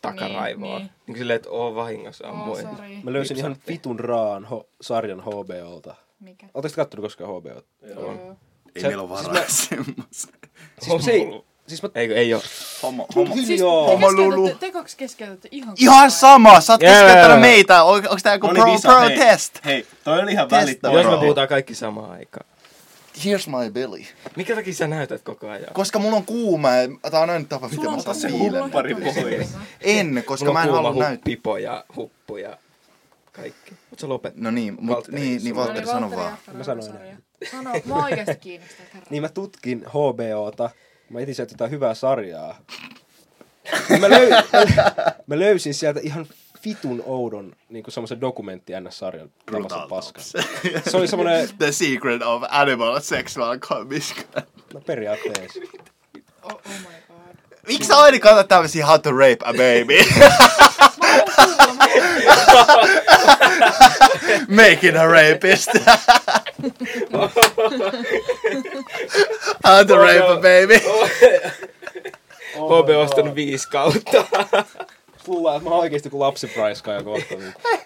Speaker 2: takaraivoa. Niin,
Speaker 4: niin.
Speaker 2: niin. silleen, että oo vahingossa
Speaker 4: Oh,
Speaker 2: ammuin.
Speaker 4: sorry.
Speaker 3: mä löysin ihan vitun raan ho- sarjan HBOlta.
Speaker 8: Mikä?
Speaker 3: Oletteko te kattonut koskaan HBOta?
Speaker 4: Joo.
Speaker 1: Ei
Speaker 3: Sä-
Speaker 1: meillä ole varaa semmoisen.
Speaker 2: On
Speaker 3: Siis, se ei,
Speaker 2: mulla.
Speaker 3: siis mä...
Speaker 2: Eikö, ei oo.
Speaker 1: Homo, homo.
Speaker 4: Siis
Speaker 3: Joo.
Speaker 4: te
Speaker 1: Lulu.
Speaker 4: keskeytätte, te kaksi keskeytätte ihan
Speaker 1: Ihan sama, sä oot
Speaker 2: Jää.
Speaker 1: keskeyttänyt meitä. On, onks tää joku
Speaker 5: No niin,
Speaker 1: pro,
Speaker 5: Visa, hei.
Speaker 1: protest?
Speaker 5: Hei, toi oli ihan
Speaker 1: Testa.
Speaker 5: välittävä.
Speaker 2: Jos me
Speaker 1: Joo.
Speaker 2: puhutaan kaikki samaan aikaan.
Speaker 1: Here's my belly.
Speaker 2: Mikä takia sä näytät koko ajan?
Speaker 1: Koska mulla on kuuma ja tää on aina tapa, miten mä saan
Speaker 5: se
Speaker 1: hiilen.
Speaker 5: pari pois.
Speaker 1: En, koska mä en halua näyttää.
Speaker 2: Pipo ja huppu ja Kaikki. Mut sä lopet.
Speaker 1: No niin, mut,
Speaker 2: Valtteri,
Speaker 1: niin, niin
Speaker 2: sulla
Speaker 1: Valtteri, sano
Speaker 8: Valtteri
Speaker 1: vaan.
Speaker 8: Jaakko
Speaker 3: Mä sanoin
Speaker 8: Raukasarja.
Speaker 3: näin.
Speaker 8: Sano, mä oikeesti kiinnostaa kerran.
Speaker 3: Niin mä tutkin HBOta. Mä etin sieltä jotain hyvää sarjaa. Ja mä, löy- mä löysin sieltä ihan vitun oudon niin semmoisen dokumentti NS-sarjan
Speaker 1: Brutal
Speaker 3: tämmöisen paskan.
Speaker 1: Talks.
Speaker 3: Se oli semmoinen,
Speaker 1: The secret of animal sexual commission.
Speaker 3: no periaatteessa.
Speaker 8: Oh, oh my god.
Speaker 1: Miksi sä aina katsot tämmösiä how to rape a baby?
Speaker 8: Mä oon kuulla, mä
Speaker 1: Making a rapist. how to rape a baby.
Speaker 3: No.
Speaker 2: HB ostanut viisi kautta.
Speaker 3: Luulen, että mä oon oikeesti kuin lapsi praiskaaja kohta. niin.
Speaker 2: 400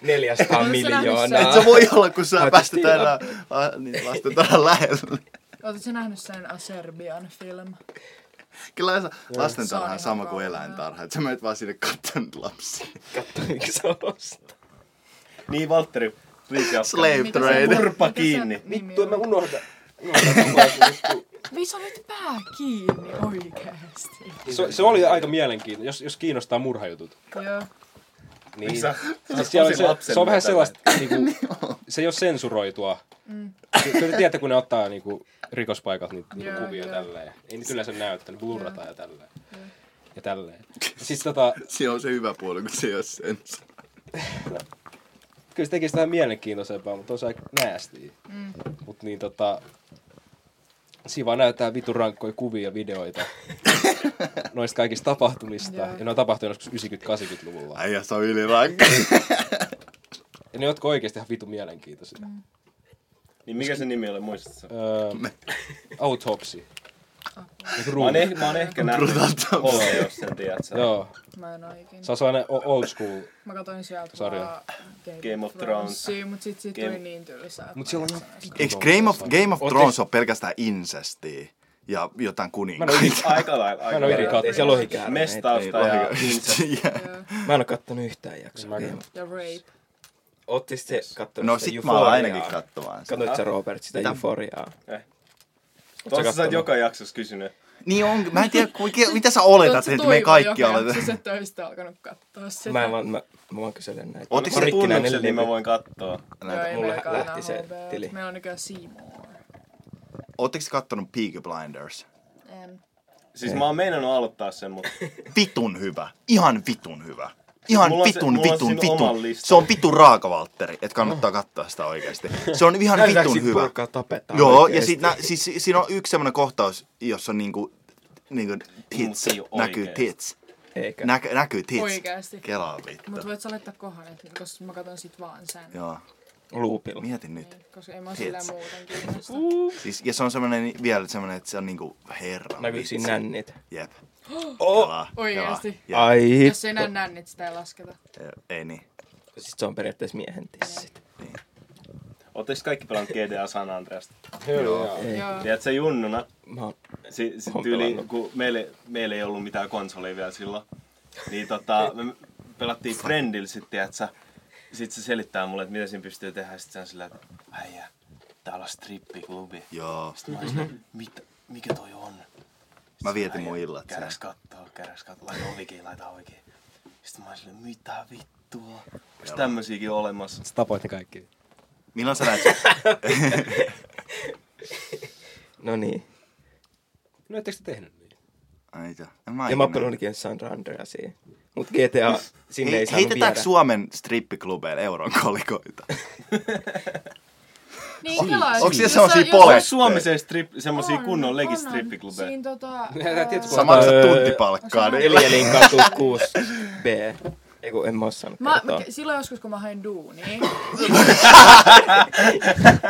Speaker 4: Oletko sä nähnyt
Speaker 2: miljoonaa.
Speaker 1: Se voi olla, kun sä
Speaker 3: Mä
Speaker 1: päästät
Speaker 3: tiedän.
Speaker 1: aina la- niin, lasten tänään lähelle.
Speaker 4: Oletko sä nähnyt sen Aserbian film?
Speaker 1: Kyllä se lasten
Speaker 4: Se on
Speaker 1: tarha on
Speaker 4: ihan
Speaker 1: sama kuin
Speaker 4: kauheaa.
Speaker 1: eläintarha. Et sä menet vaan sinne katsomaan lapsia.
Speaker 2: Katso, miksi sä ostat.
Speaker 5: Niin, Valtteri, please jatka.
Speaker 1: Slave
Speaker 4: Mikä se-
Speaker 1: trade.
Speaker 5: Turpa
Speaker 4: mikä se
Speaker 5: kiinni.
Speaker 4: nimi
Speaker 3: Vittu, en mä
Speaker 4: on?
Speaker 3: unohda. unohda tommoisen juttu.
Speaker 4: Viso nyt pää kiinni oikeesti.
Speaker 3: Se, se oli aika mielenkiintoinen, jos, jos kiinnostaa murhajutut.
Speaker 4: Joo.
Speaker 3: Niin.
Speaker 5: Sä-
Speaker 3: Siis siellä on
Speaker 5: tosi
Speaker 3: se,
Speaker 5: lapsen
Speaker 3: se on vähän
Speaker 5: vetävä.
Speaker 3: sellaista, niinku, se ei ole sensuroitua. Mm. Kyllä te tiedätte, kun ne ottaa niinku, rikospaikat niitä niinku,
Speaker 4: Joo,
Speaker 3: kuvia ja
Speaker 4: joo.
Speaker 3: tälleen. Ei niitä yleensä näyttää, ne blurrataan ja tälleen. Ja tälleen. Siis tota,
Speaker 1: Se on se hyvä puoli, kun se ei ole sen.
Speaker 3: kyllä se tekisi vähän mielenkiintoisempaa, mutta on se aika näästiä. Mm. Mut niin tota, siinä vaan näyttää vitun rankkoja kuvia ja videoita noista kaikista tapahtumista.
Speaker 4: Joo.
Speaker 3: Ja ne on tapahtunut joskus 90-80-luvulla.
Speaker 1: Ai ja se on ylirakka.
Speaker 3: Ja ne jotka oikeasti ihan vitun mielenkiintoisia. Mm.
Speaker 5: Niin mikä se nimi oli, muistatko? sä?
Speaker 3: Öö, autopsi. Niinku
Speaker 5: Mä oon,
Speaker 3: ruumi.
Speaker 5: eh, mä oon ehkä nähnyt
Speaker 1: Brutal Talks.
Speaker 5: Ole, jos sen tiedät sä.
Speaker 3: Joo,
Speaker 4: Mä en oikein.
Speaker 3: se on sellainen o- old school.
Speaker 4: Mä katsoin sieltä
Speaker 3: Sarja.
Speaker 4: vaan
Speaker 5: Game of
Speaker 4: Thronesia, mut sit siitä
Speaker 5: Game-
Speaker 4: tuli niin tylsää.
Speaker 3: Mut siellä on ihan
Speaker 1: Eikö Game of, Game of
Speaker 3: Ootteks-
Speaker 1: Thrones on pelkästään incestiä ja jotain
Speaker 3: Mä en oo
Speaker 1: kuninkaita?
Speaker 3: ikinä-
Speaker 5: Aika lailla.
Speaker 3: Mä
Speaker 5: Aika
Speaker 3: en oo ikinä
Speaker 5: lailla.
Speaker 3: kattonut.
Speaker 2: Siellä lohikäärä.
Speaker 5: Mestausta
Speaker 1: Ei,
Speaker 5: ja niin
Speaker 1: ei,
Speaker 5: insest-
Speaker 1: Yeah.
Speaker 2: Mä en oo kattonut yhtään jaksoa.
Speaker 3: Mä en oo.
Speaker 4: Ja rape.
Speaker 2: Ootis te kattonut
Speaker 1: No
Speaker 2: sitä
Speaker 1: sit mä oon
Speaker 2: Euphoriaa?
Speaker 1: ainakin kattomaan sitä.
Speaker 2: Katsoit sä Robert sitä euforiaa?
Speaker 4: Tota-
Speaker 5: Tuossa sä oot
Speaker 2: kattonut?
Speaker 5: joka jaksossa kysynyt.
Speaker 1: Niin on, mä en tiedä, kuinka, mitä sä oletat, että me kaikki
Speaker 4: oletetaan.
Speaker 1: oletetaan.
Speaker 4: Sä et ois alkanut kattoo sitä.
Speaker 2: Mä, mä, mä, mä vaan kyselen näitä.
Speaker 1: Ootteko
Speaker 5: Kun
Speaker 1: se
Speaker 5: se
Speaker 2: Rikkinäinen
Speaker 5: tunnukset, niin
Speaker 2: levy.
Speaker 5: mä voin katsoa.
Speaker 4: Joo, ei
Speaker 2: Mulle
Speaker 4: meilläkään
Speaker 2: lähti
Speaker 4: enää
Speaker 2: se
Speaker 4: HBO:ta.
Speaker 2: tili.
Speaker 4: Meillä on nykyään Seymour.
Speaker 1: Ootteko te kattonut Peaky Blinders?
Speaker 4: En.
Speaker 5: Siis mä oon meinannut aloittaa sen, mutta
Speaker 1: Vitun hyvä. Ihan vitun hyvä. Ihan
Speaker 5: Mulla on se-
Speaker 1: vitun,
Speaker 5: mulla on
Speaker 1: vitun,
Speaker 5: siinä
Speaker 1: vitun.
Speaker 5: oman listan.
Speaker 1: Se on vitun raaka, Valtteri, että
Speaker 4: Oh.
Speaker 1: kannattaa katsoa sitä oikeasti. Se on ihan
Speaker 2: Näytääks
Speaker 1: vitun
Speaker 2: siitä
Speaker 1: hyvä.
Speaker 2: purkaa tapetaan
Speaker 1: Joo, ja
Speaker 2: oikeesti?
Speaker 1: sit, nä, siis, si- siinä on yksi semmoinen kohtaus, jossa niinku, niinku tits,
Speaker 5: Tuntuu
Speaker 1: näkyy
Speaker 5: oikeesti.
Speaker 1: tits.
Speaker 2: Eikä.
Speaker 1: Näky, näkyy tits.
Speaker 4: Oikeesti.
Speaker 1: Kelaa vittu.
Speaker 4: Mut voit sä laittaa kohan, että koska mä katon sit vaan sen.
Speaker 1: Joo,
Speaker 2: Loopilla.
Speaker 1: mietin nyt.
Speaker 4: Niin, Koska ei mä oo sillä
Speaker 1: Hits.
Speaker 4: muuten kiinnosta.
Speaker 1: Siis, ja se on semmoinen vielä semmoinen, että se on niinku herra.
Speaker 2: Näkyy siinä
Speaker 1: vitsi.
Speaker 2: nännit.
Speaker 1: Jep.
Speaker 2: Oh!
Speaker 1: Kelaa,
Speaker 4: Oikeesti? Ah.
Speaker 1: kelaa. Jep.
Speaker 2: Ai
Speaker 4: Jos ei
Speaker 2: hitto.
Speaker 4: nää näe, niin sitä ei lasketa.
Speaker 1: Ei niin.
Speaker 2: Sit se on periaatteessa miehen tissit.
Speaker 5: ootteko kaikki pelannut GTA San Andreasta?
Speaker 3: Joo.
Speaker 4: Joo.
Speaker 5: Tiedät sä junnuna,
Speaker 2: Mä oon
Speaker 5: si, si,
Speaker 2: Oon
Speaker 5: tyyli,
Speaker 2: pelannut.
Speaker 5: kun meille, meille ei ollut mitään konsolia vielä silloin, niin tota, me pelattiin Friendillä sitten, tiedät sä, sit se selittää mulle, että mitä siinä pystyy tehdä, sit se on sillä, että äijä, täällä on strippiklubi.
Speaker 1: Joo.
Speaker 5: Sitten mä olin sillä, mitä, mikä toi on?
Speaker 1: Mä vietin mun illat siellä.
Speaker 5: Käräs kattoo, käräs kattoo, laita ovikin, laita ovikin. Sitten mä olin sillä, mitä vittua? Onks tämmösiäkin olemassa?
Speaker 3: Sä tapoit ne kaikki.
Speaker 1: Milloin sä näet
Speaker 2: No niin.
Speaker 3: No ettekö te tehnyt niin?
Speaker 1: Ai mitä? En mä
Speaker 2: Ja mä oon
Speaker 1: ikinä-
Speaker 2: pelannutkin San Andreasia. Mut GTA, sinne ei
Speaker 1: Hei,
Speaker 2: saanut
Speaker 1: heitetäänkö
Speaker 2: viedä.
Speaker 1: Suomen strippiklubeille euron kolikoita?
Speaker 4: Niin, kelaa.
Speaker 1: Siis, Onks siellä
Speaker 4: Jos
Speaker 1: sellaisia
Speaker 4: sä-
Speaker 1: pole-
Speaker 5: Onko
Speaker 1: Olet-
Speaker 5: Suomessa strip, semmosia
Speaker 4: on,
Speaker 5: kunnon legit
Speaker 4: onhan.
Speaker 5: strippiklubeja?
Speaker 4: Siinä tota...
Speaker 3: Nää tiedät,
Speaker 1: Sä
Speaker 3: Tota,
Speaker 1: maksat
Speaker 2: öö,
Speaker 1: tuntipalikkaa
Speaker 4: onko se
Speaker 1: niille.
Speaker 2: Elielin katu 6B. Ei kun en mä oo saanut
Speaker 4: Mä,
Speaker 2: kertoa.
Speaker 4: ke- silloin joskus, kun mä hain duunia.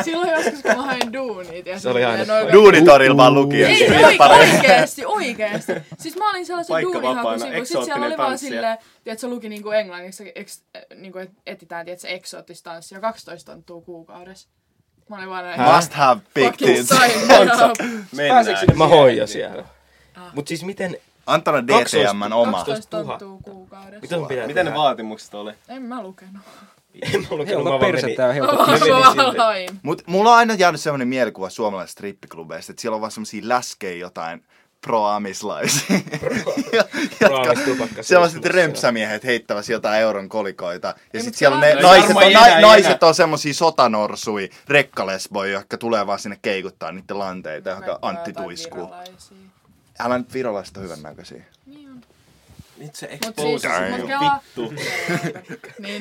Speaker 4: silloin joskus, kun mä hain duunia. tiedätkö,
Speaker 2: Se oli aina-
Speaker 4: noin kaikki-
Speaker 1: Duunitorilla vaan luki.
Speaker 4: Ei,
Speaker 1: että
Speaker 4: ei
Speaker 1: pare-
Speaker 4: oikeesti, oikeesti. Siis mä olin sellaisen
Speaker 5: Paikka
Speaker 4: duunihakuisin,
Speaker 5: vapaana,
Speaker 4: kun sit siellä oli
Speaker 5: eksoottinen
Speaker 4: vaan
Speaker 5: tanssija.
Speaker 4: silleen, tiedät, se luki niinku englanniksi, eks, äh, niinku, et, etsitään, tiedät, se eksoottista tanssia, 12 tonttua kuukaudessa. Mä olin vaan näin,
Speaker 1: Must have big
Speaker 4: fucking
Speaker 1: tits.
Speaker 4: sign me up.
Speaker 5: Mennään.
Speaker 2: Mä hoin jo siellä. Mut siis miten,
Speaker 1: Antana DTMn oma.
Speaker 4: 12
Speaker 2: 12
Speaker 4: tonttua kuukaudessa.
Speaker 2: miten on pitää
Speaker 5: Mitä ne
Speaker 2: tehdä?
Speaker 5: vaatitukset oli?
Speaker 4: En mä lukenut.
Speaker 2: En mä lukenut, mä
Speaker 3: Helppo
Speaker 2: vaan
Speaker 3: perse
Speaker 2: menin.
Speaker 3: tää on helppo.
Speaker 4: Mä
Speaker 2: menin
Speaker 4: vaan
Speaker 2: sinne.
Speaker 4: hain.
Speaker 1: Mut mulla on aina jäänyt sellainen mielikuva suomalaisista strippiklubeista, että siellä on vaan semmosia läskejä jotain proamislaisia.
Speaker 2: Proamistupakka
Speaker 1: Sellaiset
Speaker 2: syyskuussa.
Speaker 1: rempsämiehet heittävät jotain euron kolikoita. Ja sitten
Speaker 4: mutta
Speaker 1: siellä
Speaker 4: se
Speaker 1: ne
Speaker 4: on-
Speaker 1: naiset
Speaker 2: varmaan
Speaker 1: on,
Speaker 2: enää,
Speaker 1: na,
Speaker 2: ei
Speaker 1: naiset
Speaker 2: enää.
Speaker 1: on semmosia sotanorsui, rekkalesboja, jotka tulee vaan sinne keikuttaa niiden lanteita, johon Antti tuiskuu. Älä nyt virolaiset on hyvän näköisiä.
Speaker 4: Niin on.
Speaker 5: Nyt se
Speaker 4: Mut siis, mut kela... niin,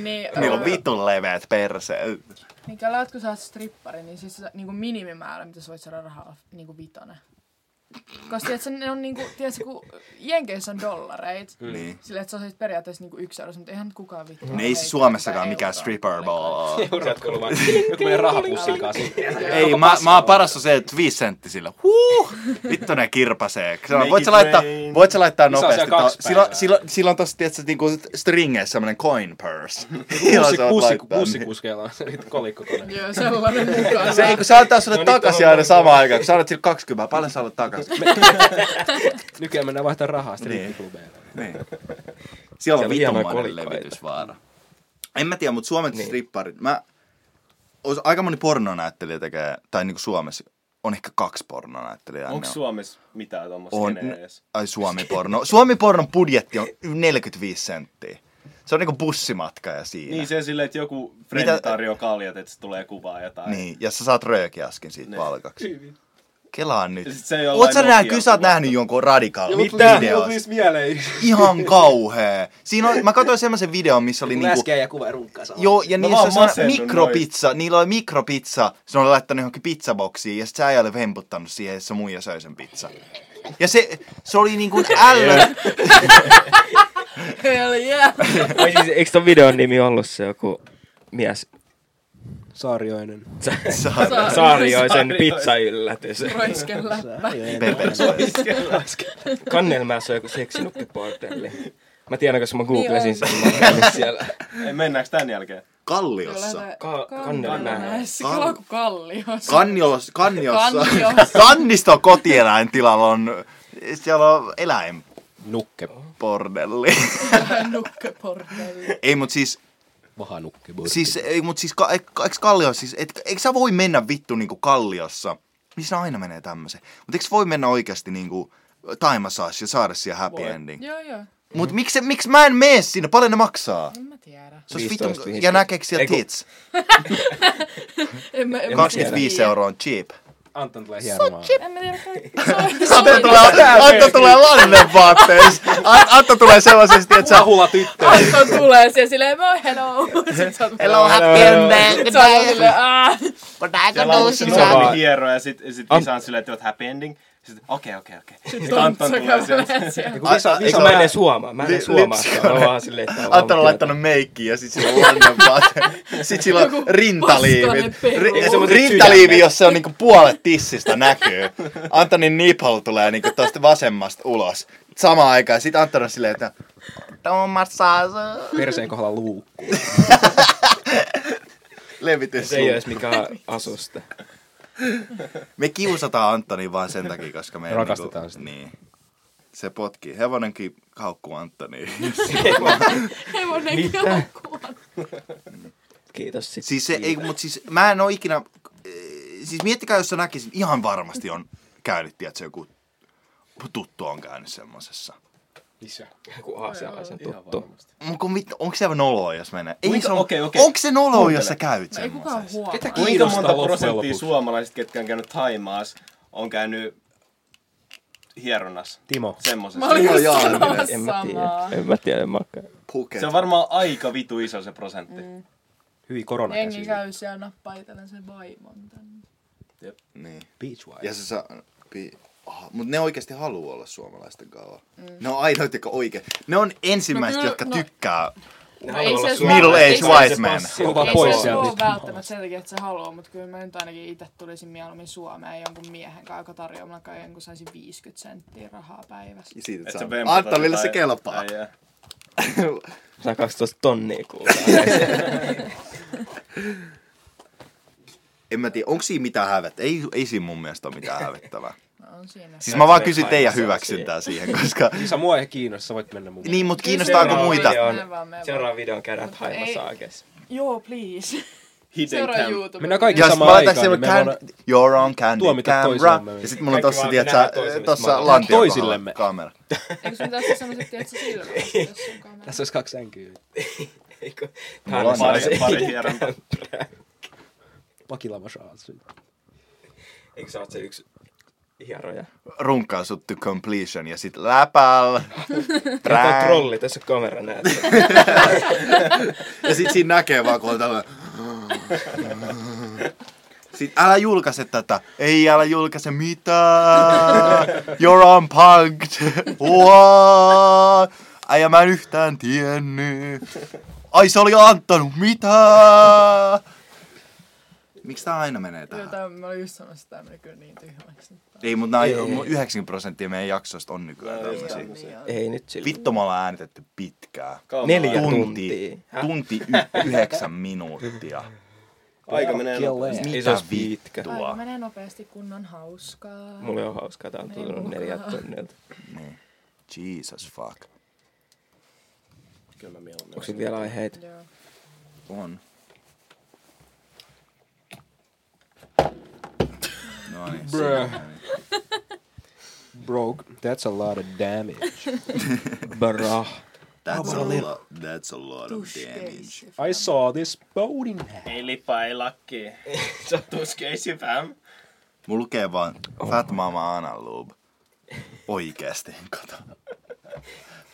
Speaker 4: niin,
Speaker 1: Niillä
Speaker 4: ö,
Speaker 1: on vitun leveät perseet.
Speaker 4: Niin kelaat, kun sä oot strippari, niin siis se niinku minimimäärä, mitä sä voit saada rahaa, niinku vitonen. Koska tiedätkö, ne on niinku, tiedätkö, kun Jenkeissä on dollareita,
Speaker 1: Niin.
Speaker 4: Silleen, että sä saisit periaatteessa niinku yksi euro, mutta eihän nyt kukaan vittu.
Speaker 1: Ne ei
Speaker 4: heitä
Speaker 1: siis Suomessakaan
Speaker 4: sitä
Speaker 1: mikään
Speaker 4: euroa.
Speaker 1: stripper ball ole.
Speaker 2: Sieltä kuuluu vaan
Speaker 3: Joku menee rahapussin kanssa.
Speaker 1: Niin. Ei, mä, mä oon paras on se, että viisi senttisillä. Huh! Vittu ne kirpasee. Se on-
Speaker 5: Make
Speaker 1: Voit sä
Speaker 5: it
Speaker 1: laittaa,
Speaker 5: rain.
Speaker 1: voit sä laittaa
Speaker 3: Isä on
Speaker 1: nopeasti.
Speaker 3: siellä kaksi
Speaker 1: Ta- sillä,
Speaker 3: päivää.
Speaker 1: sillä, sillä, on tossa, tiedätkö, niinku stringeissä semmonen coin purse. Jolla
Speaker 3: Bussi,
Speaker 1: sä voit
Speaker 3: bussi,
Speaker 1: laittaa, niin.
Speaker 3: bussikuskeilla on kolikkokone.
Speaker 4: Joo, sellainen mukaan.
Speaker 1: Se ei, kun sä antaa
Speaker 3: No niin,
Speaker 1: sulle takaisin aina samaan aikaan, kun sä annat sille 20, paljon sä annat takaisin.
Speaker 3: Nykyään mennään vaihtaa rahaa
Speaker 1: Niin.
Speaker 3: strippiklubeille.
Speaker 1: Niin. Siellä on
Speaker 2: on hienoja
Speaker 1: vitunmainen
Speaker 2: kolikoita.
Speaker 1: levitysvaara. En mä tiedä, mutta Suomen niin. stripparit, mä... Ois, aika moni pornonäyttelijä tekee, tai niinku Suomessa on ehkä kaksi pornonäyttelijää.
Speaker 5: Onko
Speaker 1: Ne on-
Speaker 5: Suomessa mitään tuommoista
Speaker 1: on,
Speaker 5: edes?
Speaker 1: ai Suomi porno. Suomi pornon budjetti on 45 senttiä. Se on niinku bussimatka ja siinä.
Speaker 5: Niin se silleen, että joku
Speaker 1: Mitä-
Speaker 5: frendi tarjoaa kaljat, että se tulee kuvaa jotain.
Speaker 1: Niin, ja sä saat röökiäskin siitä
Speaker 5: Niin.
Speaker 1: palkaksi. Kelaan nyt.
Speaker 5: Ja sit se jollain
Speaker 1: Oot sä nähnyt,
Speaker 5: Nokialla
Speaker 1: kyllä sä oot
Speaker 5: kuvattu.
Speaker 1: nähnyt jonkun radikaalin
Speaker 3: Mitä? Joo,
Speaker 1: videon.
Speaker 5: siis-
Speaker 3: tulisi siis mieleen.
Speaker 1: Ihan kauhee. Siinä on, mä katsoin semmoisen videon, missä oli niinku...
Speaker 3: Läskeä ja kuva ja runkkaa samalla.
Speaker 1: Joo, ja
Speaker 5: Mä
Speaker 1: niissä on
Speaker 5: vaan
Speaker 1: semmoinen
Speaker 5: masennun
Speaker 1: mikropizza, niillä oli mikropizza, se on laittanut johonkin pizzaboksiin, ja sitten se äijä oli vemputtanut siihen, ja se muija söi sen pizza. Ja se, se oli niin kuin ällö,
Speaker 4: Hell yeah!
Speaker 2: Ai siis, eikö ton videon nimi ollut se joku mies?
Speaker 3: Saarioinen.
Speaker 4: Saa-
Speaker 2: Saarioisen
Speaker 5: Saarioisen.
Speaker 2: pizza yllätys.
Speaker 4: Roisken läppä.
Speaker 1: Pepe.
Speaker 2: Kannelmäessä on joku seksinukkiportelli. Mä tiedän, koska mä googlasin
Speaker 4: Niin
Speaker 2: sen. Mä oon käynyt siellä.
Speaker 5: Ei, Mennäänkö tämän jälkeen?
Speaker 1: Kalliossa.
Speaker 2: Ka- Kannelmäessä.
Speaker 4: Kannelmäessä. Kala kuin Kalliossa.
Speaker 1: Kanniossa. Kanniossa.
Speaker 4: Kanniossa.
Speaker 1: Kannisto kotieläintilalla on, siellä on
Speaker 3: Nukke.
Speaker 1: eläinpordelli.
Speaker 4: Nukkeportelli.
Speaker 1: Ei, mut siis,
Speaker 3: Maha nukke.
Speaker 1: siis, ei, mut siis, ka, eik- eiks Kalliossa, siis, et, eikö sä voi mennä vittu niinku Kalliossa? Missä aina menee tämmösen? Mut eikö voi mennä oikeasti niinku time massage ja saada siellä happy ending?
Speaker 4: Joo, joo.
Speaker 1: Mut miksi, miksi mä en mene sinne? Paljon ne maksaa?
Speaker 4: En mä tiedä.
Speaker 1: Se olisi
Speaker 2: 15,
Speaker 1: vitun, ja
Speaker 2: 15.
Speaker 1: näkeekö siellä
Speaker 2: Ei, kun-
Speaker 1: tits?
Speaker 4: En mä, en mä
Speaker 1: 25
Speaker 4: tiedä.
Speaker 1: euroa on cheap.
Speaker 3: Anton tulee hieromaan.
Speaker 4: En mä tiedä. Se on-
Speaker 1: Anto tulee, Anto tulee lannevaatteessa. An- Anto tulee sellaisesti, että sä...
Speaker 3: Hula tyttö.
Speaker 4: Anton tulee siihen silleen, moi hello. Sit sä oot
Speaker 1: Hello, happy ending.
Speaker 4: Sä oot silleen, aah.
Speaker 5: Siellä on se
Speaker 2: sisään.
Speaker 5: nuovi hiero ja sit, sit
Speaker 2: Am-
Speaker 5: Visa on silleen, että oot happy ending. Sitten okei, okei, okei. Sitten Anton
Speaker 4: Tontsa
Speaker 5: tulee sieltä.
Speaker 4: kävelee siellä.
Speaker 1: Ai- ai- se
Speaker 2: Eikö mä
Speaker 1: on-
Speaker 2: en edes huomaa? Mä en edes
Speaker 1: Li-
Speaker 2: huomaa.
Speaker 1: lipsi-
Speaker 2: Mä oon vaan silleen, että...
Speaker 1: Antti on laittanut meikkiä ja sit sillä on lannevaate. Sit sillä on
Speaker 4: Joku
Speaker 1: rintaliivit.
Speaker 4: vastainen peru.
Speaker 1: Ri-
Speaker 2: Ja semmoset
Speaker 1: rintaliivi, jossa on niinku puolet tissistä näkyy. Antonin nipple tulee niinku tosta vasemmasta ulos. Samaan aikaan. Sit Anton on silleen, että... Tomassa
Speaker 3: Perseen kohdalla luukku.
Speaker 1: levitys.
Speaker 2: Se ei ole edes mikään asuste.
Speaker 1: Me kiusataan Antoni vaan sen takia, koska me...
Speaker 3: Rakastetaan
Speaker 1: niinku,
Speaker 3: sitä.
Speaker 1: Niin. Se potkii. Hevonenkin haukkuu Antoni.
Speaker 4: Hevonen
Speaker 2: Mitä?
Speaker 4: kelkkuu.
Speaker 2: Kiitos sit.
Speaker 1: siis se ei,
Speaker 5: Niin.
Speaker 1: mut siis mä en oo ikinä... Siis miettikää, jos sä näkisit, ihan varmasti on käynyt, tiedätkö, joku tuttu on käynyt semmosessa.
Speaker 3: Isä.
Speaker 2: Joku aasialaisen tuttu.
Speaker 1: Mut kun vittu, onko se noloa, jos mennään? Ei
Speaker 5: Kuinka-
Speaker 1: se on,
Speaker 5: okei, okei.
Speaker 1: Onko se noloa, jos sä käyt
Speaker 4: Ei
Speaker 1: semmosessa?
Speaker 4: kukaan huomaa.
Speaker 3: Ketä
Speaker 5: Kuinka
Speaker 3: kiinnostaa
Speaker 5: monta
Speaker 3: loppujen
Speaker 5: prosenttia
Speaker 3: lopuksi?
Speaker 5: suomalaiset, ketkä on käynyt Taimaas, on käynyt hieronnassa?
Speaker 3: Timo.
Speaker 5: Semmosessa.
Speaker 4: Mä olin
Speaker 1: Timo
Speaker 4: just
Speaker 1: Jaaninen.
Speaker 4: sanomassa
Speaker 2: En mä
Speaker 4: samaa.
Speaker 2: tiedä. En mä tiedä. en Mä oon
Speaker 1: Puket.
Speaker 5: Se on varmaan aika vitu iso se prosentti. Mm.
Speaker 3: Hyvin
Speaker 4: Jengi
Speaker 3: koronakäsi.
Speaker 4: käy siellä nappaa itellen sen vaimon tänne.
Speaker 1: Niin.
Speaker 3: Beachwise.
Speaker 1: Ja se saa... Pi... Oh, mutta ne oikeasti haluaa olla suomalaisten kanssa. Mm. Ne on ainoita, jotka oikein... Ne on ensimmäiset, no,
Speaker 4: No kyllä,
Speaker 1: jotka
Speaker 4: no-
Speaker 1: tykkää.
Speaker 4: No ei se
Speaker 1: suomalainen. Middle
Speaker 4: ei
Speaker 1: age
Speaker 4: se-
Speaker 1: white man.
Speaker 2: passi.
Speaker 3: Se on vaan
Speaker 4: Ei
Speaker 3: pois
Speaker 4: se
Speaker 3: sieltä.
Speaker 4: ole välttämättä sen takia, että se haluaa, mutta kyllä mä nyt ainakin itse tulisin mieluummin Suomeen jonkun miehen kanssa, joka tarjoaa mulle kai jonkun saisin 50 senttiä rahaa päivässä.
Speaker 1: Ja siitä,
Speaker 5: Et
Speaker 1: että
Speaker 5: sä
Speaker 1: saa...
Speaker 5: vempatat
Speaker 1: Antonille se
Speaker 5: jotain-
Speaker 1: kelpaa.
Speaker 5: Ai, jaa.
Speaker 2: 112 tonnia kuuluu.
Speaker 1: En mä tiedä, onko siinä mitään hävettä? Ei, ei siinä mun mielestä ole mitään hävettävää.
Speaker 4: No on siinä.
Speaker 1: Siis mä vaan
Speaker 2: Se
Speaker 1: kysyn
Speaker 2: on
Speaker 1: teidän
Speaker 2: fine, se Siis on
Speaker 1: hyväksyntää siihen, koska...
Speaker 3: Isä, mua ei kiinnosta, sä voit mennä mun.
Speaker 1: Niin, mutta kiinnostaako muita?
Speaker 4: Mene vaan, mene vaan.
Speaker 2: Seuraava video on käydään
Speaker 4: Mutta ei-
Speaker 2: Taimasaakes.
Speaker 4: Joo, please.
Speaker 5: hidden
Speaker 4: Seuraa
Speaker 5: camp.
Speaker 4: YouTube.
Speaker 7: Mennään kaikki
Speaker 1: Ja sit mä
Speaker 7: samaan
Speaker 1: laitan
Speaker 7: aikaan,
Speaker 1: semmoinen
Speaker 7: niin me
Speaker 1: can, you're on candy
Speaker 7: tuomita
Speaker 1: camera.
Speaker 7: toisiamme.
Speaker 1: Ja sit mulla on
Speaker 2: Kaikki
Speaker 1: tossa,
Speaker 2: vaan
Speaker 1: tiedätkö,
Speaker 2: nähdään toisemme
Speaker 1: tossa
Speaker 2: smartilla.
Speaker 1: lantion
Speaker 7: Toisillemme.
Speaker 1: kohdalla kamera.
Speaker 4: Eikö sun tässä sellaiset, tiedätkö, silmät, jos on kamera?
Speaker 7: Tässä olisi kaksi sänkyä.
Speaker 2: Eikö?
Speaker 1: Mulla on
Speaker 2: Tanssi-
Speaker 1: se-
Speaker 5: Pari, pari hieronta.
Speaker 7: Pakilama saa sen.
Speaker 2: Eikö sä oot se yksi hieroja?
Speaker 1: Runkaa sut to completion ja sit läpäl.
Speaker 2: Tämä on
Speaker 1: Prää.
Speaker 2: trolli, tässä on kamera näet. sen.
Speaker 1: Ja sit siinä näkee vaan, kun on tällainen... Sit, älä julkaise tätä. Ei, älä julkaise mitään. You're unpugged. What? Äijä, mä en yhtään tiennyt. Ai, se oli antanut. Mitä? Miksi tää aina menee
Speaker 4: Joo,
Speaker 1: tähän?
Speaker 4: tää, mä olin just sanomassa, että tää meni kyllä niin tyhmäksi.
Speaker 1: Ei, mutta 90 prosenttia meidän jaksoista on nykyään tämmöisiä.
Speaker 4: niin
Speaker 2: Ei nyt sillä.
Speaker 1: Vittu, me ollaan äänitetty pitkään.
Speaker 5: Kauan
Speaker 2: Neljä
Speaker 5: aikaa.
Speaker 2: tuntia. Häh?
Speaker 1: Tunti y- yhdeksän minuuttia.
Speaker 5: Aika menee nopeasti.
Speaker 2: Ei se olisi pitkä.
Speaker 4: Aika
Speaker 1: Tuo.
Speaker 4: menee nopeasti, kun on hauskaa.
Speaker 2: Mulla on hauskaa, tää on
Speaker 4: Mene
Speaker 2: tullut neljä
Speaker 4: mukaan.
Speaker 2: tunnilta.
Speaker 1: Niin. Jesus fuck.
Speaker 5: Kyllä mä mieluummin.
Speaker 2: Onko sillä vielä aiheita?
Speaker 4: Joo.
Speaker 1: On. No niin.
Speaker 7: Bruh.
Speaker 1: siinä.
Speaker 7: Broke. That's a lot of damage.
Speaker 2: Bra.
Speaker 1: That's a lot, that's a lot of damage.
Speaker 4: Tushkeissi.
Speaker 7: I saw this boating
Speaker 5: Ei lipa, ei lakki. Se on tuskeisi fam.
Speaker 1: Mulla lukee vaan Fat Mama Analoob. Oikeesti, kato.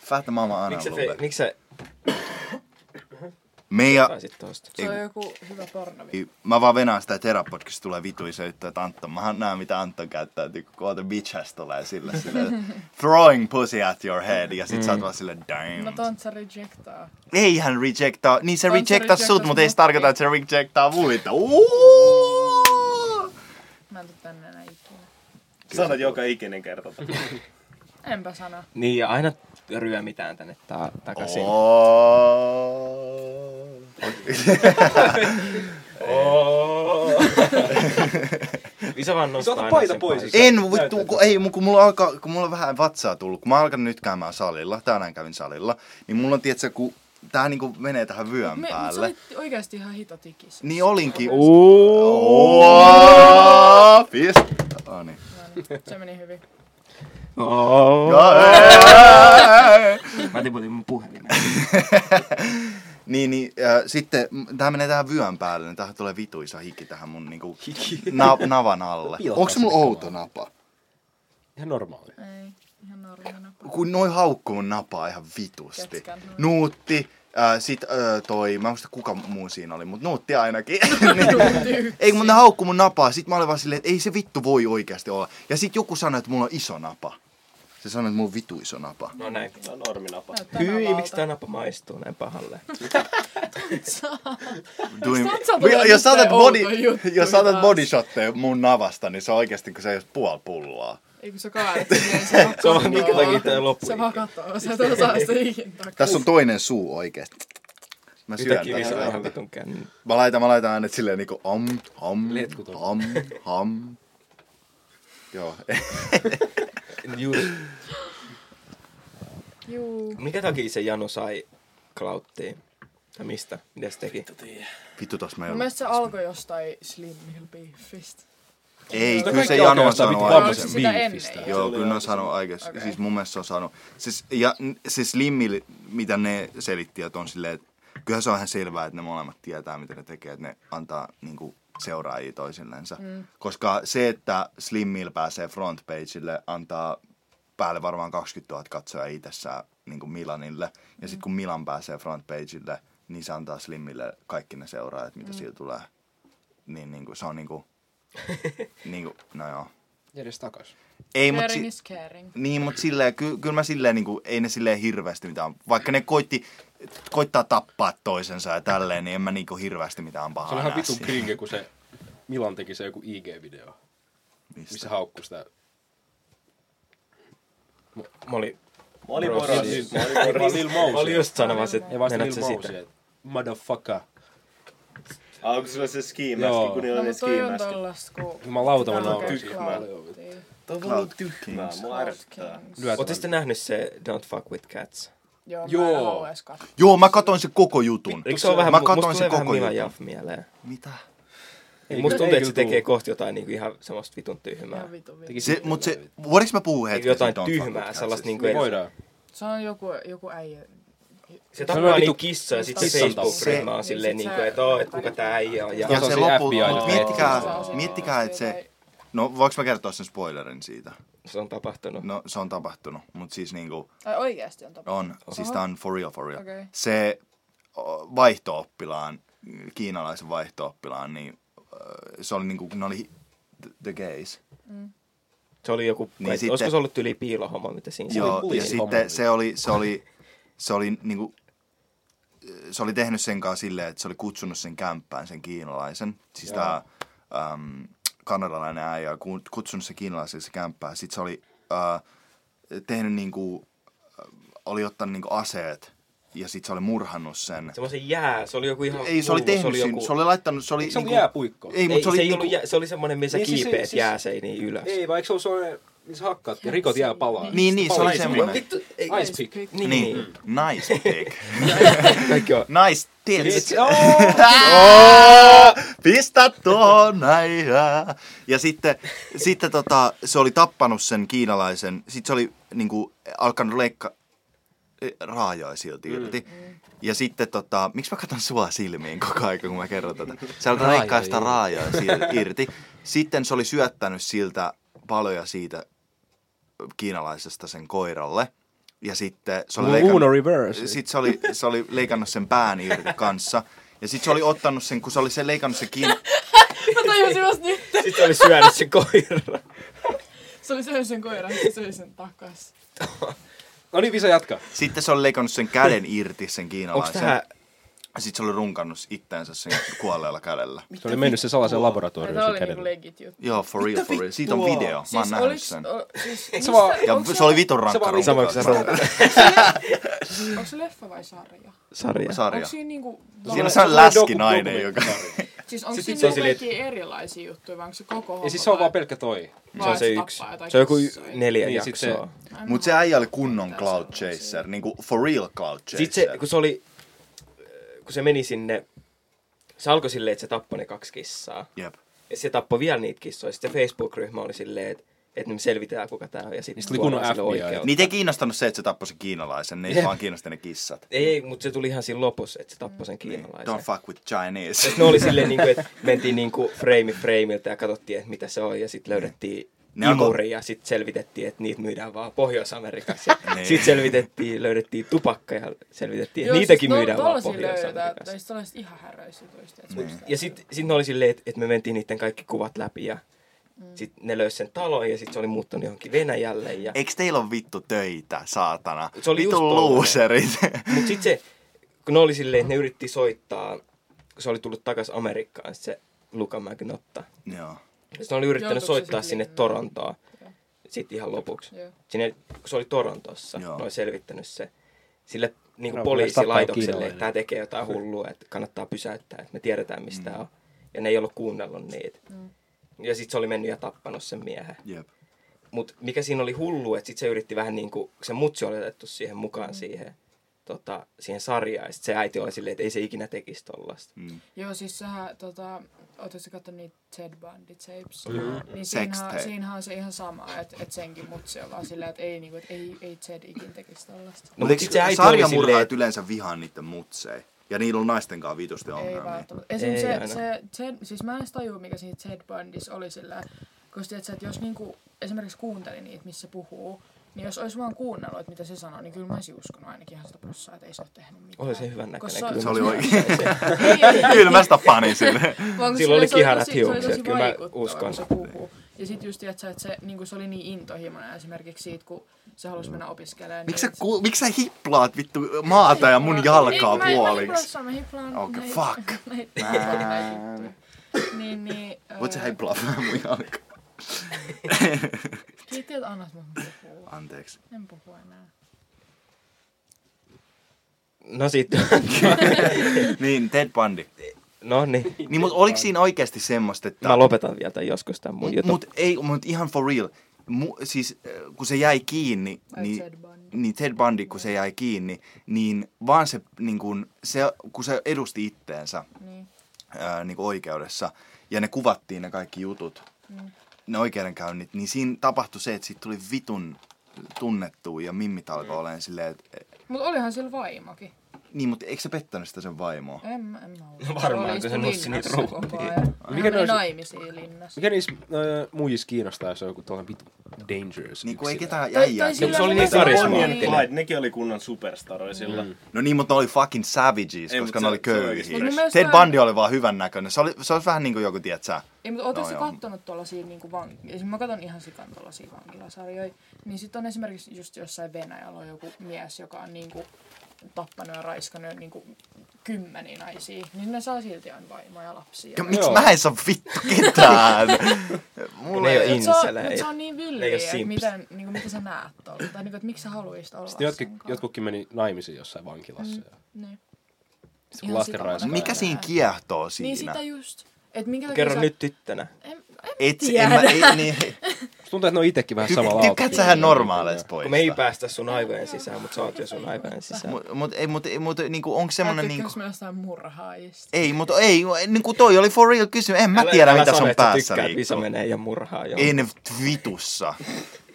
Speaker 1: Fat Mama
Speaker 2: Miksi sä, fe-
Speaker 1: Analoob.
Speaker 2: miksi sä
Speaker 1: Meidän
Speaker 2: pääsit tosta?
Speaker 4: Se on joku hyvä pornovi.
Speaker 1: Ei, Mä vaan venaan sitä terapodcast tulee vituisöyttöä, että Anton, mä näen mitä Anton käyttää, että kun oota bitch ass tulee sille, sille throwing pussy at your head, ja sit mm. sä oot vaan sille damn.
Speaker 4: No tontsa rejectaa.
Speaker 1: ei hän rejectaa, niin se
Speaker 4: On se
Speaker 1: rejectaa sut,
Speaker 4: rejectas
Speaker 1: mutta ei se
Speaker 4: mut-
Speaker 1: tarkoita, että se rejectaa muita. Uuuu!
Speaker 4: Mä en tuu tänne enää ikinä.
Speaker 5: Sano joka ikinen kerta.
Speaker 4: Enpä sano.
Speaker 2: Niin, ja aina ryömitään tänne ta- takaisin.
Speaker 1: Oh.
Speaker 2: Isä vaan nostaa
Speaker 7: ota
Speaker 2: aina
Speaker 7: paita
Speaker 2: sen
Speaker 7: pois,
Speaker 2: paidan.
Speaker 1: En vittu, kun, ei, mun- kun mulla, alkaa, kun mulla on vähän vatsaa tullut, kun mä alkan nyt käymään salilla, tänään kävin salilla, niin mulla on, tietsä, kun tää niinku menee tähän vyön
Speaker 4: Me, mut sä
Speaker 1: päälle.
Speaker 4: olit oikeesti ihan hito tikis.
Speaker 1: Niin olinkin. Oh, Pist. No niin.
Speaker 4: Se meni hyvin.
Speaker 2: Oo. Mä tiputin mun puhelimen.
Speaker 1: Niin, niin äh, sitten m, tää menee tähän vyön päälle, niin tähän tulee vituisa hiki tähän mun niinku na- navan alle.
Speaker 7: Pilkkaa
Speaker 1: Onko mulla
Speaker 7: sinne
Speaker 1: outo napa?
Speaker 7: Ihan normaali.
Speaker 4: Ei, ihan normaalina.
Speaker 2: Niin.
Speaker 1: Kun noi haukkuu mun napaa ihan vitusti.
Speaker 4: Ketskän, no.
Speaker 1: Nuutti, äh, sit äh, toi, mä en muista kuka muu siinä oli, mut nuutti ainakin. Niin. Ei, kun ne haukkuu mun napaa. Sit mä olin vaan silleen, että ei se vittu voi oikeasti olla. Ja sit joku sanoi, että mulla on iso napa. Se sanoi, että mulla on vitu iso napa.
Speaker 2: No näin.
Speaker 5: Se on norminapa.
Speaker 4: Näyttää
Speaker 2: Hyi,
Speaker 4: navalta.
Speaker 2: miksi tää napa maistuu näin pahalle?
Speaker 1: Doing...
Speaker 4: Tontsa tulee
Speaker 1: Jos sä otat
Speaker 4: nyt outo
Speaker 1: body,
Speaker 4: juttu
Speaker 1: jos sä otat
Speaker 4: taas.
Speaker 1: body shotteja mun navasta, niin se on oikeasti, kun se ei ole puoli pulloa.
Speaker 4: Ei kun sä kaadat silleen, se vaan
Speaker 2: Se on vaan minkä takia tää loppu.
Speaker 4: Se vaan katoo, sä et osaa sitä ikinä takia.
Speaker 1: Tässä on toinen suu oikeesti. Mä syön
Speaker 2: Yhtäkkiä
Speaker 1: tässä.
Speaker 2: isä ihan
Speaker 1: vähän.
Speaker 2: vitun kännyn.
Speaker 1: Mä laitan, mä laitan äänet silleen niinku am, am,
Speaker 7: Letkut on.
Speaker 1: am, am. Joo.
Speaker 2: Just.
Speaker 4: Juu.
Speaker 2: Mikä takia se Janu sai klauttiin? Tai mistä? Mitä se teki?
Speaker 1: Vittu tos mä
Speaker 4: Mun
Speaker 1: joudun.
Speaker 4: mielestä se alkoi jostain Slim Hill Beefistä.
Speaker 1: Ei,
Speaker 4: Sitä
Speaker 1: kyllä se
Speaker 7: No kaikki
Speaker 1: Janu
Speaker 7: alkaa
Speaker 1: on
Speaker 7: jostain
Speaker 1: sanonut
Speaker 7: vittu
Speaker 1: aikaisemmin.
Speaker 4: Oliko se sitä ennen?
Speaker 1: Joo, kyllä ne on
Speaker 5: aikaisemmin.
Speaker 1: saanut aikaisemmin. Okay.
Speaker 4: Okei.
Speaker 1: Siis mun mielestä se on saanut. Siis, ja n- se Slimmil, mitä ne selitti, että on silleen, että kyllähän se on ihan selvää, että ne molemmat tietää, mitä ne tekee, että ne antaa niin kuin, seuraajia toisillensa. Mm. Koska se, että Slimmil pääsee frontpageille, antaa päälle varmaan 20 000 katsoja itsessään niin kuin Milanille. Ja sitten kun Milan pääsee frontpageille, niin se antaa Slimmille kaikki ne seuraajat, mitä mm. sillä tulee. Niin, niin kuin, se on niin kuin, niin kuin, no joo.
Speaker 7: Edes takas.
Speaker 1: Ei, mut
Speaker 4: Caring
Speaker 1: si-
Speaker 4: is caring.
Speaker 1: niin, mutta silleen, ky- kyllä mä silleen, niin kuin, ei ne silleen hirveästi mitään, vaikka ne koitti, koittaa tappaa toisensa ja tälleen, niin en mä niinku hirveästi mitään
Speaker 7: Se oli
Speaker 1: pahaa
Speaker 7: ihan
Speaker 1: näe
Speaker 7: vitun
Speaker 1: siinä.
Speaker 7: kringe, kun se Milan teki se joku IG-video, missä
Speaker 1: Mistä?
Speaker 7: haukkuu sitä.
Speaker 2: Mä olin,
Speaker 5: Moli
Speaker 2: Bro,
Speaker 5: poros.
Speaker 2: siis-
Speaker 5: Moli poros.
Speaker 7: Lil
Speaker 2: mä olin just sanomassa, että
Speaker 7: Ja vasta
Speaker 2: mennätkö
Speaker 7: Lil
Speaker 2: sä sitä?
Speaker 7: Mousia. että Motherfucker.
Speaker 5: Ah, onko sulla se ski
Speaker 7: Joo.
Speaker 5: maski, kun niillä
Speaker 4: No
Speaker 5: on ne
Speaker 4: mut
Speaker 5: ski
Speaker 4: toi on
Speaker 5: maski?
Speaker 4: tollasta, kun...
Speaker 7: Mä lautana nauraa.
Speaker 5: Tyhmää.
Speaker 4: Tyhmää.
Speaker 5: Toi on
Speaker 1: Cloud
Speaker 5: tyhmää,
Speaker 1: Kings.
Speaker 5: mua ärsyttää.
Speaker 7: Lyöt
Speaker 2: Ootte
Speaker 7: vaan.
Speaker 2: sitten nähnyt se Don't Fuck With Cats?
Speaker 4: Joo, Joo. mä en
Speaker 7: Joo.
Speaker 4: halua edes katsoa.
Speaker 1: Joo, mä katon sen koko jutun.
Speaker 2: Eikö se ole vähän,
Speaker 1: Mä
Speaker 2: musta
Speaker 1: katon
Speaker 2: tulee
Speaker 1: sen
Speaker 2: vähän
Speaker 1: koko
Speaker 2: Mila
Speaker 1: jutun.
Speaker 2: Jaff mieleen.
Speaker 1: Mitä?
Speaker 2: Ei, musta
Speaker 3: kyllä-
Speaker 2: tuntuu,
Speaker 3: ei
Speaker 2: että se
Speaker 3: kyllä
Speaker 2: tekee kohta jotain niinku ihan semmoista vitun tyhmää.
Speaker 4: Ihan vitu vitu.
Speaker 3: Teki
Speaker 1: Se, mut se, voidaanko mä puhua hetken?
Speaker 2: Jotain
Speaker 1: sen Don't Fuck
Speaker 2: tyhmää,
Speaker 1: With
Speaker 2: sellaista
Speaker 1: Cats?
Speaker 2: niinku...
Speaker 3: Me
Speaker 2: ei-
Speaker 3: voidaan.
Speaker 4: Se on joku, joku äijä.
Speaker 2: Se
Speaker 3: Se
Speaker 2: tappaa
Speaker 3: on
Speaker 2: niitä
Speaker 3: vitu-
Speaker 2: kissoja, ja sitten se
Speaker 3: kissan
Speaker 2: Facebook-ryhmä
Speaker 1: tappaa.
Speaker 2: on silleen,
Speaker 4: Niin sit
Speaker 2: niinku,
Speaker 4: sä-
Speaker 2: että oo, että kuka tää äijä on. Ja
Speaker 1: Ja
Speaker 3: Se on
Speaker 1: se
Speaker 3: se
Speaker 1: loppu,
Speaker 3: FBI
Speaker 1: mut
Speaker 3: nyt
Speaker 1: miettikää,
Speaker 4: etsimässä.
Speaker 1: miettikää, että se... No, voinko mä kertoa sen spoilerin siitä?
Speaker 2: se on tapahtunut.
Speaker 1: No, se on tapahtunut, mutta siis niinku...
Speaker 4: Tai oikeasti on tapahtunut.
Speaker 1: On, siis tää on for real, for real.
Speaker 4: Okei.
Speaker 1: Se o, vaihto-oppilaan, kiinalaisen vaihto-oppilaan, niin ö, se oli niinku, ne oli hi- the- the gays.
Speaker 2: Se oli joku,
Speaker 1: Niin
Speaker 2: niin
Speaker 1: sitten-
Speaker 2: olisiko se ollut yli piilohomo, mitä siinä
Speaker 1: Joo,
Speaker 2: oli?
Speaker 1: ja
Speaker 3: poliisi-
Speaker 1: sitten
Speaker 3: homma.
Speaker 1: se oli, se oli, se oli niinku, se oli tehnyt sen kanssa silleen, että se oli kutsunut sen kämppään, sen kiinalaisen. Siis tää äm, kanadalainen äijä oli ku- kutsunut sen kiinalaisen se kämppään. Sitten se oli äh, tehnyt niinku, äh, oli ottanut niinku aseet ja sitten se oli murhannut sen.
Speaker 2: Semmoisen jää, se oli joku ihan
Speaker 1: Ei, se oli
Speaker 2: hullu,
Speaker 1: tehnyt se oli,
Speaker 2: joku-
Speaker 1: se oli laittanut, se oli... niinku-
Speaker 3: Se on jääpuikko.
Speaker 1: Ei,
Speaker 2: Ei,
Speaker 1: mutta
Speaker 2: se,
Speaker 1: se oli...
Speaker 2: ei
Speaker 1: niinku,
Speaker 2: ollut, jää, se oli semmoinen, missä
Speaker 3: Niin, siis-
Speaker 2: kiipeät
Speaker 3: siis-
Speaker 2: jääseiniin ylös.
Speaker 3: Ei, vai eikö se ole sellainen, niin sä hakkaat ja rikot jää palaa?
Speaker 1: Niin, niin, se oli semmoinen.
Speaker 2: Vittu, ei,
Speaker 3: Ice pick.
Speaker 2: niin,
Speaker 1: Niin,
Speaker 2: niin.
Speaker 1: nice dick.
Speaker 2: Kaikki on.
Speaker 1: Nice
Speaker 4: Niin,
Speaker 1: tits.
Speaker 3: It's, oh!
Speaker 1: Pistä tuohon äijää. Ja sitten, sitten tota, se oli tappanut sen kiinalaisen. Sitten se oli niinku, alkanut leikka raajaisilta
Speaker 7: Mm.
Speaker 1: irti. Niin- Ja sitten tota, miksi mä katson sua silmiin koko ajan, kun mä kerron tätä? Se alkoi leikkaa sitä raajaa irti. Sitten se oli syöttänyt siltä paloja siitä kiinalaisesta sen koiralle. Ja sitten se oli leikannut...
Speaker 7: Uno reverse.
Speaker 1: Sitten se oli, se oli leikannut sen pään irti kanssa. Ja sitten se oli ottanut sen, kun se oli sen leikannut sen kiinni.
Speaker 4: Mä tajusin vasta nyt.
Speaker 2: Sitten se oli syönyt sen koiran.
Speaker 4: Se oli söin sen koiran, se söi sen takas.
Speaker 3: No niin, Visa jatka.
Speaker 1: Sitten se oli leikannut sen käden irti sen
Speaker 2: Onks
Speaker 1: kiinalaisen.
Speaker 2: tää...
Speaker 1: Ja sitten se oli runkannut itteensä sen kuolleella kädellä.
Speaker 3: Se oli mennyt se salaisen
Speaker 4: Ja
Speaker 3: laboratorioon
Speaker 4: Tämä
Speaker 3: sen
Speaker 4: oli niinku
Speaker 3: kädellä.
Speaker 4: legit juttu.
Speaker 1: Joo, for real, for real. Siitä on video.
Speaker 7: Siis
Speaker 1: Mä oon nähnyt
Speaker 4: oliks-
Speaker 1: sen.
Speaker 4: o- siis,
Speaker 3: Se vaan-
Speaker 1: Ja
Speaker 4: onks
Speaker 1: se niinku- oli vitun
Speaker 3: se
Speaker 1: rankka
Speaker 3: vaan-
Speaker 1: runko.
Speaker 2: Samoin kuin se ro-
Speaker 4: Onko se leffa vai sarja?
Speaker 2: sarja.
Speaker 1: sarja.
Speaker 4: Onko siinä niinku...
Speaker 1: Siinä on
Speaker 3: Se on
Speaker 1: sellainen läski
Speaker 3: doku-
Speaker 1: nainen, joka...
Speaker 3: dokumentaari.
Speaker 4: Siis onko
Speaker 2: Sit-
Speaker 4: siinä
Speaker 2: sit se on
Speaker 4: niinku
Speaker 2: silleen,
Speaker 4: kaikki erilaisia juttuja vai onko se koko homma?
Speaker 3: Ja siis se on
Speaker 4: vai-
Speaker 3: vaan pelkkä toi.
Speaker 2: Se on
Speaker 4: vai
Speaker 2: se
Speaker 4: tappaa
Speaker 2: yksi.
Speaker 4: jotain
Speaker 2: Se on joku
Speaker 4: kissoja?
Speaker 2: neljä
Speaker 3: Niin, ja sit se-
Speaker 2: jaksoa.
Speaker 1: Mut se äijä oli kunnon cloud chaser. Niinku for real cloud chaser.
Speaker 2: Sitten se, kun se oli... Kun se meni sinne... Se alkoi silleen, että se tappoi ne kaksi kissaa.
Speaker 1: Jep.
Speaker 2: Ja se tappoi vielä niitä kissoja. Sitten se Facebook-ryhmä oli silleen, että että me selvitään, kuka tää on. Ja sitten
Speaker 3: Niistä Niin tuli kunnon
Speaker 2: tuodaan sille
Speaker 3: FBI.
Speaker 2: oikeutta.
Speaker 1: Niitä ei kiinnostanut se, että se tappoi sen kiinalaisen. Ne ei vaan kiinnostanut ne kissat. Niin.
Speaker 2: Ei, ei, mutta se tuli ihan siinä lopussa, että se tappoi
Speaker 4: Niin.
Speaker 2: sen kiinalaisen.
Speaker 1: Don't fuck with Chinese.
Speaker 2: Sitten ne oli silleen, niin kuin, että mentiin niin kuin frame frameiltä ja katsottiin, että mitä se on. Ja sitten löydettiin
Speaker 1: Mm. Ne alkoi-
Speaker 2: imuri ja sitten selvitettiin, että niitä myydään vaan Pohjois-Amerikassa.
Speaker 1: Niin.
Speaker 2: sitten selvitettiin, löydettiin tupakka ja selvitettiin, että
Speaker 4: Joo,
Speaker 2: niitäkin
Speaker 4: tol-
Speaker 2: myydään vaan
Speaker 4: tollasia löydetään,
Speaker 2: Pohjois-Amerikassa.
Speaker 4: Tai sit sellaiset ihan häröisytöistä.
Speaker 2: Niin. Ja
Speaker 4: niin
Speaker 2: sitten sit ne oli silleen, että, että me mentiin niiden kaikki kuvat läpi ja
Speaker 4: Mm.
Speaker 2: sitten ne löysi sen talon ja sitten se oli muuttanut johonkin Venäjälle. Ja...
Speaker 1: Eiks teillä on vittu töitä, saatana?
Speaker 2: Se oli
Speaker 1: vittu
Speaker 2: just tollanen.
Speaker 1: loserit.
Speaker 2: Mutta sitten se, kun ne oli silleen, että ne yritti soittaa, kun se oli tullut takaisin Amerikkaan, sit se Luka Magnotta.
Speaker 1: Joo.
Speaker 2: Sitten oli yrittänyt
Speaker 4: Joutuiko se
Speaker 2: soittaa
Speaker 4: sinne?
Speaker 2: sinne Torontoon. Sitten ihan lopuksi.
Speaker 4: Joo.
Speaker 2: Sinne, kun se oli Torontossa,
Speaker 1: Joo.
Speaker 2: ne oli selvittänyt se sille niin kuin
Speaker 7: No, voisi tappaa
Speaker 2: poliisilaitokselle, että
Speaker 7: kiinalainen.
Speaker 2: tämä tekee jotain hullua, että kannattaa pysäyttää, että me tiedetään mistä mm. on. Ja ne ei ollut kuunnellut niitä. Mm. Ja sitten se oli mennyt ja tappanut sen miehen.
Speaker 1: Jep. Mm.
Speaker 2: Mutta mikä siinä oli hullu, että sitten se yritti vähän niin kuin, se mutsi oli otettu siihen mukaan
Speaker 4: Mm.
Speaker 2: siihen, tota, siihen sarjaan. Ja sitten se äiti oli silleen, että ei se ikinä tekisi tollasta.
Speaker 1: Mm.
Speaker 4: Joo, siis sehän, tota, ootko sä kattonut niitä Ted Bundy tapes? Niin
Speaker 1: Sex
Speaker 4: siinähän,
Speaker 1: tape.
Speaker 4: siinähän on se ihan sama, että et senkin mutsi on vaan silleen, että ei, niinku, et ei, ei Ted ikin tekisi tällaista.
Speaker 1: No, Mutta
Speaker 2: sit se äiti
Speaker 1: eikö
Speaker 2: oli
Speaker 1: sarjamurhaajat
Speaker 2: silleen,
Speaker 1: et... yleensä vihaa niiden mutsei? Ja niillä on naisten kanssa vitusti
Speaker 4: Ei
Speaker 1: ongelmia.
Speaker 4: välttämättä. Esim. se,
Speaker 2: aina.
Speaker 4: se Ted, siis mä en edes tajua, mikä siinä Ted Bundys oli sillä, koska tiedät, sä, että jos niinku, esimerkiksi kuunteli niitä, missä puhuu, niin jos olisi vaan kuunnellut, että mitä se sanoi, niin kyllä mä olisin uskonut ainakin ihan sitä prossaa, että ei se ole tehnyt mitään.
Speaker 2: Oli se hyvän näköinen.
Speaker 4: Koska-
Speaker 2: kyllä
Speaker 1: Se oli
Speaker 2: mä-
Speaker 1: oikein.
Speaker 4: Niin.
Speaker 1: Kylmästä pani sille.
Speaker 4: Vaan kun
Speaker 2: Sillä oli
Speaker 4: se- se
Speaker 2: kiharat
Speaker 4: tosi- se oli
Speaker 2: hiukset,
Speaker 4: tosi
Speaker 2: kyllä mä
Speaker 4: vaikuttava,
Speaker 2: uskon.
Speaker 4: kun se puhuu. Ja sit just, että se, niin se oli niin intohimoinen esimerkiksi siitä, kun se halusi mennä opiskelemaan.
Speaker 1: Miksi sä,
Speaker 4: niin-
Speaker 1: ku, miksi sä hiplaat vittu maata ja mun jalkaa
Speaker 4: Ei, mä en- mä en
Speaker 1: puoliksi?
Speaker 4: hiplaan, mä hiplaan
Speaker 1: Okei,
Speaker 4: näitä-
Speaker 1: fuck.
Speaker 4: näitä vanhoja juttuja. Niin, niin.
Speaker 1: Voit sä
Speaker 4: öö,
Speaker 1: hiplaa vähän mun jalkaa?
Speaker 4: Kiitti, että annat mun puhua.
Speaker 1: Anteeksi.
Speaker 4: En puhu enää.
Speaker 2: No sitten,
Speaker 1: Niin, Ted Bundy.
Speaker 2: no niin.
Speaker 1: Niin, mutta oliko siinä oikeasti semmoista, että...
Speaker 2: Mä lopetan vielä tämän joskus tämän mun jutun.
Speaker 1: Mut ei, mut ihan for real. Mu, siis äh, kun se jäi kiinni,
Speaker 4: Tai
Speaker 1: niin
Speaker 4: Ted Bundy.
Speaker 1: niin Ted Bundy, kun se jäi kiinni, niin vaan se, niin kun, se kun se edusti itteensä
Speaker 4: Niin.
Speaker 1: ää, niin kuin oikeudessa ja ne kuvattiin ne kaikki jutut,
Speaker 4: Niin.
Speaker 1: mm. ne oikeudenkäynnit, niin siinä tapahtui se, että siitä tuli vitun tunnettu ja mimmit alkoi mm. olemaan silleen, että
Speaker 4: Mut olihan sillä vaimokin.
Speaker 1: niin, mutta eikö se pettänyt sitä sen vaimoa?
Speaker 4: En, mä- en mä ole.
Speaker 2: No varmaan, kun se nosti niitä ruumiita.
Speaker 7: Mikä
Speaker 4: Mikä
Speaker 7: ne
Speaker 4: ne
Speaker 7: olisi-
Speaker 4: naimisiin linnassa.
Speaker 7: Mikä niissä äh, muijissa kiinnostaa, jos on joku tuollainen vitu dangerous
Speaker 1: Niin kuin ei
Speaker 7: yksilö?
Speaker 1: ketään
Speaker 4: Tai-
Speaker 1: jäijää.
Speaker 4: tai sillä
Speaker 2: se oli
Speaker 4: oli
Speaker 2: niin
Speaker 4: se
Speaker 2: karismaattinen.
Speaker 5: Bonnie and
Speaker 4: Bonnie.
Speaker 5: Clyde, nekin oli kunnon superstaroja sillä. Mm.
Speaker 1: No niin, mutta ne oli fucking savages, koska
Speaker 5: Ei, mutta
Speaker 1: ne
Speaker 5: se-
Speaker 1: oli
Speaker 5: se oli
Speaker 1: köyhiä.
Speaker 4: fresh. Mut mun
Speaker 1: Ted
Speaker 4: mielestä-
Speaker 1: Bundy oli vaan hyvän näköinen. Se, oli, se olisi vähän niin kuin joku, tietsä.
Speaker 4: Ei, mutta ootteko
Speaker 1: No
Speaker 4: no,
Speaker 1: joo.
Speaker 4: kattonut tuollaisia niinku van... Esimerkiksi mä katon ihan sikan tuollaisia vankilasarjoja. Niin sit on esimerkiksi just jossain Venäjällä on joku mies, joka on niinku tappanut ja raiskannut niinku kymmeniä naisia. Niin ne saa silti aina vaimoja ja lapsia.
Speaker 1: Ja
Speaker 4: Ja
Speaker 1: miksi
Speaker 7: Joo.
Speaker 1: mä en saa vittu ketään? Mulla
Speaker 2: Ne ei
Speaker 1: ei
Speaker 2: oo
Speaker 1: ole
Speaker 2: in-
Speaker 4: se on,
Speaker 2: siellä
Speaker 4: mut
Speaker 2: ei-
Speaker 4: se on niin
Speaker 2: ei
Speaker 4: villiä,
Speaker 2: oo
Speaker 4: että
Speaker 2: simps.
Speaker 4: miten, niinku, mitä sä näet tuolla. Tai niinku, että miksi sä haluisit olla
Speaker 7: Sitten jotkin,
Speaker 4: lasten kanssa.
Speaker 7: jotkutkin meni naimisiin jossain vankilassa. Mm.
Speaker 4: Niin.
Speaker 7: Sitten kun
Speaker 4: Ihan
Speaker 7: lasten
Speaker 4: sikana
Speaker 7: raiskaaja.
Speaker 4: näköinen.
Speaker 1: Mikä siinä kiehtoo
Speaker 4: Niin
Speaker 1: siinä?
Speaker 4: sitä just. Et minkä takia
Speaker 2: Kerro
Speaker 4: sä...
Speaker 2: nyt tyttönä.
Speaker 4: En,
Speaker 1: Et, en mä, ei, niin,
Speaker 7: Musta tuntuu, että ne on itsekin vähän samalla
Speaker 1: tykkäätkö sähän normaaleista
Speaker 2: Kun me ei
Speaker 1: poista?
Speaker 2: päästä sun aivojen sisään, mutta sä oot jo sun aivojen sisään.
Speaker 1: Mutta mut, ei, mut, ei, mut, niinku, onko
Speaker 4: en,
Speaker 1: semmonen
Speaker 4: en
Speaker 1: niinku...
Speaker 4: niinku... mä jostain murhaajista.
Speaker 1: Ei, mutta ei, niinku toi oli for real kysymys. En mä tiedä, mitä sun päässä
Speaker 2: liikkuu.
Speaker 1: liikkuu.
Speaker 2: Visa menee ja murhaa jo.
Speaker 1: En vitussa.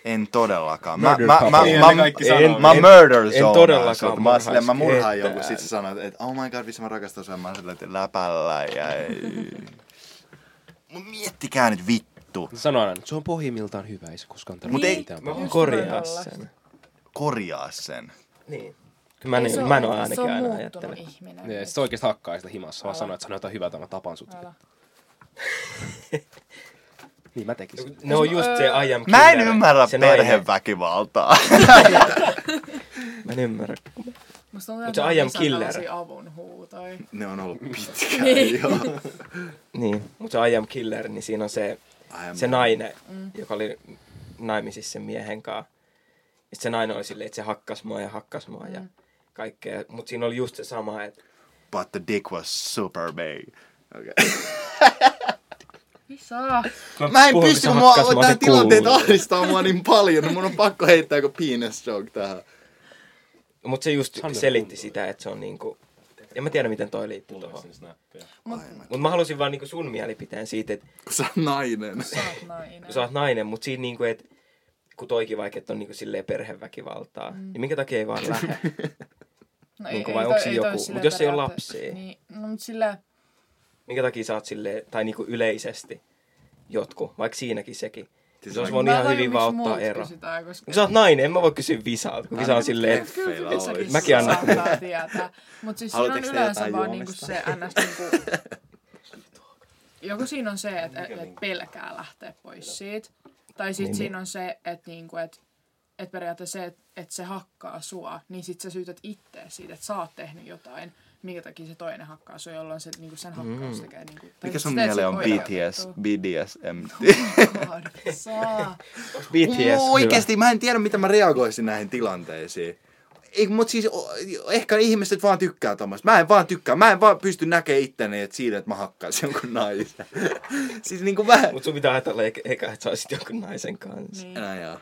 Speaker 1: En todellakaan. Mä,
Speaker 7: Murder
Speaker 1: mä,
Speaker 7: couple.
Speaker 1: mä,
Speaker 5: Niin
Speaker 1: mä,
Speaker 5: ne kaikki
Speaker 1: en-
Speaker 5: sanoo.
Speaker 1: mä
Speaker 2: En-
Speaker 1: murder
Speaker 2: en
Speaker 1: zonaan
Speaker 2: todellakaan
Speaker 1: sut. Mä, oon silleen, mä
Speaker 2: murhaisi
Speaker 1: murhaan joku,
Speaker 2: ketään.
Speaker 1: sit sä sanot, että oh my god, vissi mä rakastan sua, mä oon silleen, että läpällä ja ei. Mut miettikää nyt vittu.
Speaker 7: Sano aina, että se on pohjimmiltaan hyvä, ei se koskaan
Speaker 1: Mut
Speaker 7: tarvitse
Speaker 1: ei-
Speaker 7: mitään.
Speaker 2: Mä voin
Speaker 4: Just
Speaker 2: korjaa
Speaker 4: noin tollaista.
Speaker 2: sen.
Speaker 1: Korjaa sen.
Speaker 2: Niin. Kyllä mä, niin, mä en oo ainakin aina ajattele.
Speaker 4: Se on muuttunut ihminen.
Speaker 7: Ne,
Speaker 4: Niin,
Speaker 7: sit se oikeesti hakkaa sitä himassa, vaan
Speaker 4: Älä.
Speaker 7: sanoo, että sano jotain hyvää, että mä tapan sut.
Speaker 4: Älä.
Speaker 7: Niin mä tekisin.
Speaker 2: Ne on just se
Speaker 4: Öö,
Speaker 2: I am
Speaker 1: Mä en
Speaker 2: killer,
Speaker 1: ymmärrä
Speaker 2: se nainen.
Speaker 1: perheväkivaltaa.
Speaker 2: Mä en ymmärrä.
Speaker 4: Musta on
Speaker 2: Mut se I am killer.
Speaker 4: avun huutoja.
Speaker 1: Ne on ollut pitkään jo.
Speaker 2: Niin, mutta se I am killer, niin siinä on se,
Speaker 1: I am-
Speaker 2: se nainen, mm. joka oli naimisissa sen miehen kanssa. Ja sit se nainen oli silleen, että se hakkas mua ja hakkas mua mm. ja kaikkea. Mutta siinä oli just se sama, että
Speaker 1: But the dick was super big. Okay.
Speaker 4: Visa.
Speaker 1: Mä en
Speaker 2: puhun, kun
Speaker 1: pysty,
Speaker 2: se
Speaker 1: kun mua,
Speaker 2: hakkas mua,
Speaker 1: tää
Speaker 2: se
Speaker 1: tilanteet
Speaker 2: kuuluu.
Speaker 1: ahdistaa mua niin paljon, niin mun on pakko heittää joku penis joke tähän.
Speaker 2: Mut se just
Speaker 7: Sander
Speaker 2: selitti sitä, että se on niinku... En mä tiedä, miten toi liittyy tuohon. Mut mä halusin vaan niinku sun mielipiteen siitä, että
Speaker 1: Kun sä oot nainen.
Speaker 4: Sä oot nainen.
Speaker 2: kun sä oot nainen, mut siinä niinku, että kun toikin vaikka, että on niinku silleen perheväkivaltaa, mm. niin minkä takia ei vaan lähde?
Speaker 4: No
Speaker 2: niinku vai onks siinä
Speaker 4: toi
Speaker 2: joku?
Speaker 4: silleen
Speaker 2: Mut jos ei oo
Speaker 4: periaatteessa-
Speaker 2: lapsia.
Speaker 4: Niin, no mut sillä...
Speaker 2: minkä takia sä oot silleen, tai niinku yleisesti jotkut, vaikka siinäkin sekin.
Speaker 1: Siis
Speaker 2: se olisi
Speaker 1: vaikka-
Speaker 2: voinut ihan hyvin vaan ottaa ero. Kun sä oot nainen, en mä voi kysyä visalta, kun visa on silleen, että
Speaker 1: Treffeillä olisi.
Speaker 2: Mäkin annan.
Speaker 4: saattaa tietää. Mut siis siinä on
Speaker 1: Haluatteko te
Speaker 4: yleensä
Speaker 1: jotain
Speaker 4: vaan niinku
Speaker 1: juomista?
Speaker 4: se ns. Niinku, joku siinä on se, että et,
Speaker 1: niin?
Speaker 4: et pelkää lähteä pois siitä. Tai sit
Speaker 2: Niin,
Speaker 4: siinä on se, että niinku, et, et periaatteessa se, että et se hakkaa sua, niin sit sä syytät itse siitä, että sä oot tehnyt jotain, minkä takia se toinen hakkaa sua, jolloin se, niinku sen hakkaus
Speaker 2: Mm.
Speaker 4: tekee. Niinku, tai
Speaker 1: Mikä
Speaker 4: sä
Speaker 1: sun
Speaker 4: teet sen
Speaker 1: mieleen on
Speaker 4: oikein
Speaker 1: BTS?
Speaker 4: juttu.
Speaker 1: BDSM.
Speaker 4: God, saa.
Speaker 2: BTS
Speaker 1: Mua
Speaker 2: hyvä.
Speaker 1: Oikeesti mä en tiedä, mitä mä reagoisin näihin tilanteisiin. Ei, mut siis o, ehkä ihmiset vaan tykkää tommoista. Mä en vaan tykkää. Mä en vaan pysty näkemään itteni et siinä, että mä hakkaisin jonkun naisen. siis niinku mä...
Speaker 2: Mut sun pitää ajatella e- eka, että sä olisit jonkun naisen kanssa.
Speaker 4: Niin,
Speaker 1: No joo.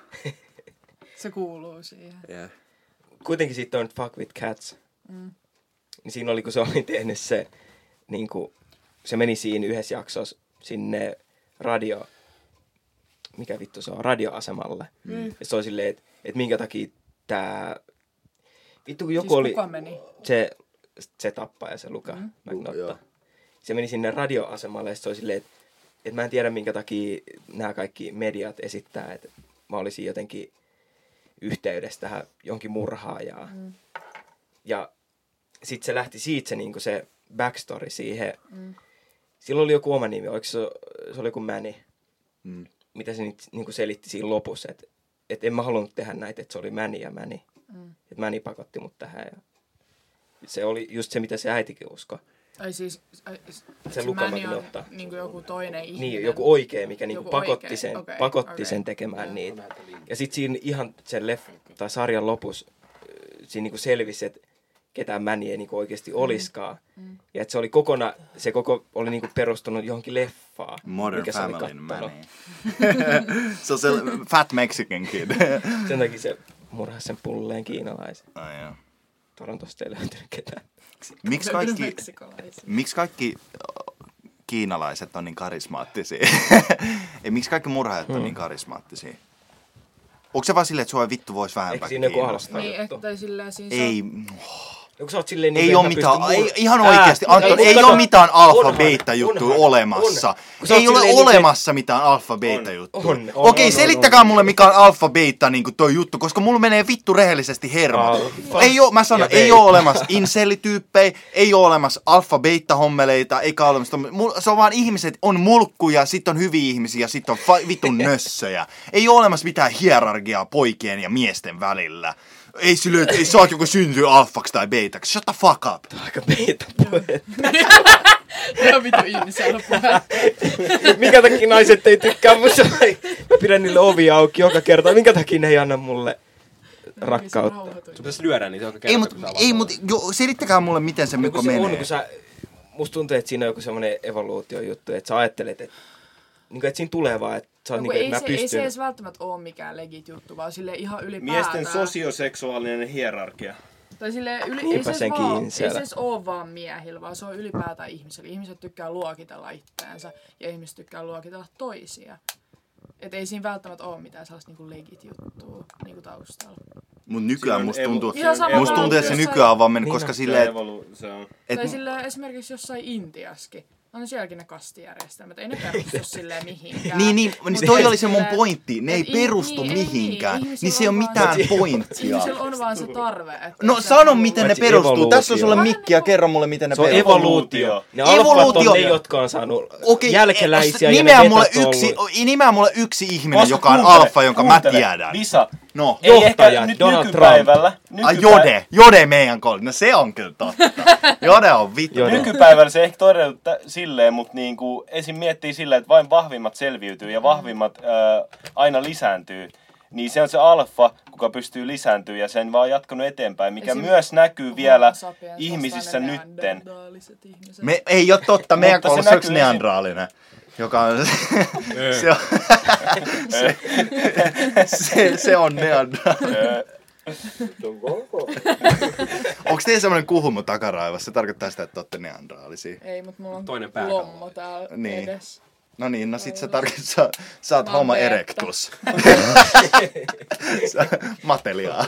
Speaker 4: se kuuluu siihen.
Speaker 1: Yeah.
Speaker 2: Kuitenkin siitä on Fuck with Cats. Niin siinä oli, kun se oli tehnyt se, niin kuin, se meni siinä yhdessä jaksossa sinne radio, mikä vittu se on, radioasemalle. Mm. Ja se oli silleen, että et minkä takia tää, vittu kun joku
Speaker 4: Siis
Speaker 2: oli,
Speaker 4: kuka meni?
Speaker 2: se, se tappaja, se Luka mm. McNotta. Se meni sinne radioasemalle ja sit se oli silleen, että et mä en tiedä minkä takia nämä kaikki mediat esittää, että mä olisin jotenkin yhteydessä tähän jonkin murhaajaan. Mm. Ja sitten se lähti siitä se, niin se backstory siihen. Mm. Sillä oli joku oma nimi, oliko se, se oli joku Mäni,
Speaker 1: Mm.
Speaker 2: mitä se nyt niin selitti siinä lopussa, että et en mä halunnut tehdä näitä, että se oli Mäni ja Mäni. Mm. Että Mäni pakotti mut tähän ja se oli just se, mitä se äitikin uskoi.
Speaker 4: Ai siis, ai, s-
Speaker 2: Se
Speaker 4: mä en
Speaker 2: lukematon
Speaker 4: ole
Speaker 2: ottaa.
Speaker 4: Niin kuin joku toinen ihminen.
Speaker 2: Niin, joku oikea, mikä niinku
Speaker 4: Joku
Speaker 2: pakotti,
Speaker 4: oikea,
Speaker 2: sen,
Speaker 4: okei,
Speaker 2: pakotti
Speaker 4: okei.
Speaker 2: sen tekemään niitä. Ja sitten siinä ihan sen leff, tai sarjan lopussa äh, siinä niinku selvisi, että ketään mäni ei niinku oikeasti
Speaker 4: Mm.
Speaker 2: olisikaan. Ja että se oli kokona, se koko oli niinku perustunut johonkin leffaan.
Speaker 1: Modern
Speaker 2: mikä se oli
Speaker 1: Family niin.
Speaker 2: kattonut.
Speaker 1: Money. se on se fat Mexican kid.
Speaker 2: Sen takia se murhaa sen pulleen kiinalaisen.
Speaker 1: Ai No joo.
Speaker 2: Torontosta ei löytynyt ketään.
Speaker 1: Miksi kaikki,
Speaker 4: Meksikolaisia.
Speaker 1: miksi kaikki äh, kiinalaiset on niin karismaattisia? Ei, miksi kaikki murhaajat on niin karismaattisia? Onko se vaan silleen, että sua vittu voisi vähän
Speaker 2: Eikö siinä joku alastaa
Speaker 4: Niin,
Speaker 2: juttu?
Speaker 4: että sillä siis
Speaker 1: Ei,
Speaker 2: Joku sä oot silleen niin,
Speaker 1: ei
Speaker 2: että
Speaker 1: ole
Speaker 2: mä
Speaker 1: mitään,
Speaker 2: pystyn
Speaker 1: ei,
Speaker 2: mur-
Speaker 1: ihan
Speaker 2: Ää,
Speaker 1: oikeasti,
Speaker 2: mutta
Speaker 1: Anton, ei,
Speaker 2: mutta
Speaker 1: ole
Speaker 2: kato,
Speaker 1: mitään alfa
Speaker 2: onhan,
Speaker 1: beta juttua
Speaker 2: onhan,
Speaker 1: olemassa.
Speaker 2: on. Kun sä
Speaker 1: Ei
Speaker 2: oot
Speaker 1: ole
Speaker 2: silleen niinku,
Speaker 1: olemassa mitään alfa beta juttua.
Speaker 2: On, on,
Speaker 1: Okei, selittäkää mulle, mikä on alfa beta niin toi juttu, koska mulla menee vittu rehellisesti hermo.
Speaker 2: Alfa
Speaker 1: Ei oo, mä sanon,
Speaker 2: ja
Speaker 1: ei
Speaker 2: beta.
Speaker 1: ole olemassa insellityyppejä, ei ole olemassa alfa beta hommeleita, eikä ole olemassa... tommo- mul- Se on vaan ihmiset, on mulkkuja, sit on hyviä ihmisiä, sit on fa- vitun nössöjä. Ei ole olemassa mitään hierarkiaa poikien ja miesten välillä. Ei sille, ei saa joku syntyy alfaksi tai betaksi. Shut the fuck up.
Speaker 2: Aika peitä
Speaker 4: Se on vitu insel puhe.
Speaker 2: Minkä takia naiset ei tykkää musta? Mä pidän niille ovi auki joka kerta. Minkä takia ne ei anna mulle rakkautta?
Speaker 3: Sun pitäisi lyödä niitä joka kerta,
Speaker 1: Ei, mut,
Speaker 3: kun sä avaat
Speaker 1: ei,
Speaker 3: oven.
Speaker 1: mut, jo, selittäkää mulle, miten se
Speaker 2: No Kun
Speaker 1: mikko
Speaker 2: se on,
Speaker 1: menee.
Speaker 2: kun sä, musta tuntuu, että siinä on joku semmoinen evoluutiojuttu, että sä ajattelet, että, niin kuin, että siinä tulee vaan, että sä oot
Speaker 4: No,
Speaker 2: niin kuin,
Speaker 4: ei,
Speaker 2: että
Speaker 4: se,
Speaker 2: mä
Speaker 4: ei se
Speaker 2: pystyn.
Speaker 4: edes välttämättä ole mikään legit juttu, vaan sille ihan ylipäätään.
Speaker 5: Miesten sosioseksuaalinen hierarkia.
Speaker 4: Tai sille yli, ei,
Speaker 2: Niinpä
Speaker 4: se edes
Speaker 2: senkin
Speaker 4: vaan, ei se
Speaker 2: insel.
Speaker 4: edes ole vaan miehillä, vaan se on ylipäätään ihmisillä. Ihmiset tykkää luokitella itteensä ja ihmiset tykkää luokitella toisia. Et ei siinä välttämättä ole mitään sellaista niinku legit juttua niinku taustalla.
Speaker 1: Mut nykyään
Speaker 5: on
Speaker 1: musta
Speaker 5: evo-
Speaker 1: tuntuu,
Speaker 4: Ihan sama
Speaker 1: musta tuntuu, että se
Speaker 4: jossain-
Speaker 1: nykyään on vaan mennyt,
Speaker 2: Niin
Speaker 1: koska
Speaker 2: on. Niin
Speaker 5: Se
Speaker 1: silleen,
Speaker 5: on, evolu- se on.
Speaker 1: et,
Speaker 4: tai sille esimerkiksi jossain Intiaskin. On sielläkin ne kastijärjestelmät, ei ne perustu silleen mihinkään.
Speaker 1: niin, niin,
Speaker 4: Mut
Speaker 1: niin toi oli
Speaker 4: just
Speaker 1: se mun
Speaker 4: silleen-
Speaker 1: pointti. Ne ei
Speaker 4: et i-
Speaker 1: perustu
Speaker 4: niin, ei niin,
Speaker 1: mihinkään.
Speaker 4: ihmisillä
Speaker 1: Niin se ei ole
Speaker 4: on vaan
Speaker 1: mitään
Speaker 4: se-
Speaker 1: pointtia.
Speaker 4: Ihmisellä on vaan se tarve. Että
Speaker 1: No
Speaker 4: se
Speaker 1: sano,
Speaker 4: haluaa-
Speaker 1: miten ne
Speaker 2: Paitsi
Speaker 1: perustuu. Tässä on
Speaker 2: evoluutio.
Speaker 1: sulle mikki ja kerro mulle, miten ne
Speaker 2: Se on
Speaker 1: perustuu.
Speaker 2: evoluutio. Ne
Speaker 1: Evoluutio.
Speaker 2: alfat on ne, jotka on saanut
Speaker 1: Okei,
Speaker 2: jälkeläisiä.
Speaker 4: e-
Speaker 1: eh,
Speaker 2: ja ne
Speaker 1: nimeä
Speaker 2: vetat
Speaker 1: mulle,
Speaker 2: on
Speaker 1: yksi,
Speaker 2: ollut-
Speaker 1: nimeä mulle yksi ihminen,
Speaker 5: Koska
Speaker 1: joka on
Speaker 5: kuuntele,
Speaker 1: alfa, jonka mä
Speaker 5: kuuntele.
Speaker 1: tiedän.
Speaker 5: Visa.
Speaker 1: No,
Speaker 5: Ei
Speaker 2: Johtaja,
Speaker 5: ehkä nyt
Speaker 2: Donald
Speaker 5: nykypäivällä.
Speaker 1: a
Speaker 5: nykypä-
Speaker 1: Jode, Jode meidän koulu. No se on kyllä totta. Jode on vittu.
Speaker 2: Jode.
Speaker 5: Nykypäivällä se ehkä todelta silleen, mutta niin kuin esim. miettii silleen, että vain vahvimmat selviytyy ja vahvimmat ää, aina lisääntyy. Niin se on se alfa, kuka pystyy lisääntyä ja sen vaan jatkanut eteenpäin, mikä
Speaker 4: Esim.
Speaker 5: myös näkyy vielä
Speaker 4: Homo sapiens vastaan
Speaker 5: ihmisissä
Speaker 4: ne
Speaker 5: nytten.
Speaker 4: neandertaaliset ihmiset.
Speaker 1: Me, ei ole totta, meidän
Speaker 5: Mutta se
Speaker 1: koulussa on yksi
Speaker 5: näkyy esim-
Speaker 1: neandraalinen, joka on... se, on se, se, se on neandraalinen. Onko teillä semmoinen kuhumu takaraivassa? Se tarkoittaa sitä, että olette neandraalisia.
Speaker 4: Ei, mutta mulla on
Speaker 3: Toinen
Speaker 4: Toinen
Speaker 3: pää
Speaker 4: lommo täällä
Speaker 1: Niin.
Speaker 4: niin. edes.
Speaker 1: No niin, no sit sä tarkoittaa, sä, sä oot
Speaker 4: Mä oon
Speaker 1: homo
Speaker 4: Beetta.
Speaker 1: erectus. Sä- Mateliaa.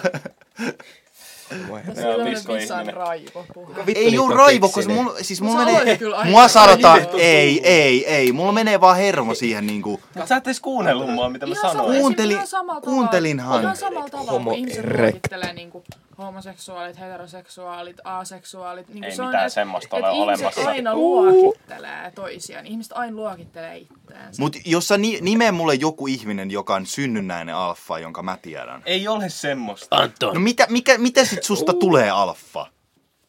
Speaker 4: Tässä on
Speaker 5: viskoihminen.
Speaker 4: visan raivo puhe.
Speaker 1: Ei juu
Speaker 2: niitä on
Speaker 1: raivo, koska
Speaker 2: keksinyt.
Speaker 1: mulla, siis
Speaker 4: No
Speaker 1: mulla
Speaker 4: sä
Speaker 1: menee,
Speaker 4: olet kyllä aika
Speaker 1: mua sanotaan,
Speaker 4: raivo.
Speaker 1: ei, ei, ei, mulla menee vaan hermo siihen niinku,
Speaker 5: Mut Sä et edes kuunnellut mua, mitä mä sanoin.
Speaker 1: sama-
Speaker 4: esim.
Speaker 1: Kuunteli-
Speaker 4: ihan samalla tavalla-
Speaker 1: kuuntelinhan.
Speaker 4: Ihan samalla tavalla,
Speaker 2: Homo
Speaker 4: kun ihmiset
Speaker 2: erectus.
Speaker 4: luokittelee niinku homoseksuaalit, heteroseksuaalit, aseksuaalit. Niinku
Speaker 5: Ei
Speaker 4: se on
Speaker 5: mitään
Speaker 4: et-
Speaker 5: semmoista
Speaker 4: et
Speaker 5: ole
Speaker 4: Ihmiset
Speaker 5: olemassa.
Speaker 4: aina luokittelee toisiaan. Ihmiset aina luokittelee itseänsä.
Speaker 1: mut jos sä ni, nimee mulle joku ihminen, joka on synnynnäinen alfa, jonka mä tiedän.
Speaker 5: Ei ole semmoista.
Speaker 1: No mitä, mikä, mitä sit susta tulee alfa?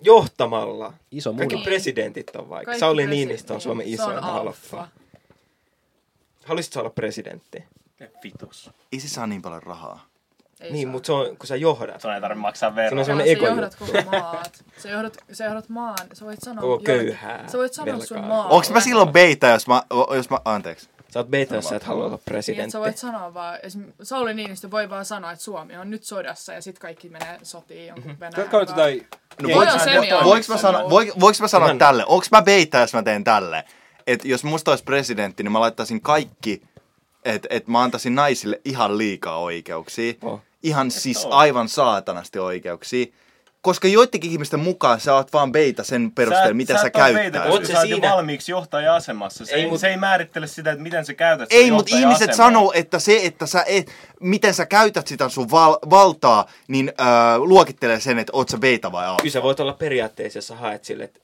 Speaker 2: Johtamalla.
Speaker 3: Iso muna.
Speaker 2: Kaikki
Speaker 4: Niin.
Speaker 2: presidentit on vaikka.
Speaker 4: Kaikki
Speaker 2: Sauli
Speaker 4: presi-
Speaker 2: Niinistö on
Speaker 4: niin,
Speaker 2: Suomen
Speaker 4: se
Speaker 2: iso
Speaker 4: on
Speaker 2: alfa. Haluaisit sä olla presidentti?
Speaker 5: Vitus.
Speaker 1: Ei se saa niin paljon rahaa.
Speaker 4: Ei
Speaker 2: Niin,
Speaker 4: saa.
Speaker 2: mutta se on, kun sä johdat.
Speaker 5: Sun ei tarvitse maksaa
Speaker 2: Siinä on
Speaker 5: veroa.
Speaker 2: se- semmonen
Speaker 4: Sä
Speaker 2: ego
Speaker 4: johdat
Speaker 2: juttu.
Speaker 4: koko maat. Sä johdat, sä johdat maan. Sä voit sanoa...
Speaker 2: Koko
Speaker 4: johdat-
Speaker 2: köyhää
Speaker 4: Sä voit sanoa sun Niin,
Speaker 2: velkaa.
Speaker 4: maan.
Speaker 1: Onks mä silloin beita, jos mä, o- jos mä, anteeksi.
Speaker 2: Sä oot beta, jos sä et halua olla
Speaker 4: Niin, että
Speaker 2: presidentti.
Speaker 4: sä voit sanoa vaan, esim. Sauli Niinistö voi vaan sanoa, että Suomi on nyt sodassa ja sit kaikki menee sotiin jonkun
Speaker 2: Mhm.
Speaker 4: Venäjän
Speaker 3: Katsotaan jotain
Speaker 1: No,
Speaker 4: Joo, joo, se on.
Speaker 1: voiks mä, sano, voik, voiks mä sanoa tälle? Onks mä beitä, jos mä teen tälle? Et jos musta olisi presidentti, niin mä laittaisin kaikki, että et mä antaisin naisille ihan liikaa oikeuksia.
Speaker 2: Oh.
Speaker 1: Ihan siis aivan saatanasti oikeuksia. Koska joidenkin ihmisten mukaan sä oot vaan beita sen perusteella,
Speaker 5: et-
Speaker 1: mitä sä,
Speaker 5: et oo
Speaker 1: käyttää.
Speaker 5: peitä, koska
Speaker 2: Oot
Speaker 5: sä
Speaker 2: sä
Speaker 5: oot jo
Speaker 2: siinä?
Speaker 5: valmiiksi johtaja-asemassa. Se
Speaker 2: Ei,
Speaker 5: ei,
Speaker 2: mut-
Speaker 5: se ei määrittele sitä, että miten sä käytät sitä
Speaker 1: Ei, mutta ihmiset
Speaker 5: johtaja-asemaa.
Speaker 1: sanoo, että se, että sä et, miten sä käytät sitä sun val- valtaa, niin öö, luokittelee sen, että oot sä beita vai alfa.
Speaker 2: Kyllä sä voit olla periaatteessa, jos sä haet sille, että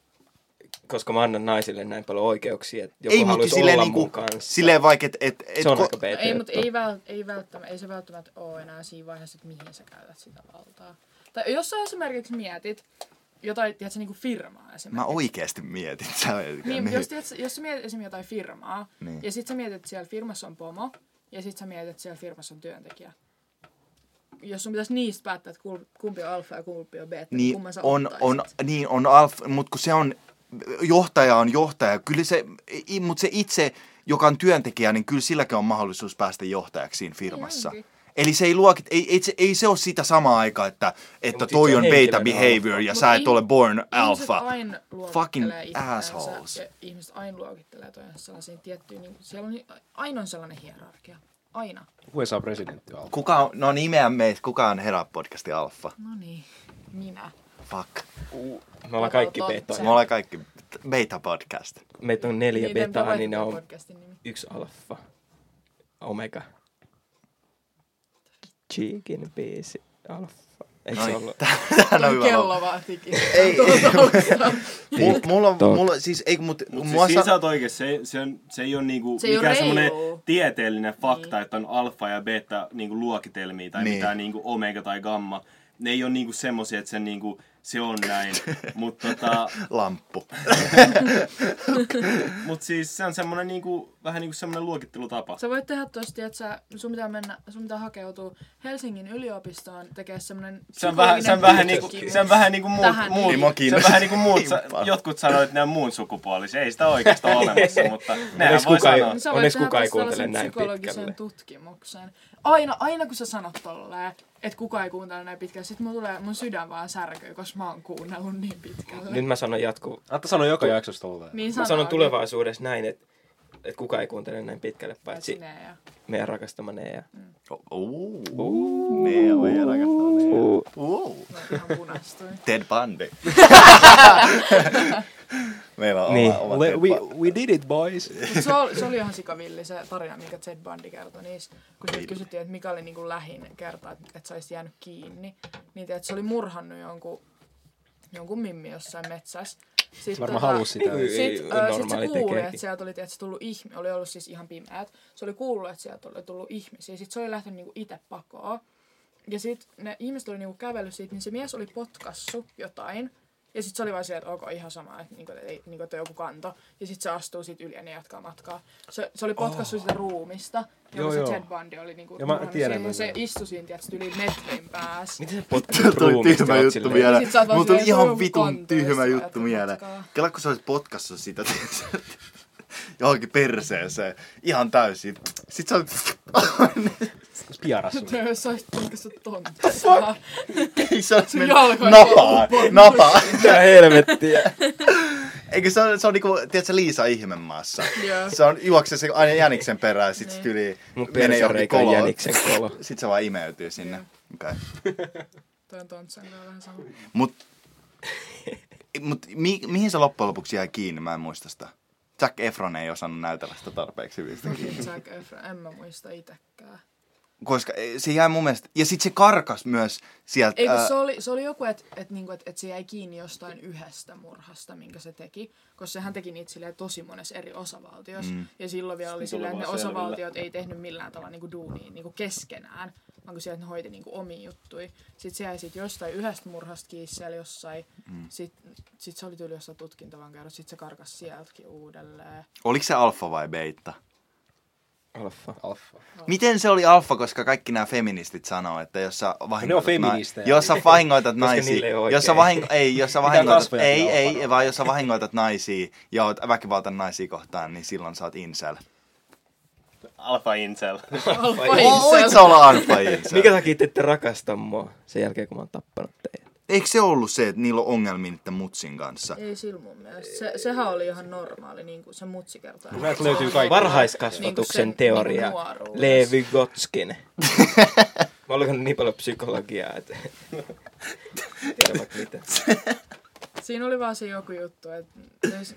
Speaker 2: koska mä annan naisille näin paljon oikeuksia, että joku
Speaker 1: Ei, mutta
Speaker 2: haluaisi
Speaker 1: silleen,
Speaker 2: olla
Speaker 1: niinku,
Speaker 2: mun kanssa.
Speaker 1: silleen vaikka, että... Et, et,
Speaker 2: se on
Speaker 1: ko-
Speaker 2: aika beta
Speaker 4: No ei, mutta
Speaker 2: juttu.
Speaker 4: ei, vält, ei, välttämättä, ei se välttämättä ole enää siinä vaiheessa, että mihin sä käytät sitä valtaa. Tai jos sä esimerkiksi mietit jotain, tiedätkö, niin kuin firmaa esimerkiksi.
Speaker 1: Mä oikeesti mietin. Sä et-
Speaker 4: Niin, niin. Jos, tiedät, jos sä mietit esimerkiksi jotain firmaa,
Speaker 1: Niin.
Speaker 4: niin. ja sit sä mietit, että siellä firmassa on pomo, ja sit sä mietit, että siellä firmassa on työntekijä. Jos sun pitäisi niistä päättää, että kul- kumpi on alfa ja kumpi on beta,
Speaker 1: niin,
Speaker 4: kumman sä
Speaker 1: on, on,
Speaker 4: ottaisit?
Speaker 1: niin, on alf, mutta kun se on, johtaja on johtaja, kyllä se, mutta se itse, joka on työntekijä, niin kyllä silläkin on mahdollisuus päästä johtajaksi siinä firmassa.
Speaker 4: Niin onkin.
Speaker 1: Eli se ei luokit, ei, ei, se, ei se ole sitä samaa aikaa, että, että
Speaker 2: Mut
Speaker 1: toi
Speaker 2: sit
Speaker 1: on
Speaker 2: se on
Speaker 1: beta
Speaker 2: henkilön
Speaker 1: behavior ja
Speaker 4: Mut
Speaker 1: sä et
Speaker 4: ihmiset-
Speaker 1: ole born
Speaker 4: Ihmiset
Speaker 1: alpha.
Speaker 4: aina
Speaker 1: Fucking
Speaker 4: luokittelee itseänsä
Speaker 1: assholes.
Speaker 4: ja Ihmiset aina luokittelee toisensa sellaisiin tiettyihin, niin siellä on ni- aina on sellainen hierarkia. Aina.
Speaker 3: USA-presidentti on alku.
Speaker 1: Kuka on, no nimeä meitä, kuka on herää podcasti alfa?
Speaker 4: No niin, minä.
Speaker 1: Fuck.
Speaker 2: Me ollaan kaikki
Speaker 4: Otot-
Speaker 2: beta.
Speaker 1: Me ollaan kaikki beta podcast.
Speaker 2: Meitä on neljä
Speaker 4: Miten te
Speaker 2: betaa,
Speaker 4: olette
Speaker 2: niin ne
Speaker 4: tämän
Speaker 2: on
Speaker 4: podcastin nimi?
Speaker 2: yksi alfa. Omega. Chicken biisi. Alfa. Eikö se
Speaker 1: Noin.
Speaker 2: ollut?
Speaker 1: Tähän on
Speaker 4: Toi
Speaker 1: hyvä
Speaker 4: Niin kello vaan tikisee. Ei,
Speaker 1: Mulla, mulla,
Speaker 2: TikTok.
Speaker 1: mulla siis, ei, mut,
Speaker 5: Mutta
Speaker 1: mua
Speaker 5: siis siinä
Speaker 1: sa-
Speaker 5: sä oot oikeassa, se, se, on, se ei ole niinku
Speaker 4: Se ei Niin. oo
Speaker 5: mikään
Speaker 4: reilua.
Speaker 5: semmoinen tieteellinen fakta, että on alfa ja beta niinku luokitelmia tai
Speaker 1: Niin.
Speaker 5: niin. mitään niinku omega tai gamma. Ne ei ole niinku semmoisia, että se, niinku, se on näin. Mutta tota,
Speaker 1: lamppu.
Speaker 5: mut siis se on semmoinen niinku, vähän niinku semmoinen luokittelutapa.
Speaker 4: Sä voit tehdä tosti, että sä, sun pitää mennä, sun pitää hakeutua Helsingin yliopistoon tekee semmoinen
Speaker 5: Se on vähän, se on vähän, niinku, se on vähän niinku muut,
Speaker 4: Tähän
Speaker 5: muut,
Speaker 4: niin.
Speaker 1: Ei mua
Speaker 5: se on
Speaker 1: kiinnosta.
Speaker 5: vähän niinku muut, sa-
Speaker 1: Niin paljon.
Speaker 5: jotkut sanoo, että ne on muun sukupuolisia. Ei sitä oikeastaan ole olemassa, mutta nehän
Speaker 2: Onneksi
Speaker 5: voi
Speaker 2: kukaan ei-
Speaker 5: sanoa.
Speaker 4: Niin sä voit
Speaker 2: Onneksi
Speaker 4: tehdä
Speaker 2: kukaan ei
Speaker 4: tosta sellaisen
Speaker 2: kuuntele näin
Speaker 4: psykologisen
Speaker 2: pitkälle.
Speaker 4: tutkimuksen. Aina, aina kun sä sanot tolleen, että kukaan ei kuuntele näin pitkälle, sit mun tulee, mun sydän vaan särkyy, koska mä oon kuunnellut niin pitkälle.
Speaker 2: Nyt mä sanon jatku.
Speaker 7: Atta sanoi joka jaksossa tolleen.
Speaker 4: niin
Speaker 2: Mä sanon
Speaker 4: sanoakin.
Speaker 2: tulevaisuudessa näin, että et kukaan ei kuuntele näin pitkälle, paitsi
Speaker 4: Sinä ja-
Speaker 2: meidän rakastamaneen. Ja...
Speaker 1: Ooh. Ne on vielä Ooh.
Speaker 4: mä ihan punastuin.
Speaker 1: Ted Bundy. Meillä on
Speaker 2: Niin.
Speaker 1: oma, oma
Speaker 7: Le-
Speaker 1: Ted
Speaker 7: we,
Speaker 1: Bundy.
Speaker 7: we did it, boys.
Speaker 4: Mut se, oli, se oli ihan sikavilli se tarina, minkä Ted Bundy kertoi niissä. Kun sieltä kysyttiin, että mikä oli niinku lähin kerta, että et sä olisit jäänyt kiinni. Niin että se oli murhannut jonkun, jonkun mimmi jossain metsässä. Sitten
Speaker 7: Varmaan halusi sitä.
Speaker 4: Sitten
Speaker 2: Ei,
Speaker 4: äh, sit
Speaker 2: normaali
Speaker 4: se kuuli,
Speaker 2: tekeekin.
Speaker 4: että sieltä oli tietysti tullut ihmi, oli ollut siis ihan pimeät. Se oli kuullut, että sieltä oli tullut ihmisiä. Sitten se oli lähtenyt niinku itse pakoon. Ja sitten ne ihmiset oli niinku kävellyt siitä, niin se mies oli potkassut jotain. Ja sitten se oli vaan silleen, että ok, ihan sama, että niinku, et ei, niinku, että joku kanto. Ja sitten se astuu siitä yli ja ne jatkaa matkaa. Se, se oli potkassut oh. sitä ruumista,
Speaker 7: Joo,
Speaker 4: jonka se
Speaker 7: joo.
Speaker 4: Ted Bundy oli niinku
Speaker 7: Ja mä
Speaker 4: murhannut
Speaker 7: tiedän,
Speaker 4: siihen.
Speaker 7: mä
Speaker 4: Ja se
Speaker 7: tiedän.
Speaker 4: istui siinä tietysti yli metrin päässä.
Speaker 2: Miten sä
Speaker 1: Tää
Speaker 2: potkasit
Speaker 1: tuli
Speaker 2: ruumista?
Speaker 1: tyhmä
Speaker 2: ja oot
Speaker 1: juttu
Speaker 2: silleen-
Speaker 1: mieleen.
Speaker 4: Niin, Sit sä oot vaan
Speaker 1: Mulla tuli
Speaker 4: silleen, toi
Speaker 1: ihan
Speaker 4: on
Speaker 1: vitun
Speaker 4: kanto, jos
Speaker 1: tyhmä
Speaker 4: sä
Speaker 1: juttu
Speaker 4: ajattelet
Speaker 1: mieleen.
Speaker 4: matkaa.
Speaker 1: Kela kun sä olisit potkassa sitä tiedätkö, johonkin perseeseen. Ihan täysin. Sit sä olit...
Speaker 7: Spiara sun.
Speaker 4: Jos sä olisit potkassut tonttaa.
Speaker 1: Ei sä olis mennyt
Speaker 4: jalkoja
Speaker 1: napaa.
Speaker 4: kauppaan.
Speaker 1: Napaa.
Speaker 2: Mitä helvettiä?
Speaker 1: Eikö se on, se on niinku, tiedätkö, Liisa ihmemaassa.
Speaker 4: Joo.
Speaker 1: Se on, juokse se aina jäniksen perään, sit
Speaker 4: Niin.
Speaker 1: se tyli
Speaker 2: Mun
Speaker 1: menee johonkin
Speaker 2: persereikä on
Speaker 1: koloon.
Speaker 2: jäniksen kolo.
Speaker 1: Sit se vaan imeytyy sinne. Okay.
Speaker 4: Toi on tontsan kanssa vähän sama.
Speaker 1: Mut, mut mi, mihin se loppujen lopuksi jäi kiinni, mä en muista sitä. Zac Efron ei osannut näytellä sitä tarpeeksi hyvin
Speaker 4: Mm.
Speaker 1: sitä kiinni.
Speaker 4: Zac Efron, en mä muista itekään.
Speaker 1: Koska eh, se jäi mun mielestä, ja sit se karkas myös sieltä.
Speaker 4: Eikö
Speaker 1: ää,
Speaker 4: se, oli, se oli joku, että et, niinku, et, et se jäi kiinni jostain yhdestä murhasta, minkä se teki. Koska sehän teki niitä silleen tosi monessa eri osavaltiossa. Mm. Ja silloin vielä oli
Speaker 5: Sitten
Speaker 4: silleen,
Speaker 5: tuli
Speaker 4: että ne
Speaker 5: vaan selville.
Speaker 4: osavaltiot ei tehnyt millään tavalla niinku, duunia niinku, keskenään. Vaan kun sieltä ne hoiti niinku, omiin juttuihin. Sitten se jäi sit jostain yhdestä murhasta kiinni siellä jossain. Mm. Sitten sit se oli tyyli jossain tutkintavankeudessa. Sitten se karkas sieltäkin uudelleen.
Speaker 1: Oliko se alfa vai beta?
Speaker 2: Alfa.
Speaker 7: Alfa.
Speaker 1: Miten se oli alfa, koska kaikki nämä feministit sanoo, että jos sä vahingoitat,
Speaker 7: feministejä.
Speaker 1: jos sä vahingoitat
Speaker 2: niillä ei
Speaker 1: naisia,
Speaker 2: ole
Speaker 1: jos sä
Speaker 2: oikein.
Speaker 1: vahingo, ei, jos sä
Speaker 7: Mitä
Speaker 1: vahingoitat,
Speaker 7: kasvoja
Speaker 1: ei,
Speaker 7: pitää
Speaker 1: ei,
Speaker 7: olla?
Speaker 1: vaan jos sä vahingoitat naisia ja oot väkivaltan naisia kohtaan, niin silloin sä oot incel.
Speaker 5: Alfa incel.
Speaker 1: Voit sä olla alfa incel?
Speaker 2: Mikä takia te ette rakasta mua sen jälkeen, kun mä oon tappanut teidät?
Speaker 1: Eikö se ollut se, että niillä on ongelmia niiden mutsin kanssa?
Speaker 4: Ei sillä mun mielestä. Se, sehän oli ihan normaali, niin kuin se mutsi kertoo.
Speaker 2: No,
Speaker 7: Näet löytyy kaikki.
Speaker 2: Varhaiskasvatuksen
Speaker 4: Niinku sen
Speaker 2: teoria.
Speaker 4: niinku nuoruudessa.
Speaker 2: Levi Gotskin. mä oon lukenut niin paljon psykologiaa, että... Tiedä vaikka mitä.
Speaker 4: Siinä oli vaan se joku juttu, että jos-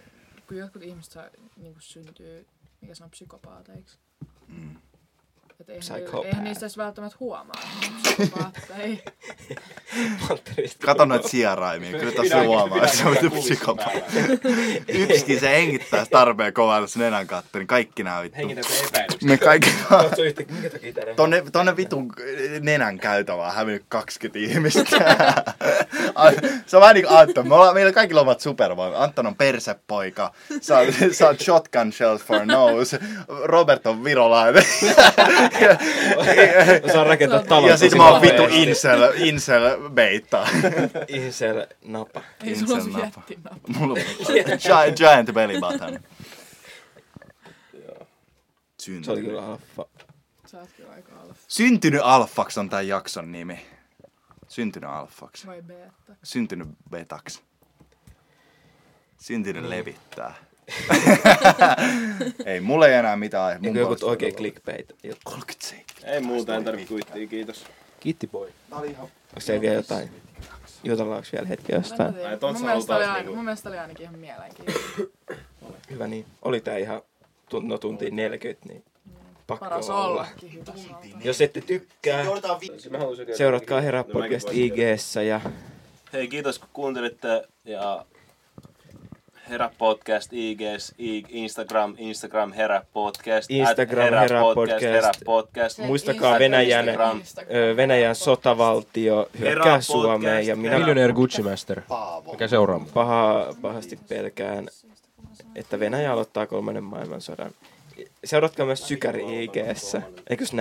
Speaker 4: kun jotkut ihmiset saa, niin kuin syntyy, mikä se on psykopaateiksi. Että eihän, niillä,
Speaker 2: Psychopath.
Speaker 4: eihän niistä edes välttämättä huomaa, että ne on psykopaatteja.
Speaker 2: Panterista.
Speaker 1: Kato noita sieraimia, kyllä tässä huomaa, että se on joku psykopaatti. Yksikin se hengittää tarpeen kovaa tässä nenän katto, niin kaikki näyttää.
Speaker 3: Hengitäänkö epäilyksiä?
Speaker 1: Me kaikki
Speaker 2: Katsoi yhtäkkiä, minkä takia tää
Speaker 1: Tonne, tonne vitun nenän käytävään on hävinnyt 20 ihmistä. Ai, se on vähän niin kuin Anton. Me ollaan, meillä kaikilla on omat supervoimat. Anton on persepoika. Sä oot, sä oot shotgun shells for nose. Robert on virolainen.
Speaker 2: Osaa rakentaa talon.
Speaker 1: ja sit
Speaker 2: tosi
Speaker 1: mä oon
Speaker 2: nopeasti.
Speaker 1: vitu insel, insel beitta.
Speaker 2: Insel napa.
Speaker 4: Ei sulla
Speaker 1: Insel
Speaker 4: ole
Speaker 1: napa.
Speaker 4: jättinapa.
Speaker 1: Mulla on giant, giant belly button.
Speaker 2: Se oli
Speaker 1: Syntynyt.
Speaker 2: kyllä alfa.
Speaker 4: Sä oot kyllä aika alfa.
Speaker 1: Syntynyt alfaks on tämän jakson nimi. Syntynyt alfaks.
Speaker 4: Vai beta.
Speaker 1: Syntynyt betaks. Syntynyt
Speaker 2: Niin.
Speaker 1: levittää. ei, mulla ei enää mitään. Mun
Speaker 2: Eikö joku
Speaker 1: puolesta-
Speaker 2: Niin oikein clickbait? juttu?
Speaker 1: 37.
Speaker 5: Ei muuta, en tarvitse kuittia, kiitos.
Speaker 3: Kiitti boy.
Speaker 2: Onko se vielä jotain? Jutellaanko vielä hetki jostain?
Speaker 4: Mä en
Speaker 5: Ai,
Speaker 4: tiedä.
Speaker 5: et oot
Speaker 4: Mun
Speaker 5: sä
Speaker 4: mielestä, oli
Speaker 5: ollut taas
Speaker 4: ain-
Speaker 5: niinku-
Speaker 4: mun mielestä oli ainakin ihan mielenkiintoinen.
Speaker 2: Hyvä niin. Oli tää ihan, tun- no tunti 40, niin pakko
Speaker 4: Paras
Speaker 2: olla.
Speaker 4: ollakin hyvä. salta.
Speaker 2: Jos ette tykkää, seuratkaa Herra Podcast ig ja
Speaker 5: Hei, kiitos kun kuuntelitte. Ja Herä Podcast, IGs, I- Instagram, Instagram Herä Podcast. at
Speaker 2: Instagram Herä Podcast.
Speaker 5: Herä Podcast.
Speaker 4: Se
Speaker 2: muistakaa
Speaker 4: Instagram-
Speaker 2: Venäjän,
Speaker 4: Instagram-
Speaker 2: ö, Venäjän sotavaltio hyökkää
Speaker 5: Herra
Speaker 2: Suomeen
Speaker 5: podcast,
Speaker 2: ja minä
Speaker 7: Millionaire Gucci Master. Mikä seuraava?
Speaker 2: paha, pahasti pelkään, että Venäjä aloittaa kolmannen maailmansodan. Seuratkaa myös Sykäri IGssä, eikö
Speaker 5: Ei kun sen-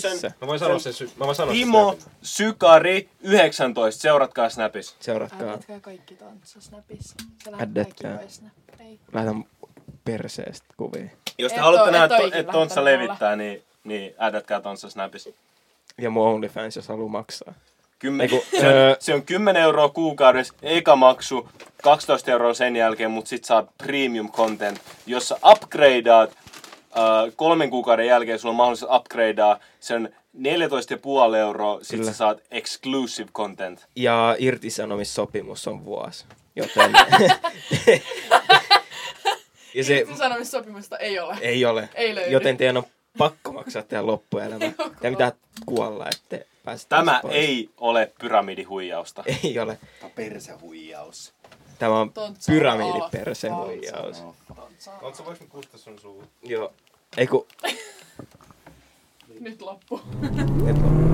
Speaker 2: Snapchatissa.
Speaker 7: Mä voin sanoa sen sy- Mä voin sanoa sen
Speaker 5: Timo
Speaker 7: snapin.
Speaker 5: Sykari 19, seuratkaa Snapissa.
Speaker 2: Seuratkaa,
Speaker 8: Älkää kaikki tanssi Snapissa. Se
Speaker 2: Addetkää.
Speaker 8: snappeja.
Speaker 2: laitan perseestä kuvia.
Speaker 5: Jos te
Speaker 4: Et
Speaker 5: haluatte
Speaker 4: oo-
Speaker 5: nähdä,
Speaker 4: et oo
Speaker 5: to,
Speaker 4: ikinä
Speaker 5: että Tontsa
Speaker 4: lähtenyt
Speaker 5: levittää, niin, niin ädätkää Tontsa Snapissa.
Speaker 2: Ja mun OnlyFans, jos haluaa maksaa.
Speaker 5: Kymmen,
Speaker 2: Eiku,
Speaker 5: se, on, se on 10 euroa kuukaudessa, eikä maksu, 12 euroa sen jälkeen, mutta sit saat premium content, jossa upgradeaat äh, kolmen kuukauden jälkeen, sulla on mahdollisuus upgradeaa sen 14,5 euroa, sit
Speaker 2: Kyllä.
Speaker 5: sä saat exclusive content.
Speaker 2: Ja irtisanomissopimus on vuosi. Joten... ja se
Speaker 4: Irtisanomissopimusta ei ole.
Speaker 2: ei ole.
Speaker 4: Ei löydy.
Speaker 2: Joten teidän on pakko maksaa teidän loppuelämä. Ja mitä kuolla, ette pääse
Speaker 5: Tämä
Speaker 2: tästä pois.
Speaker 5: ei ole pyramidihuijausta.
Speaker 2: Ei ole.
Speaker 1: Persehuijaus.
Speaker 2: Tämä on
Speaker 4: Tontsa on
Speaker 2: pyramidipersen huijaus.
Speaker 5: Tontsa, voiko kustaa sun suuhun?
Speaker 2: Joo. Ei kun...
Speaker 4: Nyt loppu.
Speaker 2: Nyt on.